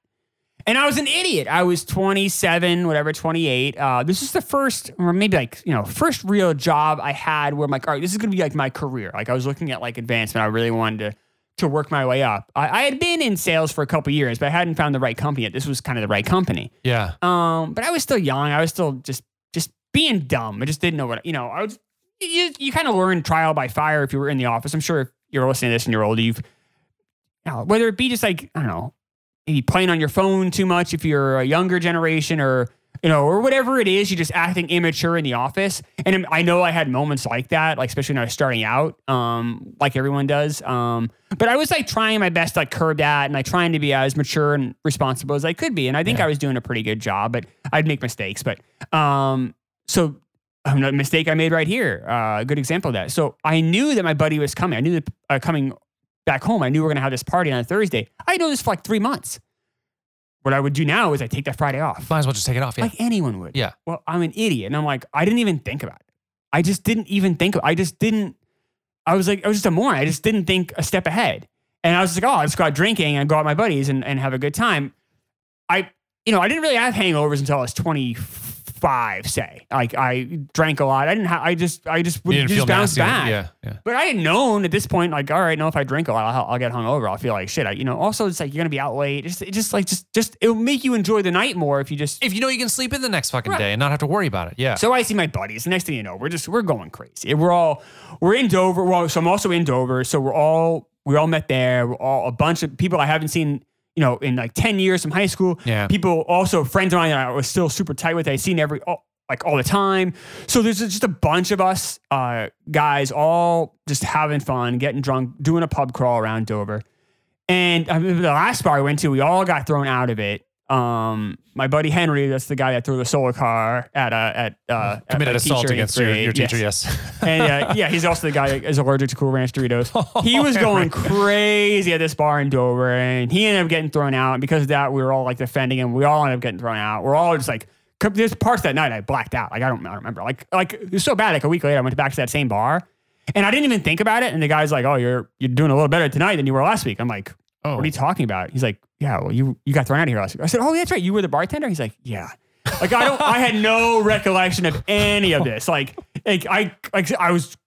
Speaker 2: And I was an idiot. I was 27, whatever, 28. Uh, this is the first, or maybe like, you know, first real job I had where I'm like, all right, this is going to be like my career. Like I was looking at like advancement. I really wanted to, to work my way up. I, I had been in sales for a couple years, but I hadn't found the right company yet. This was kind of the right company.
Speaker 1: Yeah.
Speaker 2: Um, but I was still young. I was still just just being dumb. I just didn't know what you know. I was you you kind of learn trial by fire if you were in the office. I'm sure if you're listening to this and you're older, you've you know, whether it be just like I don't know, maybe playing on your phone too much if you're a younger generation or you know or whatever it is, you're just acting immature in the office. And I'm- I know I had moments like that, like especially when I was starting out, um, like everyone does. Um, but I was like trying my best to like curb that and like trying to be as mature and responsible as I could be. And I think I was doing a pretty good job, but I'd make mistakes. But um, so a mistake I made right here. Uh, a good example of that. So I knew that my buddy was coming. I knew that uh, coming back home. I knew we were gonna have this party on a Thursday. I knew this for like three months. What I would do now is I take that Friday off,
Speaker 1: Might as well just take it off. Yeah.
Speaker 2: like anyone would.
Speaker 1: Yeah.
Speaker 2: Well, I'm an idiot, and I'm like, I didn't even think about it. I just didn't even think. I just didn't. I was like, I was just a moron. I just didn't think a step ahead. And I was just like, oh, I just go out drinking and go out with my buddies and, and have a good time. I, you know, I didn't really have hangovers until I was 25, say. Like I drank a lot. I didn't have, I just, I just would
Speaker 1: you didn't
Speaker 2: just
Speaker 1: feel
Speaker 2: bounce
Speaker 1: nasty.
Speaker 2: back.
Speaker 1: Yeah. Yeah.
Speaker 2: But I had known at this point, like, all right, no, if I drink a lot, I'll, I'll get hungover. I'll feel like shit. I, you know, also it's like you're gonna be out late. It's it just like just just it'll make you enjoy the night more if you just.
Speaker 1: If you know you can sleep in the next fucking
Speaker 2: Right.
Speaker 1: day and not have to worry about it. Yeah.
Speaker 2: So I see my buddies. Next thing you know, we're just we're going crazy. We're all we're in Dover. Well, so I'm also in Dover. So we're all we all met there. We're all a bunch of people I haven't seen. You know, in like ten years from high school.
Speaker 1: Yeah.
Speaker 2: People also friends of mine that I was still super tight with. I seen every all, like all the time. So there's just a bunch of us uh, guys all just having fun, getting drunk, doing a pub crawl around Dover. And I remember the last bar I went to, we all got thrown out of it. Um, my buddy Henry, that's the guy that threw the solar car at a at uh,
Speaker 1: Mm-hmm. Committed
Speaker 2: at my
Speaker 1: assault
Speaker 2: teacher in
Speaker 1: against your,
Speaker 2: grade.
Speaker 1: your teacher.
Speaker 2: Yes.
Speaker 1: Yes.
Speaker 2: and uh, yeah, he's also the guy that is allergic to Cool Ranch Doritos. He
Speaker 1: Oh,
Speaker 2: was going crazy at this bar in Dover, and he ended up getting thrown out. And because of that, we were all like defending him. We all ended up getting thrown out. We're all just like, c- there's parts that night I blacked out. Like I don't, I don't remember. Like like it was so bad. Like a week later, I went back to that same bar, and I didn't even think about it. And the guy's like, "Oh, you're you're doing a little better tonight than you were last week." I'm like,
Speaker 1: Oh.
Speaker 2: what are you talking about?" He's like, "Yeah, well, you you got thrown out of here last week." I said, "Oh, that's right. You were the bartender." He's like, "Yeah." Like I don't, I had no recollection of any of this. Like, like I, like I was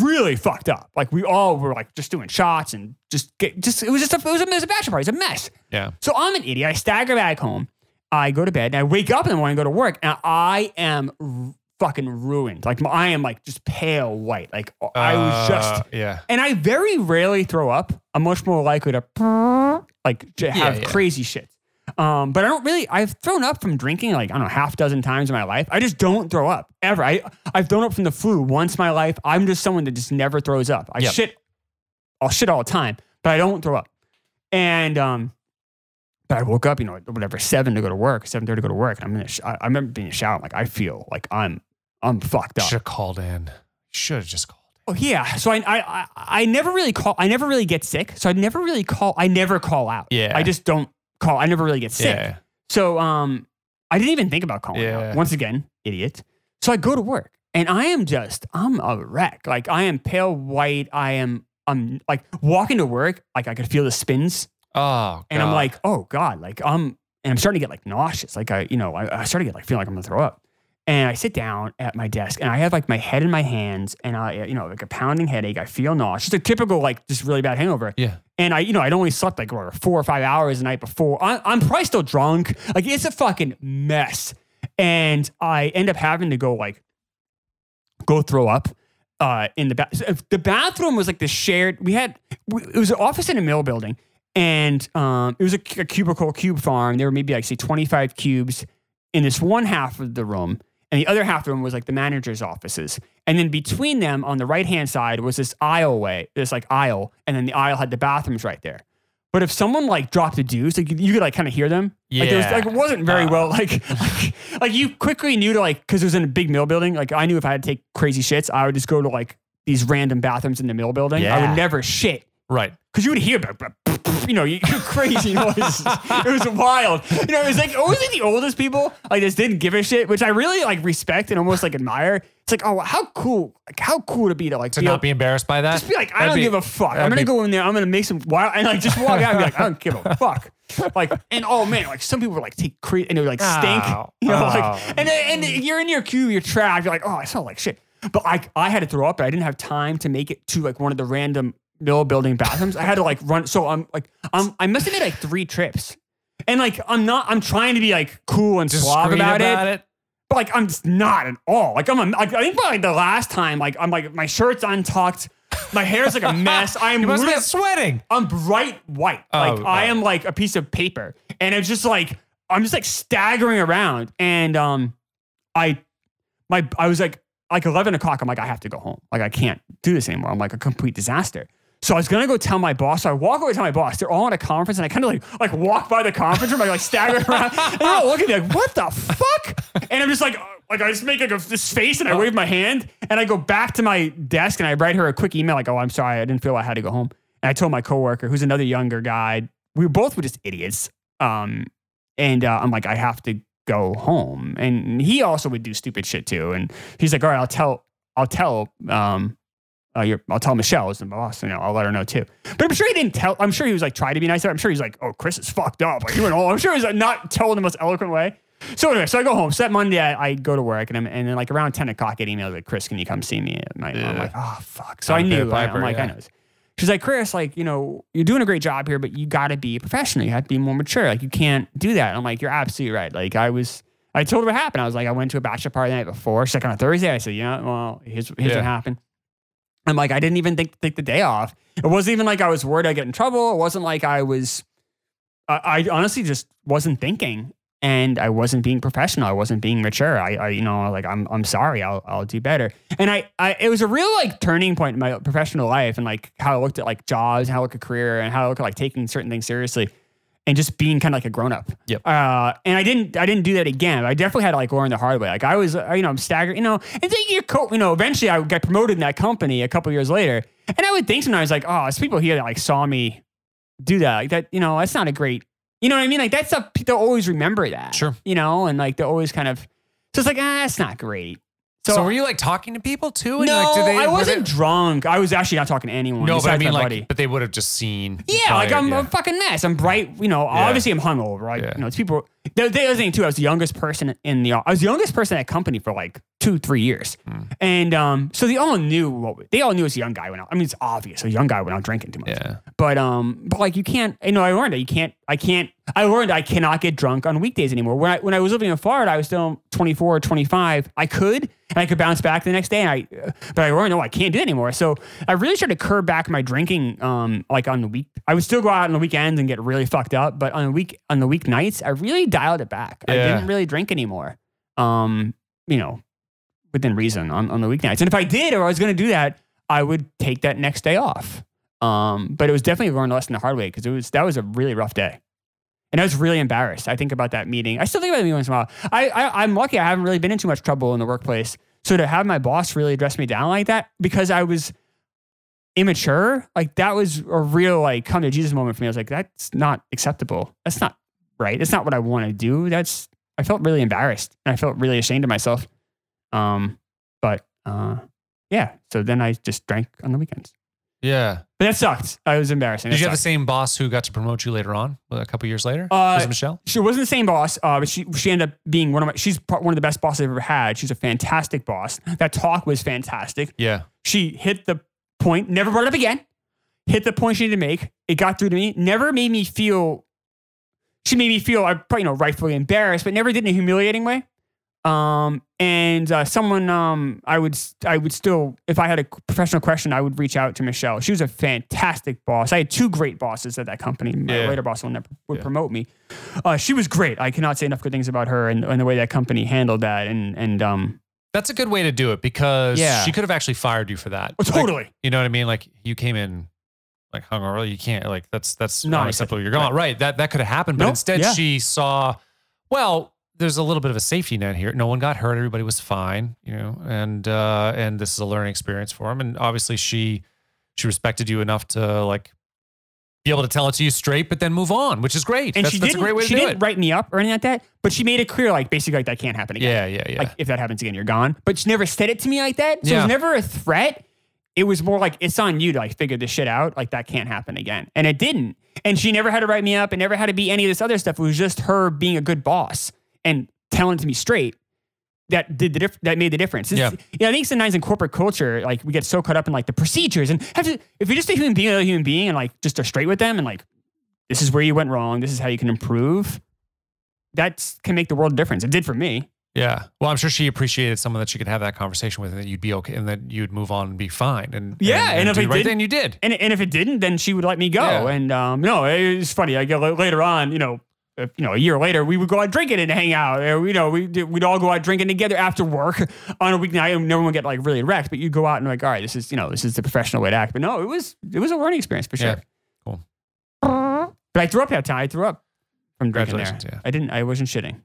Speaker 2: really fucked up. Like we all were like just doing shots and just get, just it was just a, it was a, it was a bachelor party. It was a mess.
Speaker 1: yeah.
Speaker 2: So I'm an idiot. I stagger back home. I go to bed and I wake up in the morning, and go to work, and I am r- fucking ruined. Like my- I am like just pale white. Like I was just.
Speaker 1: Uh, yeah.
Speaker 2: And I very rarely throw up. I'm much more likely to like j- have
Speaker 1: yeah.
Speaker 2: crazy shit. Um, but I don't really. I've thrown up from drinking like I don't know half dozen times in my life. I just don't throw up ever. I I've thrown up from the flu once in my life. I'm just someone that just never throws up. I
Speaker 1: Yep.
Speaker 2: shit I'll shit all the time, but I don't throw up. And um, but I woke up, you know, whatever, seven to go to work, seven thirty to go to work. And I'm in a sh- I, I remember being in the shower. I'm like, I feel like I'm I'm fucked up.
Speaker 1: Should have called in. Should have just called.
Speaker 2: Oh yeah. So I, I I I never really call. I never really get sick. So I never really call. I never call out.
Speaker 1: Yeah.
Speaker 2: I just don't call. I never really get sick.
Speaker 1: Yeah.
Speaker 2: So um, I didn't even think about calling
Speaker 1: Yeah.
Speaker 2: out. Once again, idiot. So I go to work and I am just I'm a wreck. Like I am pale white. I am I'm like walking to work. Like I could feel the spins
Speaker 1: Oh,
Speaker 2: and I'm
Speaker 1: God.
Speaker 2: like, oh God, like I'm, and I'm starting to get like nauseous. Like I, you know, I, I started to get like feeling like I'm gonna throw up. And I sit down at my desk and I have like my head in my hands and I, you know, like a pounding headache. I feel nauseous. Just a typical, like just really bad hangover.
Speaker 1: yeah.
Speaker 2: And I, you know, I'd only slept like what, four or five hours the night before. I, I'm probably still drunk. Like it's a fucking mess. And I end up having to go like go throw up uh, in the bathroom. The bathroom was like the shared. We had we, it was an office in a mill building, and um, it was a, cu- a cubicle cube farm. There were maybe like say 25 cubes in this one half of the room, and the other half of the room was like the manager's offices. And then between them, on the right hand side, was this aisle way, this like aisle, and then the aisle had the bathrooms right there. But if someone like dropped a deuce, like you, you could like kind of hear them. Like, there was,
Speaker 1: Yeah.
Speaker 2: like it wasn't very
Speaker 1: Uh.
Speaker 2: well. Like, like, like you quickly knew to like because it was in a big mill building. Like I knew if I had to take crazy shits, I would just go to like these random bathrooms in the mill building. I
Speaker 1: Yeah.
Speaker 2: would never shit
Speaker 1: Right.
Speaker 2: because you would hear, blah, blah, pff, pff, you know, you, crazy noises. it was wild. You know, it was like always like the oldest people like just didn't give a shit, which I really like respect and almost like admire. It's like, oh, how cool! Like how cool to be to like
Speaker 1: To
Speaker 2: be
Speaker 1: not
Speaker 2: able-
Speaker 1: be embarrassed by that.
Speaker 2: just be like, I
Speaker 1: That'd
Speaker 2: don't
Speaker 1: be-
Speaker 2: give a fuck. I'm
Speaker 1: that'd
Speaker 2: gonna
Speaker 1: be-
Speaker 2: go in there. I'm gonna make some wild and like just walk out and be like, I don't give a fuck. Like, and oh man, like some people were like take cre- and they would like stink,
Speaker 1: Ow.
Speaker 2: you know,
Speaker 1: Ow.
Speaker 2: like and and you're in your queue, you're trapped. You're like, oh, I smell like shit. But like, I had to throw up. but I didn't have time to make it to like one of the random mill building bathrooms. I had to like run. So I'm like, I'm I must have made like three trips. And like I'm not, I'm trying to be like cool and suave
Speaker 1: Discreet
Speaker 2: about, it,
Speaker 1: it.
Speaker 2: but like I'm just not at all. Like I'm, a, like, I think probably the last time, like I'm like my shirt's untucked, my hair's like a mess. I'm
Speaker 1: You must have
Speaker 2: literally-
Speaker 1: been sweating.
Speaker 2: I'm bright white. Like
Speaker 1: Oh,
Speaker 2: I
Speaker 1: oh.
Speaker 2: am like a piece of paper, and it's just like I'm just like staggering around, and um, I, my I was like like 11 o'clock. I'm like I have to go home. Like I can't do this anymore. I'm like a complete disaster. So I was gonna go tell my boss. So I walk over to my boss. They're all at a conference, and I kind of like like walk by the conference room. I like stagger around. And they're all looking at me like, "What the fuck?" And I'm just like, uh, like I just make like a, this face, and I wave my hand, and I go back to my desk, and I write her a quick email like, "Oh, I'm sorry, I didn't feel I had to go home." And I told my coworker, who's another younger guy, we both were just idiots. Um, and uh, I'm like, I have to go home. And he also would do stupid shit too. And he's like, all right, I'll tell, I'll tell, um, uh, your, I'll tell Michelle is the boss, you know, I'll let her know too. But I'm sure he didn't tell, I'm sure he was like trying to be nice. I'm sure he's like, oh, Chris is fucked up. Like, he went all, I'm sure he's like, not told in the most eloquent way. So anyway, so I go home. So that Monday, I, I go to work and I'm, and then like around 10 o'clock, I get emails like, Chris, can you come see me at night? And I'm
Speaker 1: Yeah.
Speaker 2: like, oh, fuck. So I
Speaker 1: Gotta pay
Speaker 2: knew,
Speaker 1: the piper,
Speaker 2: I, am like,
Speaker 1: yeah.
Speaker 2: I know. this. She's like, Chris, like, you know, you're doing a great job here, but you got to be a professional. You have to be more mature. Like, you can't do that. And I'm like, you're absolutely right. Like, I was, I told her what happened. I was like, I went to a bachelor party the night before. She's like, on a Thursday. I said, yeah, well, here's, here's
Speaker 1: Yeah.
Speaker 2: what happened. I'm like, I didn't even think to take the day off. It wasn't even like I was worried I'd get in trouble. It wasn't like I was, I, I honestly just wasn't thinking. And I wasn't being professional. I wasn't being mature. I, I you know, like I'm, I'm sorry. I'll, I'll do better. And I, I, it was a real like turning point in my professional life and like how I looked at like jobs, and how I look at career, and how I look at like taking certain things seriously, and just being kind of like a grown up.
Speaker 1: Yep.
Speaker 2: Uh, and I didn't, I didn't do that again. I definitely had to like learn the hard way. Like I was, uh, you know, I'm staggered. You know, and think your co, you know, eventually I got promoted in that company a couple years later, and I would think sometimes like, oh, it's people here that like saw me do that. Like that, you know, that's not a great, you know what I mean? Like that's a, they'll always remember that.
Speaker 1: Sure.
Speaker 2: You know, and like they'll always kind of, so it's like, ah, it's not great.
Speaker 1: So, were you like talking to people too? And,
Speaker 2: No,
Speaker 1: like, did they-
Speaker 2: I
Speaker 1: were
Speaker 2: wasn't
Speaker 1: They,
Speaker 2: drunk. I was actually not talking to anyone.
Speaker 1: no, but I
Speaker 2: besides
Speaker 1: mean,
Speaker 2: my
Speaker 1: like,
Speaker 2: buddy.
Speaker 1: but they would have just seen.
Speaker 2: yeah,
Speaker 1: probably,
Speaker 2: like I'm
Speaker 1: yeah.
Speaker 2: a fucking mess. I'm bright. You know, obviously I'm hungover. Like,
Speaker 1: Yeah.
Speaker 2: you know, it's people. The, the other thing too, I was the youngest person in the. I was the youngest person at company for like two, three years,
Speaker 1: Hmm.
Speaker 2: and um, so they all knew what they all knew. As a young guy went out. I mean, it's obvious. A young guy went out drinking too much.
Speaker 1: Yeah.
Speaker 2: But um, but like you can't. You know, I learned that you can't. I can't. I learned I cannot get drunk on weekdays anymore. When I when I was living in Florida, I was still 24 or 25. I could and I could bounce back the next day. And I, but I learned no, I can't do it anymore. So I really tried to curb back my drinking. Um, like on the week, I would still go out on the weekends and get really fucked up. But on the week on the weeknights, I really dialed it back. I
Speaker 1: Yeah.
Speaker 2: didn't really drink anymore. Um, you know, within reason on, on the weeknights. And if I did or I was going to do that, I would take that next day off. Um, but it was definitely learned a lesson the hard way because it was that was a really rough day. And I was really embarrassed. I think about that meeting. I still think about me once in a while. I, I I'm lucky I haven't really been in too much trouble in the workplace. So to have my boss really address me down like that because I was immature, like that was a real like come to Jesus moment for me. I was like, that's not acceptable. That's not right. That's not what I want to do. That's I felt really embarrassed and I felt really ashamed of myself. Um, but uh, yeah. So then I just drank on the weekends.
Speaker 1: Yeah.
Speaker 2: But that sucked. I was embarrassing.
Speaker 1: Did
Speaker 2: That
Speaker 1: you have the
Speaker 2: sucked.
Speaker 1: same boss who got to promote you later on, a couple years later?
Speaker 2: Uh,
Speaker 1: was it Michelle?
Speaker 2: she wasn't the same boss, uh, but she she ended up being one of my. She's part, one of the best bosses I've ever had. She's a fantastic boss. That talk was fantastic.
Speaker 1: Yeah.
Speaker 2: She hit the point, never brought it up again. Hit the point she needed to make. It got through to me. Never made me feel. She made me feel I probably you know rightfully embarrassed, but never did in a humiliating way. Um, and uh, someone um, I would I would still if I had a professional question, I would reach out to Michelle. She was a fantastic boss. I had two great bosses at that company. My
Speaker 1: Yeah.
Speaker 2: later boss will never would
Speaker 1: Yeah.
Speaker 2: promote me. Uh, she was great. I cannot say enough good things about her and, and the way that company handled that. And and um,
Speaker 1: That's a good way to do it because
Speaker 2: Yeah.
Speaker 1: she could have actually fired you for that.
Speaker 2: oh,
Speaker 1: Like,
Speaker 2: totally.
Speaker 1: you know what I mean? Like you came in like hungover. You can't like that's that's
Speaker 2: No,
Speaker 1: not
Speaker 2: I
Speaker 1: acceptable. You're gone. Right. That that could have happened. But
Speaker 2: Nope.
Speaker 1: instead
Speaker 2: Yeah.
Speaker 1: she saw, well, there's a little bit of a safety net here. No one got hurt. Everybody was fine, you know, and uh and this is a learning experience for him. And obviously she she respected you enough to like be able to tell it to you straight, but then move on, which is great.
Speaker 2: and
Speaker 1: that's
Speaker 2: she
Speaker 1: that's
Speaker 2: didn't,
Speaker 1: a great way to
Speaker 2: she
Speaker 1: do
Speaker 2: didn't
Speaker 1: it.
Speaker 2: write me up or anything like that, but she made it clear, like basically, like that can't happen again.
Speaker 1: yeah, yeah, yeah.
Speaker 2: Like if that happens again, you're gone. But she never said it to me like that, so it
Speaker 1: Yeah.
Speaker 2: was never a threat. It was more like it's on you to like figure this shit out. Like that can't happen again, and it didn't. And she never had to write me up, and never had to be any of this other stuff. It was just her being a good boss and telling it to me straight. That did the diff- that made the difference. It's-
Speaker 1: Yeah.
Speaker 2: you know, I think sometimes in corporate culture, like we get so caught up in like the procedures and have to, if you're just a human being, another human being, and like just are straight with them and like this is where you went wrong. This is how you can improve. That can make the world a difference. It did for me.
Speaker 1: Yeah. Well, I'm sure she appreciated someone that she could have that conversation with and that you'd be okay and that you'd move on and be fine. And
Speaker 2: Yeah, and if
Speaker 1: do
Speaker 2: I
Speaker 1: the right
Speaker 2: did-
Speaker 1: then you did.
Speaker 2: And, and if it didn't, then she would let me go.
Speaker 1: Yeah.
Speaker 2: And um, no, it was funny. I get later on, you know, if, you know, a year later, we would go out drinking and hang out. Or, you know, we we'd all go out drinking together after work on a weeknight, and everyone would get like really wrecked. But you go out and like, all right, this is you know, this is the professional way to act. But no, it was it was a learning experience for sure.
Speaker 1: Yeah. Cool.
Speaker 2: But I threw up that time. I threw up from drinking there.
Speaker 1: Congratulations, yeah.
Speaker 2: I didn't. I wasn't shitting.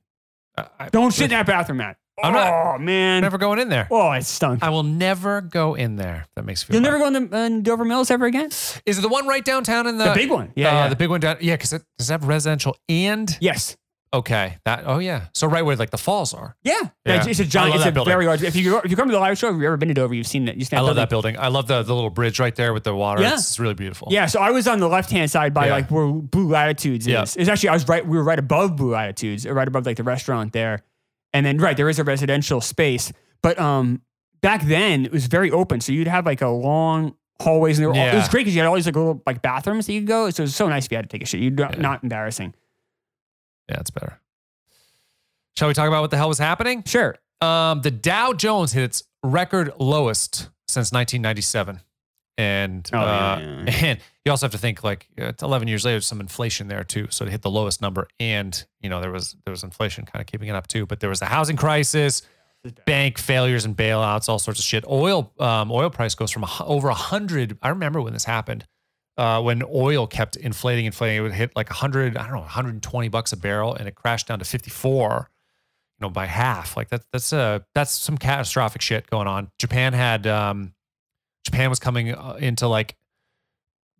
Speaker 1: I, I-
Speaker 2: Don't shit in that bathroom, Matt.
Speaker 1: I'm
Speaker 2: oh
Speaker 1: not-
Speaker 2: man.
Speaker 1: I'm never going in there.
Speaker 2: oh, it stunk.
Speaker 1: I will never go in there. That makes me feel
Speaker 2: You'll
Speaker 1: bad.
Speaker 2: never go in the in Dover Mills ever again.
Speaker 1: Is it the one right downtown in the,
Speaker 2: the big one.
Speaker 1: Yeah,
Speaker 2: Yeah. yeah.
Speaker 1: Uh, the big one down. Yeah, because it does it have residential and
Speaker 2: yes.
Speaker 1: okay. That oh yeah. So right where like the falls are.
Speaker 2: Yeah.
Speaker 1: Yeah.
Speaker 2: It's a
Speaker 1: I
Speaker 2: giant.
Speaker 1: love
Speaker 2: It's a
Speaker 1: that building.
Speaker 2: very large. If you go, if you come to the live show, if you've ever been to Dover, you've seen that. You've seen
Speaker 1: I
Speaker 2: that
Speaker 1: love that
Speaker 2: building.
Speaker 1: building. I love the the little bridge right there with the water.
Speaker 2: Yeah.
Speaker 1: It's, it's really beautiful.
Speaker 2: Yeah. So I was on the left hand side by
Speaker 1: Yeah.
Speaker 2: like where Blue Latitudes
Speaker 1: Yeah.
Speaker 2: is. It's actually I was right. We were right above Blue Latitudes, or right above like the restaurant there, and then right there is a residential space. But um, back then it was very open, so you'd have like a long hallways, and they were all, it was
Speaker 1: Yeah.
Speaker 2: great because you had all these like little like bathrooms that you could go. So it was so nice if you had to take a shit. You're not,
Speaker 1: Yeah.
Speaker 2: not embarrassing.
Speaker 1: Yeah, it's better. Shall we talk about what the hell was happening?
Speaker 2: Sure.
Speaker 1: Um, the Dow Jones hit its record lowest since 1997, and
Speaker 2: Oh,
Speaker 1: uh,
Speaker 2: yeah, yeah,
Speaker 1: and you also have to think like uh, it's 11 years later, there's some inflation there too. So it hit the lowest number, and you know there was there was inflation kind of keeping it up too. But there was a housing crisis, bank failures and bailouts, all sorts of shit. Oil um, oil price goes from a hu- over 100. I remember when this happened. Uh, when oil kept inflating, inflating, it would hit like 100, I don't know, 120 bucks a barrel, and it crashed down to 54 you know by half like that that's a that's some catastrophic shit going on japan had um japan was coming uh, into like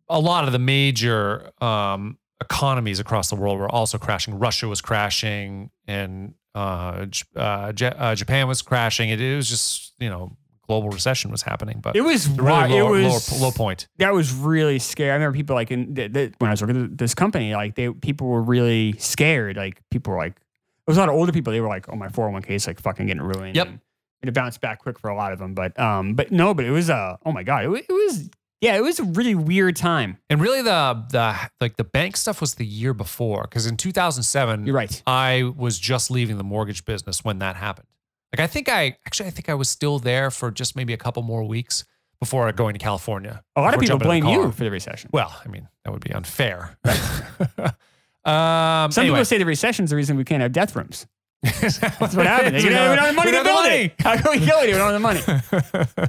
Speaker 1: a lot of the major um economies across the world were also crashing russia was crashing and uh, J- uh, J- uh japan was crashing it, it was just you know global recession was happening but
Speaker 2: It was
Speaker 1: a really
Speaker 2: wi-
Speaker 1: low,
Speaker 2: it
Speaker 1: lower-
Speaker 2: was
Speaker 1: low point
Speaker 2: that was really scary. I remember people like in th- th- when I was working at this company, like they people were really scared. Like people were like, it was a lot of older people. They were like, "Oh, my four hundred one k is like fucking getting ruined."
Speaker 1: Yep.
Speaker 2: And it bounced back quick for a lot of them, but um, but no, but it was uh, oh my god, it, wa- it was yeah, it was a really weird time.
Speaker 1: and really the the like the bank stuff was the year before because in 2007
Speaker 2: You're right.
Speaker 1: I was just leaving the mortgage business when that happened. Like I think I actually I think I was still there for just maybe a couple more weeks before going to California.
Speaker 2: A lot of
Speaker 1: before
Speaker 2: people
Speaker 1: jumping in
Speaker 2: blame
Speaker 1: the car.
Speaker 2: you for the recession.
Speaker 1: Well, I mean that would be unfair. um,
Speaker 2: Some
Speaker 1: anyway.
Speaker 2: people say the recession's the reason we can't have death rooms.
Speaker 1: that's
Speaker 2: That's what happened. we, don't, we don't have the money to build
Speaker 1: money.
Speaker 2: it. How can we kill it? We don't have the money.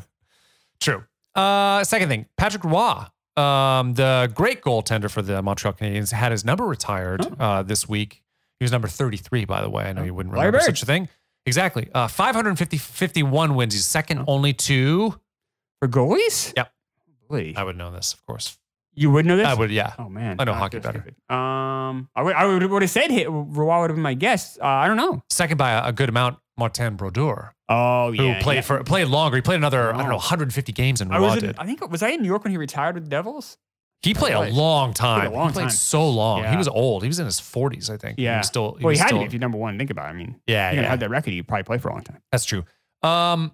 Speaker 1: True. Uh, second thing, Patrick Roy um, the great goaltender for the Montreal Canadiens had his number retired
Speaker 2: Oh.
Speaker 1: uh, this week. He was number 33, by the way. I know you wouldn't
Speaker 2: Larry
Speaker 1: remember
Speaker 2: Bird.
Speaker 1: such a thing. Exactly. Uh, 550 51 wins. He's second
Speaker 2: Oh.
Speaker 1: only to.
Speaker 2: For goalies?
Speaker 1: Yep.
Speaker 2: Holy.
Speaker 1: I would know this, of course.
Speaker 2: You would know this?
Speaker 1: I would, yeah.
Speaker 2: Oh, man.
Speaker 1: I know
Speaker 2: Ah,
Speaker 1: hockey
Speaker 2: that's
Speaker 1: better.
Speaker 2: stupid. Um, I would, I would, would have said hit. Roy would have been my guess. Uh, I don't know.
Speaker 1: Second by a, a good amount, Martin Brodeur,
Speaker 2: Oh,
Speaker 1: who
Speaker 2: yeah.
Speaker 1: played
Speaker 2: yeah.
Speaker 1: for played longer. He played another, I don't know,
Speaker 2: Oh.
Speaker 1: 150 games in
Speaker 2: I
Speaker 1: Raw.
Speaker 2: was in,
Speaker 1: Did
Speaker 2: I think was I in New York when he retired with the Devils?
Speaker 1: he played a
Speaker 2: Right.
Speaker 1: long
Speaker 2: a
Speaker 1: time?
Speaker 2: long
Speaker 1: he played
Speaker 2: time.
Speaker 1: so long. He
Speaker 2: Yeah.
Speaker 1: was old. He was in his 40s, I think. he
Speaker 2: Yeah.
Speaker 1: was still. He
Speaker 2: well,
Speaker 1: was
Speaker 2: he had
Speaker 1: still,
Speaker 2: to if you're number one. Think about it. I mean,
Speaker 1: yeah,
Speaker 2: you're gonna
Speaker 1: yeah.
Speaker 2: have that record. You probably play for a long time.
Speaker 1: That's true. Um,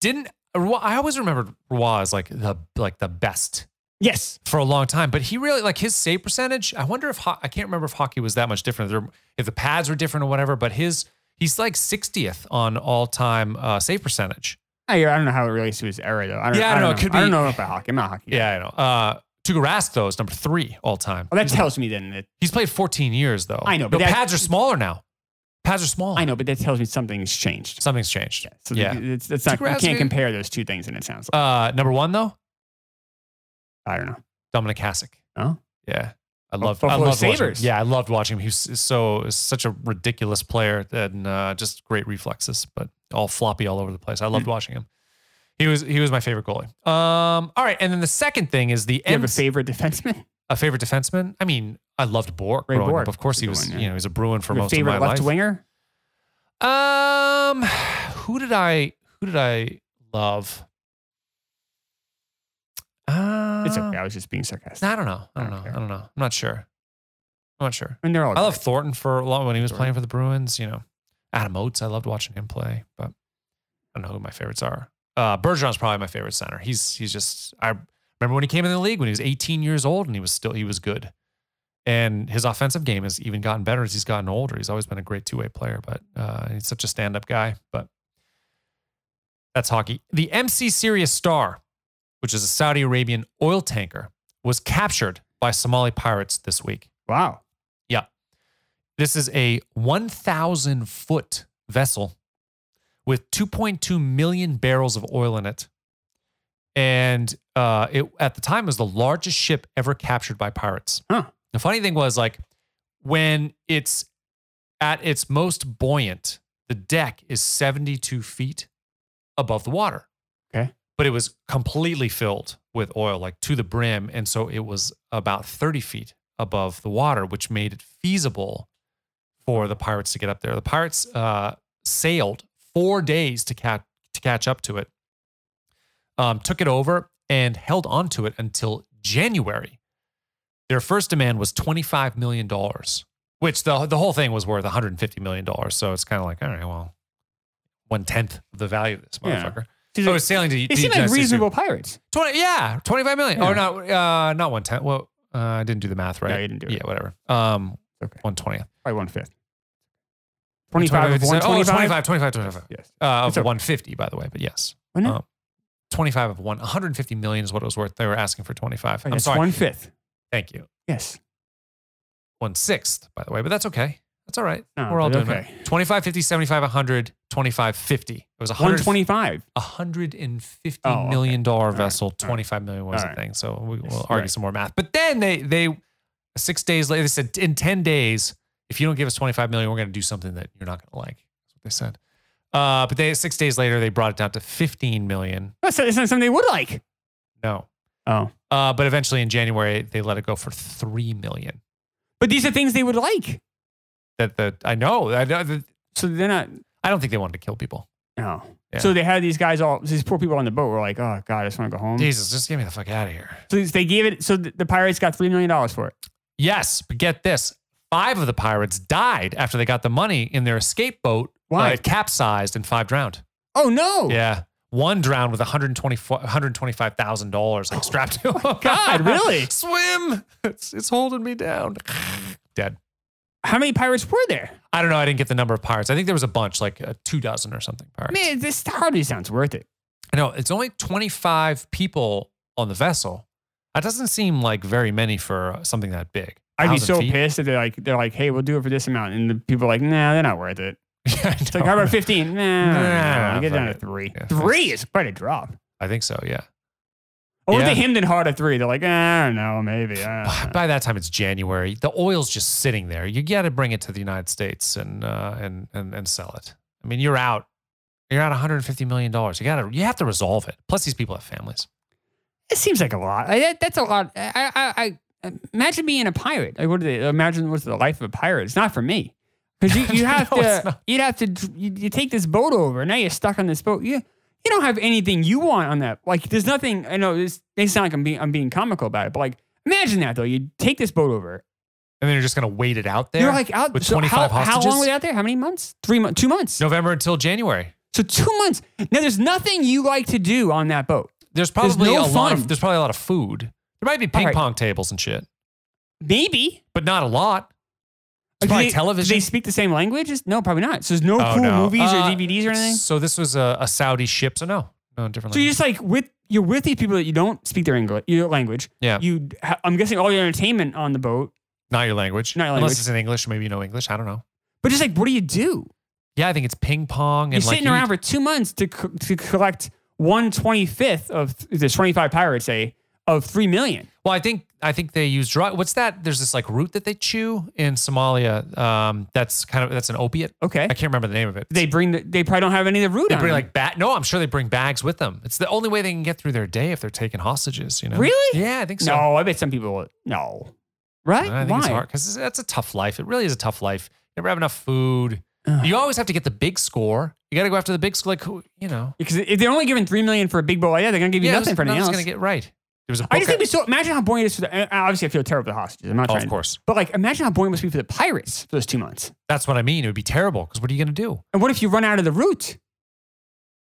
Speaker 1: didn't Roy- I always remembered Roy as like the like the best
Speaker 2: Yes.
Speaker 1: for a long time, but he really like his save percentage. I wonder if ho- I can't remember if hockey was that much different. There, if the pads were different or whatever, but his he's like 60th on all time uh, save percentage.
Speaker 2: I, I don't know how it relates to his era though. I don't,
Speaker 1: Yeah, I
Speaker 2: I
Speaker 1: don't
Speaker 2: don't
Speaker 1: know. It could
Speaker 2: I don't
Speaker 1: be-
Speaker 2: know about hockey. I'm not a hockey. guy.
Speaker 1: Yeah, I know. Uh, Tuukka Rask though is number three all time.
Speaker 2: Well, that tells me then that
Speaker 1: He's played 14 years though.
Speaker 2: Oh, I know,
Speaker 1: but
Speaker 2: but
Speaker 1: the
Speaker 2: that-
Speaker 1: pads are smaller now. Pads are small.
Speaker 2: I know, but that tells me something's changed.
Speaker 1: something's changed.
Speaker 2: Yeah. So
Speaker 1: Yeah.
Speaker 2: yeah. It's, it's not, you
Speaker 1: Degrassi-
Speaker 2: can't compare those two things, and it sounds like
Speaker 1: Uh, number one though,
Speaker 2: I don't know.
Speaker 1: Dominic Hasek.
Speaker 2: Oh.
Speaker 1: Yeah. I
Speaker 2: Bu-
Speaker 1: loved,
Speaker 2: Buffalo
Speaker 1: I loved watching-
Speaker 2: Sabres.
Speaker 1: Yeah, I loved watching him. He was so such a ridiculous player and uh, just great reflexes, but all floppy all over the place. I loved
Speaker 2: Hmm.
Speaker 1: watching him. He was he was my favorite goalie. Um, all right, and then the second thing is the
Speaker 2: Do you have a
Speaker 1: MC
Speaker 2: favorite defenseman?
Speaker 1: a favorite defenseman. I mean, I loved Bork
Speaker 2: Ray
Speaker 1: growing
Speaker 2: Bork
Speaker 1: up. Of course,
Speaker 2: is
Speaker 1: he
Speaker 2: a good
Speaker 1: was.
Speaker 2: one, yeah.
Speaker 1: You know, he was a Bruin for
Speaker 2: Your
Speaker 1: most of
Speaker 2: favorite
Speaker 1: my
Speaker 2: left
Speaker 1: life.
Speaker 2: winger?
Speaker 1: Um, who did I who did I love? Uh,
Speaker 2: It's okay. I was just being sarcastic.
Speaker 1: I don't know. I don't,
Speaker 2: I don't
Speaker 1: know.
Speaker 2: care.
Speaker 1: I don't know. I'm not sure. I'm not sure.
Speaker 2: I mean, they're all.
Speaker 1: I love Thornton for a long when he was
Speaker 2: Thornton.
Speaker 1: playing for the Bruins. You know, Adam Oates. I loved watching him play, but I don't know who my favorites are. Uh, Bergeron's probably my favorite center. He's he's just I remember when he came in the league when he was 18 years old and he was still he was good, and his offensive game has even gotten better as he's gotten older. He's always been a great two way player, but uh, he's such a stand up guy. But that's hockey. The MC Sirius Star, which is a Saudi Arabian oil tanker, was captured by Somali pirates this week.
Speaker 2: Wow.
Speaker 1: This is a 1,000 foot vessel with 2.2 million barrels of oil in it. And uh, it at the time was the largest ship ever captured by pirates.
Speaker 2: Huh.
Speaker 1: The funny thing was, like, when it's at its most buoyant, the deck is 72 feet above the water.
Speaker 2: Okay.
Speaker 1: But it was completely filled with oil, like to the brim. And so it was about 30 feet above the water, which made it feasible for the pirates to get up there. The pirates uh, sailed four days to, ca- to catch up to it, um, took it over, and held onto it until January. Their first demand was $25 million, which the, the whole thing was worth $150 million. So it's kind of like, all right, well, one tenth of the value of this
Speaker 2: Yeah.
Speaker 1: motherfucker.
Speaker 2: He's
Speaker 1: So
Speaker 2: like-
Speaker 1: it's sailing to
Speaker 2: They
Speaker 1: the
Speaker 2: seem
Speaker 1: United
Speaker 2: like
Speaker 1: States.
Speaker 2: reasonable pirates.
Speaker 1: 20, yeah, 25 million.
Speaker 2: Yeah.
Speaker 1: Or not, uh, not one tenth. Well, uh, I didn't do the math right.
Speaker 2: No, you didn't do it.
Speaker 1: Yeah, whatever. Um,
Speaker 2: Okay.
Speaker 1: One twentieth.
Speaker 2: Probably one fifth. Twenty-five oh, of one
Speaker 1: 25,
Speaker 2: twenty-five.
Speaker 1: 25, 25.
Speaker 2: Yes.
Speaker 1: Uh, of
Speaker 2: It's okay.
Speaker 1: 150, by the way, but yes.
Speaker 2: Wasn't it?
Speaker 1: Um, 25 of one, 150 million is what it was worth. They were asking for 25. I'm
Speaker 2: Yes,
Speaker 1: sorry.
Speaker 2: One fifth.
Speaker 1: Thank you.
Speaker 2: Yes.
Speaker 1: One sixth, by the way, but that's okay. That's all right.
Speaker 2: No,
Speaker 1: We're all
Speaker 2: Oh, but
Speaker 1: doing
Speaker 2: okay.
Speaker 1: it. 25, 50, 75, 100, 25, 50. It was
Speaker 2: 125.
Speaker 1: 100, hundred and fifty
Speaker 2: Oh, okay.
Speaker 1: million dollar
Speaker 2: right.
Speaker 1: vessel.
Speaker 2: All right.
Speaker 1: Twenty five million was a
Speaker 2: All right.
Speaker 1: thing. So we,
Speaker 2: Yes.
Speaker 1: will argue
Speaker 2: Right.
Speaker 1: some more math. But then they they six days later they said in ten days if you don't give us twenty five million we're going to do something that you're not going to like. That's what they said. Uh, but they six days later they brought it down to fifteen million.
Speaker 2: That's not, that's not something they would like.
Speaker 1: No.
Speaker 2: Oh.
Speaker 1: Uh, but eventually in January they let it go for three million.
Speaker 2: But these are things they would like.
Speaker 1: That the I know I know that-
Speaker 2: So they're not.
Speaker 1: I don't think they wanted to kill people.
Speaker 2: No.
Speaker 1: Yeah.
Speaker 2: So they had these guys all, these poor people on the boat were like, oh, God, I just want to go home.
Speaker 1: Jesus, just get me the fuck out of here.
Speaker 2: So they gave it, so th- the pirates got $3 million for it.
Speaker 1: Yes, but get this. Five of the pirates died after they got the money in their escape boat.
Speaker 2: Why?
Speaker 1: Uh, capsized and five drowned.
Speaker 2: Oh, no.
Speaker 1: Yeah. One drowned with $125,000 like strapped to him.
Speaker 2: Oh God, really?
Speaker 1: Swim. It's, it's holding me down. Dead.
Speaker 2: How many pirates were there?
Speaker 1: I don't know. I didn't get the number of pirates. I think there was a bunch, like uh, two dozen or something pirates.
Speaker 2: Man, this hardly sounds worth it.
Speaker 1: I know it's only 25 people on the vessel. That doesn't seem like very many for uh, something that big.
Speaker 2: I'd be
Speaker 1: 1,000
Speaker 2: so
Speaker 1: feet.
Speaker 2: pissed if they're like, they're like, hey, we'll do it for this amount. And the people are like, nah, they're not worth it.
Speaker 1: Yeah, I
Speaker 2: It's like,
Speaker 1: know.
Speaker 2: how about 15? Nah,
Speaker 1: Nah,
Speaker 2: nah, get down
Speaker 1: fuck
Speaker 2: to
Speaker 1: it.
Speaker 2: three.
Speaker 1: Yeah,
Speaker 2: three is quite a drop.
Speaker 1: I think so. Yeah.
Speaker 2: Or
Speaker 1: Yeah.
Speaker 2: they hemmed and hawed at three. They're like, "Eh, I don't know, maybe. I don't know."
Speaker 1: Uh, By that time, it's January. The oil's just sitting there. You got to bring it to the United States and uh, and and and sell it. I mean, you're out. You're out 150 million dollars. You gotta. You have to resolve it. Plus, these people have families.
Speaker 2: It seems like a lot. I, that- that's a lot. I, I, I imagine being a pirate. Like, what do they imagine? What's the life of a pirate? It's not for me because you, you have
Speaker 1: No, it's
Speaker 2: to.
Speaker 1: not.
Speaker 2: You'd have to. dr- You, you take this boat over. Now you're stuck on this boat. You you don't have anything you want on that. Like, there's nothing. I know this may sound like I'm being I'm being comical about it, but like, imagine that though. You take this boat over.
Speaker 1: And then you're just gonna wait it out there.
Speaker 2: You're like out
Speaker 1: with
Speaker 2: so
Speaker 1: 25
Speaker 2: how, how
Speaker 1: hostages?
Speaker 2: long were they out there? How many months? Three months. Two months.
Speaker 1: November until January.
Speaker 2: So two months. Now there's nothing you like to do on that boat.
Speaker 1: There's probably
Speaker 2: no
Speaker 1: a lot
Speaker 2: fun.
Speaker 1: of. There's probably a lot of food. There might be ping
Speaker 2: right.
Speaker 1: pong tables and shit,
Speaker 2: Maybe.
Speaker 1: but not a lot. It's
Speaker 2: Do
Speaker 1: probably
Speaker 2: they- Do
Speaker 1: television.
Speaker 2: they speak the same languages? No, probably not. So there's no
Speaker 1: Oh,
Speaker 2: cool
Speaker 1: no.
Speaker 2: movies
Speaker 1: Uh,
Speaker 2: or DVDs or anything.
Speaker 1: So this was a, a Saudi ship. So no, no different.
Speaker 2: So
Speaker 1: language.
Speaker 2: you're just like with you're with these people that you don't speak their English, your language.
Speaker 1: Yeah.
Speaker 2: You, ha- I'm guessing all your entertainment on the boat.
Speaker 1: not your language.
Speaker 2: Not your
Speaker 1: Unless
Speaker 2: language.
Speaker 1: it's in English. Maybe you know English. I don't know.
Speaker 2: But just like, what do you do?
Speaker 1: Yeah, I think it's ping pong and
Speaker 2: You're
Speaker 1: like
Speaker 2: sitting
Speaker 1: you-
Speaker 2: around for two months to co- to collect one twenty fifth of th- there's twenty five pirates say of three million.
Speaker 1: Well, I think I think they use drug. What's that? There's this like root that they chew in Somalia. Um, that's kind of that's an opiate.
Speaker 2: Okay.
Speaker 1: I can't remember the name of it.
Speaker 2: They bring the, they probably don't have any of the root.
Speaker 1: They
Speaker 2: on
Speaker 1: bring
Speaker 2: them.
Speaker 1: like bat. No, I'm sure they bring bags with them. It's the only way they can get through their day if they're taking hostages. You know.
Speaker 2: Really?
Speaker 1: Yeah, I think so.
Speaker 2: no. I bet some people no. Right?
Speaker 1: I think
Speaker 2: Why?
Speaker 1: it's hard because that's a tough life. It really is a tough life. You never have enough food.
Speaker 2: Ugh.
Speaker 1: You always have to get the big score. You got to go after the big score. Like who? You know.
Speaker 2: Because if they're only giving three million for a big bowl like that, they're gonna give you
Speaker 1: yeah,
Speaker 2: nothing
Speaker 1: who's-
Speaker 2: for
Speaker 1: no
Speaker 2: anything
Speaker 1: one's
Speaker 2: else.
Speaker 1: gonna get right. It was. A
Speaker 2: I just
Speaker 1: poker-
Speaker 2: think we so imagine how boring it is for the. and Obviously, I feel terrible for the hostages. I'm not
Speaker 1: Oh,
Speaker 2: trying.
Speaker 1: of course.
Speaker 2: But like, imagine how boring it must be for the pirates for those two months.
Speaker 1: That's what I mean. It would be terrible because what are you gonna do?
Speaker 2: And what if you run out of the route?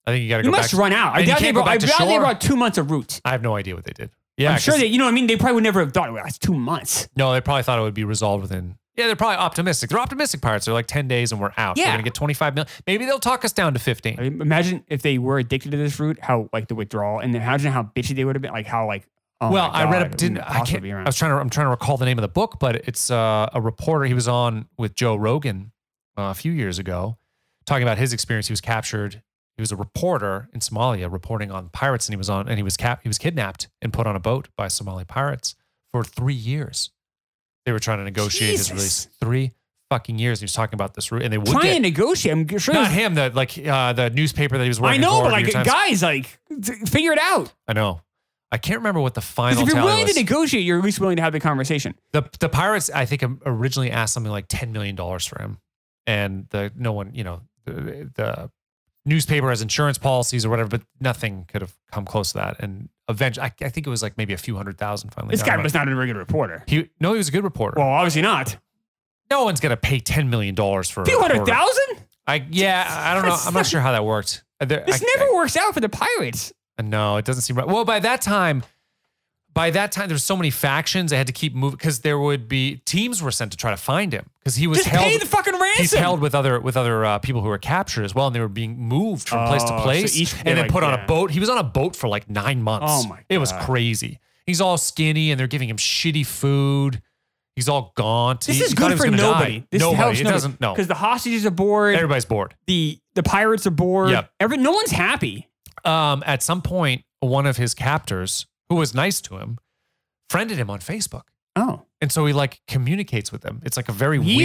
Speaker 1: I think you got to
Speaker 2: You
Speaker 1: go
Speaker 2: must
Speaker 1: back.
Speaker 2: run out. I
Speaker 1: and you
Speaker 2: doubt, they
Speaker 1: can't go
Speaker 2: brought, I
Speaker 1: back to
Speaker 2: doubt they
Speaker 1: shore.
Speaker 2: brought two months of route.
Speaker 1: I have no idea what they did. Yeah,
Speaker 2: I'm sure
Speaker 1: 'cause-
Speaker 2: that you know what I mean. They probably would never have thought. Well, that's two months.
Speaker 1: No, they probably thought it would be resolved within. Yeah, they're probably optimistic. They're optimistic pirates. They're like 10 days and we're out. We're
Speaker 2: Yeah.
Speaker 1: going to get 25 million. Maybe they'll talk us down to 15.
Speaker 2: I mean, imagine if they were addicted to this route, how like the withdrawal, and then imagine how bitchy they would have been. Like how like. Oh
Speaker 1: well,
Speaker 2: my
Speaker 1: I read
Speaker 2: God,
Speaker 1: up
Speaker 2: we
Speaker 1: didn't
Speaker 2: couldn't
Speaker 1: I
Speaker 2: possibly
Speaker 1: can't
Speaker 2: be
Speaker 1: I
Speaker 2: around.
Speaker 1: was trying to I'm trying to recall the name of the book, but it's uh, a reporter he was on with Joe Rogan uh, a few years ago talking about his experience. He was captured. He was a reporter in Somalia reporting on pirates and he was on and he was cap- he was kidnapped and put on a boat by Somali pirates for 3 years. They were trying to negotiate his release.
Speaker 2: Jesus.
Speaker 1: 3 fucking years. He was talking about this route and they wouldn't
Speaker 2: Try
Speaker 1: get-
Speaker 2: and negotiate. I'm sure.
Speaker 1: Not
Speaker 2: there's-
Speaker 1: him. The like uh, the newspaper that he was
Speaker 2: I
Speaker 1: working.
Speaker 2: know,
Speaker 1: for,
Speaker 2: but
Speaker 1: New York
Speaker 2: like
Speaker 1: Times.
Speaker 2: guys, like t- figure it out.
Speaker 1: I know. I can't remember what the
Speaker 2: Because
Speaker 1: final
Speaker 2: if you're
Speaker 1: tally
Speaker 2: willing
Speaker 1: was.
Speaker 2: to negotiate, you're at least willing to have the conversation.
Speaker 1: the the pirates, I think, um, originally asked something like ten million dollars for him, and the no one, you know, the, the newspaper has insurance policies or whatever, but nothing could have come close to that. And eventually, I, I think it was like maybe a few hundred thousand. Finally,
Speaker 2: This
Speaker 1: got
Speaker 2: guy
Speaker 1: him.
Speaker 2: was not a very good reporter.
Speaker 1: He no, he was a good reporter.
Speaker 2: Well, obviously not.
Speaker 1: no one's gonna pay ten million dollars for a
Speaker 2: Two hundred
Speaker 1: reporter.
Speaker 2: thousand?
Speaker 1: I yeah, I don't know. I'm not sure how that worked. Uh, there-
Speaker 2: This
Speaker 1: I- I-
Speaker 2: never works out for the pirates.
Speaker 1: No, it doesn't seem right. Well, by that time, by that time, there's so many factions. They had to keep moving because there would be teams were sent to try to find him because he was
Speaker 2: Just
Speaker 1: held.
Speaker 2: pay the fucking ransom.
Speaker 1: he's held with other with other uh, people who were captured as well, and they were being moved from place to
Speaker 2: Oh, so
Speaker 1: place
Speaker 2: each-
Speaker 1: and
Speaker 2: they're
Speaker 1: then
Speaker 2: like,
Speaker 1: put on
Speaker 2: yeah.
Speaker 1: a boat. He was on a boat for like nine months.
Speaker 2: Oh my
Speaker 1: It was
Speaker 2: God.
Speaker 1: crazy. He's all skinny, and they're giving him shitty food. He's all gaunt.
Speaker 2: This
Speaker 1: He-
Speaker 2: is
Speaker 1: he thought he
Speaker 2: good
Speaker 1: was gonna
Speaker 2: for
Speaker 1: die.
Speaker 2: nobody. This
Speaker 1: nobody.
Speaker 2: helps
Speaker 1: it
Speaker 2: nobody.
Speaker 1: doesn't. No,
Speaker 2: because the hostages are bored.
Speaker 1: everybody's bored.
Speaker 2: the the pirates are bored.
Speaker 1: Yep.
Speaker 2: Every, no one's happy.
Speaker 1: um, at some point, one of his captors, who was nice to him, friended him on Facebook.
Speaker 2: Oh,
Speaker 1: And so he like communicates with them. It's like a very
Speaker 2: Weird.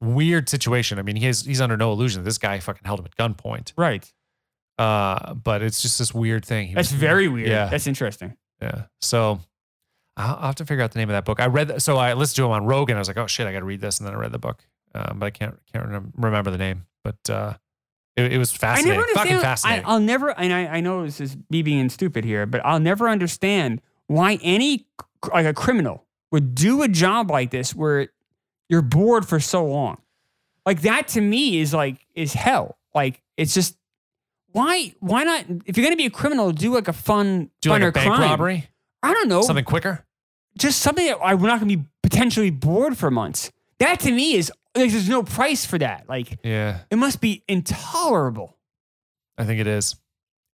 Speaker 1: weird, weird situation. I mean, he has, he's under no illusion. that This guy fucking held him at gunpoint.
Speaker 2: right.
Speaker 1: Uh, but it's just this weird thing. He
Speaker 2: That's
Speaker 1: was-
Speaker 2: very weird.
Speaker 1: Yeah.
Speaker 2: That's interesting.
Speaker 1: Yeah. So I'll, I'll have to figure out the name of that book. I read, th- so I listened to him on Rogan. I was like, oh shit, I got to read this. And then I read the book. Um, but I can't, can't remem- remember the name, but, uh, it, it was
Speaker 2: I
Speaker 1: fascinating.
Speaker 2: never
Speaker 1: Fucking
Speaker 2: understand. I,
Speaker 1: fascinating.
Speaker 2: I'll never. And I, I know this is me being stupid here, but I'll never understand why any cr- like a criminal would do a job like this where you're bored for so long. Like that to me is like is hell. Like it's just why why not if you're gonna be a criminal do like a fun
Speaker 1: Do like
Speaker 2: funner
Speaker 1: a bank
Speaker 2: crime. Oh.
Speaker 1: robbery,
Speaker 2: I don't know
Speaker 1: something quicker.
Speaker 2: just something that I'm not gonna be potentially bored for months. That to me is like there's no price for that. Like
Speaker 1: Yeah.
Speaker 2: it must be intolerable.
Speaker 1: I think it is.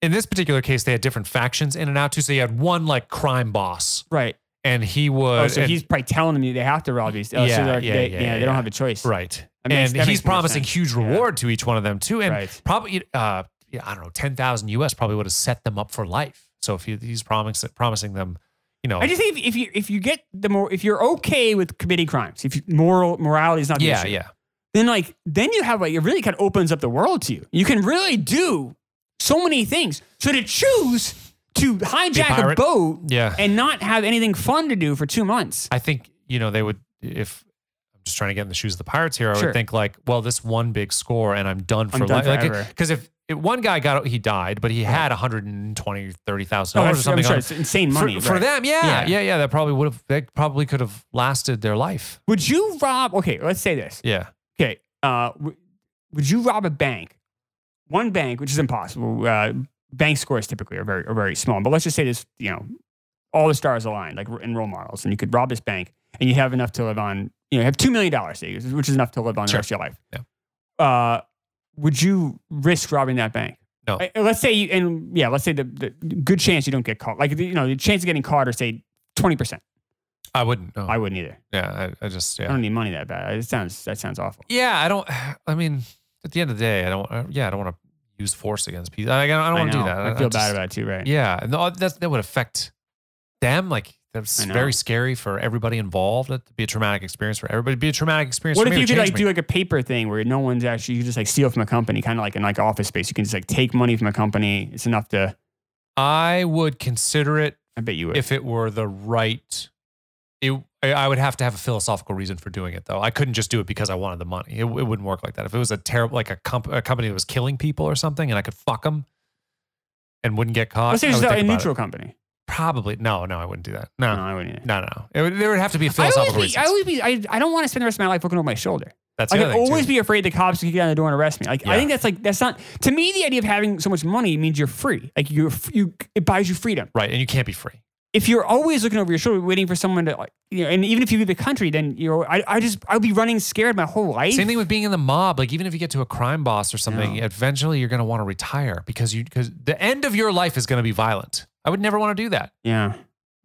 Speaker 1: In this particular case, they had different factions in and out too. So you had one like crime boss,
Speaker 2: Right.
Speaker 1: and he was
Speaker 2: Oh, so
Speaker 1: and-
Speaker 2: he's probably telling me they have to rob these. Oh,
Speaker 1: Yeah,
Speaker 2: so they're-
Speaker 1: yeah,
Speaker 2: they,
Speaker 1: yeah,
Speaker 2: yeah,
Speaker 1: yeah,
Speaker 2: they don't
Speaker 1: yeah.
Speaker 2: have a choice.
Speaker 1: right,
Speaker 2: That makes-
Speaker 1: and
Speaker 2: that
Speaker 1: he's
Speaker 2: makes more
Speaker 1: promising
Speaker 2: sense.
Speaker 1: huge
Speaker 2: Yeah.
Speaker 1: reward to each one of them too, and
Speaker 2: Right.
Speaker 1: probably uh, yeah, I don't know, ten thousand US probably would have set them up for life. So if he, he's promising promising them, you know,
Speaker 2: I just think if, if you if you get the more if you're okay with committing crimes, if you, moral morality is not the
Speaker 1: yeah,
Speaker 2: issue,
Speaker 1: yeah,
Speaker 2: then like then you have like it really kind of opens up the world to you. You can really do so many things. So to choose to hijack a,
Speaker 1: pirate.
Speaker 2: boat
Speaker 1: yeah.
Speaker 2: and not have anything fun to do for two months.
Speaker 1: I think you know they would if I'm just trying to get in the shoes of the Pirates here. I
Speaker 2: Sure.
Speaker 1: would think like, well, this one big score and I'm done for life.
Speaker 2: done forever.
Speaker 1: because if, if one guy got he died, but he had 120 30,000
Speaker 2: Oh,
Speaker 1: dollars or
Speaker 2: that's- I'm
Speaker 1: something
Speaker 2: sure
Speaker 1: on-
Speaker 2: it's insane
Speaker 1: for,
Speaker 2: money
Speaker 1: for
Speaker 2: right.
Speaker 1: them. Yeah,
Speaker 2: Yeah.
Speaker 1: yeah, yeah, That probably would have. That probably could have lasted their life.
Speaker 2: Would you rob? Okay, let's say this.
Speaker 1: Yeah,
Speaker 2: Okay. Uh, w- would you rob a bank? One bank, which is impossible. Uh, bank scores typically are very are very small. But let's just say this, you know, all the stars aligned, like in role models, and you could rob this bank, and you have enough to live on. You know, you have two million dollars, say, which is enough to live on the
Speaker 1: Sure.
Speaker 2: rest of your life.
Speaker 1: Yeah.
Speaker 2: Uh, would you risk robbing that bank?
Speaker 1: No.
Speaker 2: Uh, let's say you, and yeah, let's say the, the good chance you don't get caught. Like you know, the chance of getting caught are say twenty percent.
Speaker 1: I wouldn't. No.
Speaker 2: I wouldn't either.
Speaker 1: yeah, I, I just
Speaker 2: I
Speaker 1: Oh. yeah,
Speaker 2: don't need money that bad. It sounds that sounds awful.
Speaker 1: yeah. I don't. I mean, at the end of the day, I don't. I, yeah, I don't want to use force against people. I, I don't, I don't want to do
Speaker 2: know.
Speaker 1: that.
Speaker 2: I feel
Speaker 1: just-
Speaker 2: bad about it too, right?
Speaker 1: Yeah, and all- that's, that would affect them. Like that's
Speaker 2: I know.
Speaker 1: very scary for everybody involved. That'd be a traumatic experience for everybody. It'd be a traumatic experience.
Speaker 2: What
Speaker 1: for
Speaker 2: if
Speaker 1: me.
Speaker 2: you
Speaker 1: It
Speaker 2: could
Speaker 1: would
Speaker 2: like
Speaker 1: change
Speaker 2: do
Speaker 1: me.
Speaker 2: like a paper thing where no one's actually you just like steal from a company, kind of like in like office space. You can just like take money from a company. It's enough to.
Speaker 1: I would consider it
Speaker 2: I bet you would.
Speaker 1: if it were the right. It, I I would have to have a philosophical reason for doing it, though. I couldn't just do it because I wanted the money. It, it wouldn't work like that. If it was a terrible, like a, comp- a company that was killing people or something, and I could fuck them and wouldn't get caught,
Speaker 2: let's say
Speaker 1: I
Speaker 2: just
Speaker 1: would
Speaker 2: a,
Speaker 1: think about
Speaker 2: neutral company.
Speaker 1: it. Probably no, no, I wouldn't do that.
Speaker 2: No,
Speaker 1: No,
Speaker 2: I wouldn't. Either.
Speaker 1: no, no. no. It would, there would have to be a
Speaker 2: I always
Speaker 1: philosophical
Speaker 2: be.
Speaker 1: reason.
Speaker 2: I always be. I, I don't want to spend the rest of my life looking over my shoulder.
Speaker 1: That's
Speaker 2: Like
Speaker 1: the
Speaker 2: I'd
Speaker 1: other thing, too.
Speaker 2: always be afraid the cops could get down the door and arrest me. Like I
Speaker 1: Yeah.
Speaker 2: think that's like that's not to me. The idea of having so much money means you're free. Like you you it buys you freedom.
Speaker 1: right, and you can't be free.
Speaker 2: if you're always looking over your shoulder, waiting for someone to like, you know, and even if you leave the country, then you know, I, I just I'll be running scared my whole life.
Speaker 1: Same thing with being in the mob. Like even if you get to a crime boss or something,
Speaker 2: No.
Speaker 1: eventually you're going to want to retire because you because the end of your life is going to be violent. I would never want to do that.
Speaker 2: Yeah,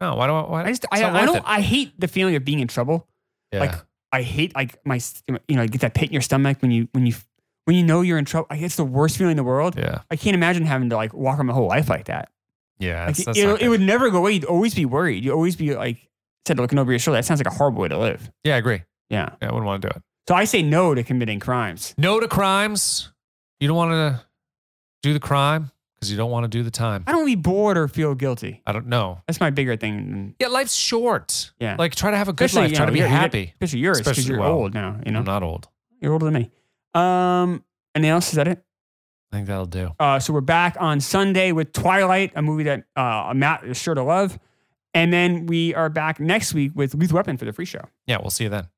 Speaker 1: No, why do I? Why,
Speaker 2: I just
Speaker 1: it's
Speaker 2: I,
Speaker 1: not
Speaker 2: I
Speaker 1: worth
Speaker 2: don't
Speaker 1: it.
Speaker 2: I hate the feeling of being in trouble.
Speaker 1: Yeah.
Speaker 2: Like I hate like my you know get that pit in your stomach when you when you when you know you're in trouble. Like, it's the worst feeling in the world.
Speaker 1: yeah,
Speaker 2: I can't imagine having to like walk around my whole life like that.
Speaker 1: yeah.
Speaker 2: Like,
Speaker 1: That's, that's
Speaker 2: it,
Speaker 1: not
Speaker 2: it,
Speaker 1: good.
Speaker 2: would never go away. You'd always be worried. You'd always be like said looking over your shoulder. That sounds like a horrible way to live.
Speaker 1: yeah, I agree.
Speaker 2: Yeah.
Speaker 1: Yeah, I wouldn't want to do it.
Speaker 2: So I say no to committing crimes.
Speaker 1: No to crimes. You don't want to do the crime because you don't want to do the time.
Speaker 2: I don't want to be bored or feel guilty.
Speaker 1: I don't know.
Speaker 2: That's my bigger thing.
Speaker 1: Yeah, life's short.
Speaker 2: Yeah.
Speaker 1: Like try to have a good
Speaker 2: Especially,
Speaker 1: life.
Speaker 2: you
Speaker 1: Try
Speaker 2: know,
Speaker 1: to be
Speaker 2: you're- you're-
Speaker 1: happy.
Speaker 2: Especially yours, because
Speaker 1: Especially-
Speaker 2: you're
Speaker 1: well,
Speaker 2: old now. You know,
Speaker 1: I'm not old.
Speaker 2: you're older than me. Um, anything else? Is that it?
Speaker 1: I think that'll do.
Speaker 2: Uh, so we're back on Sunday with Twilight, a movie that uh, Matt is sure to love, and then we are back next week with Lethal Weapon for the free show.
Speaker 1: Yeah, we'll see you then.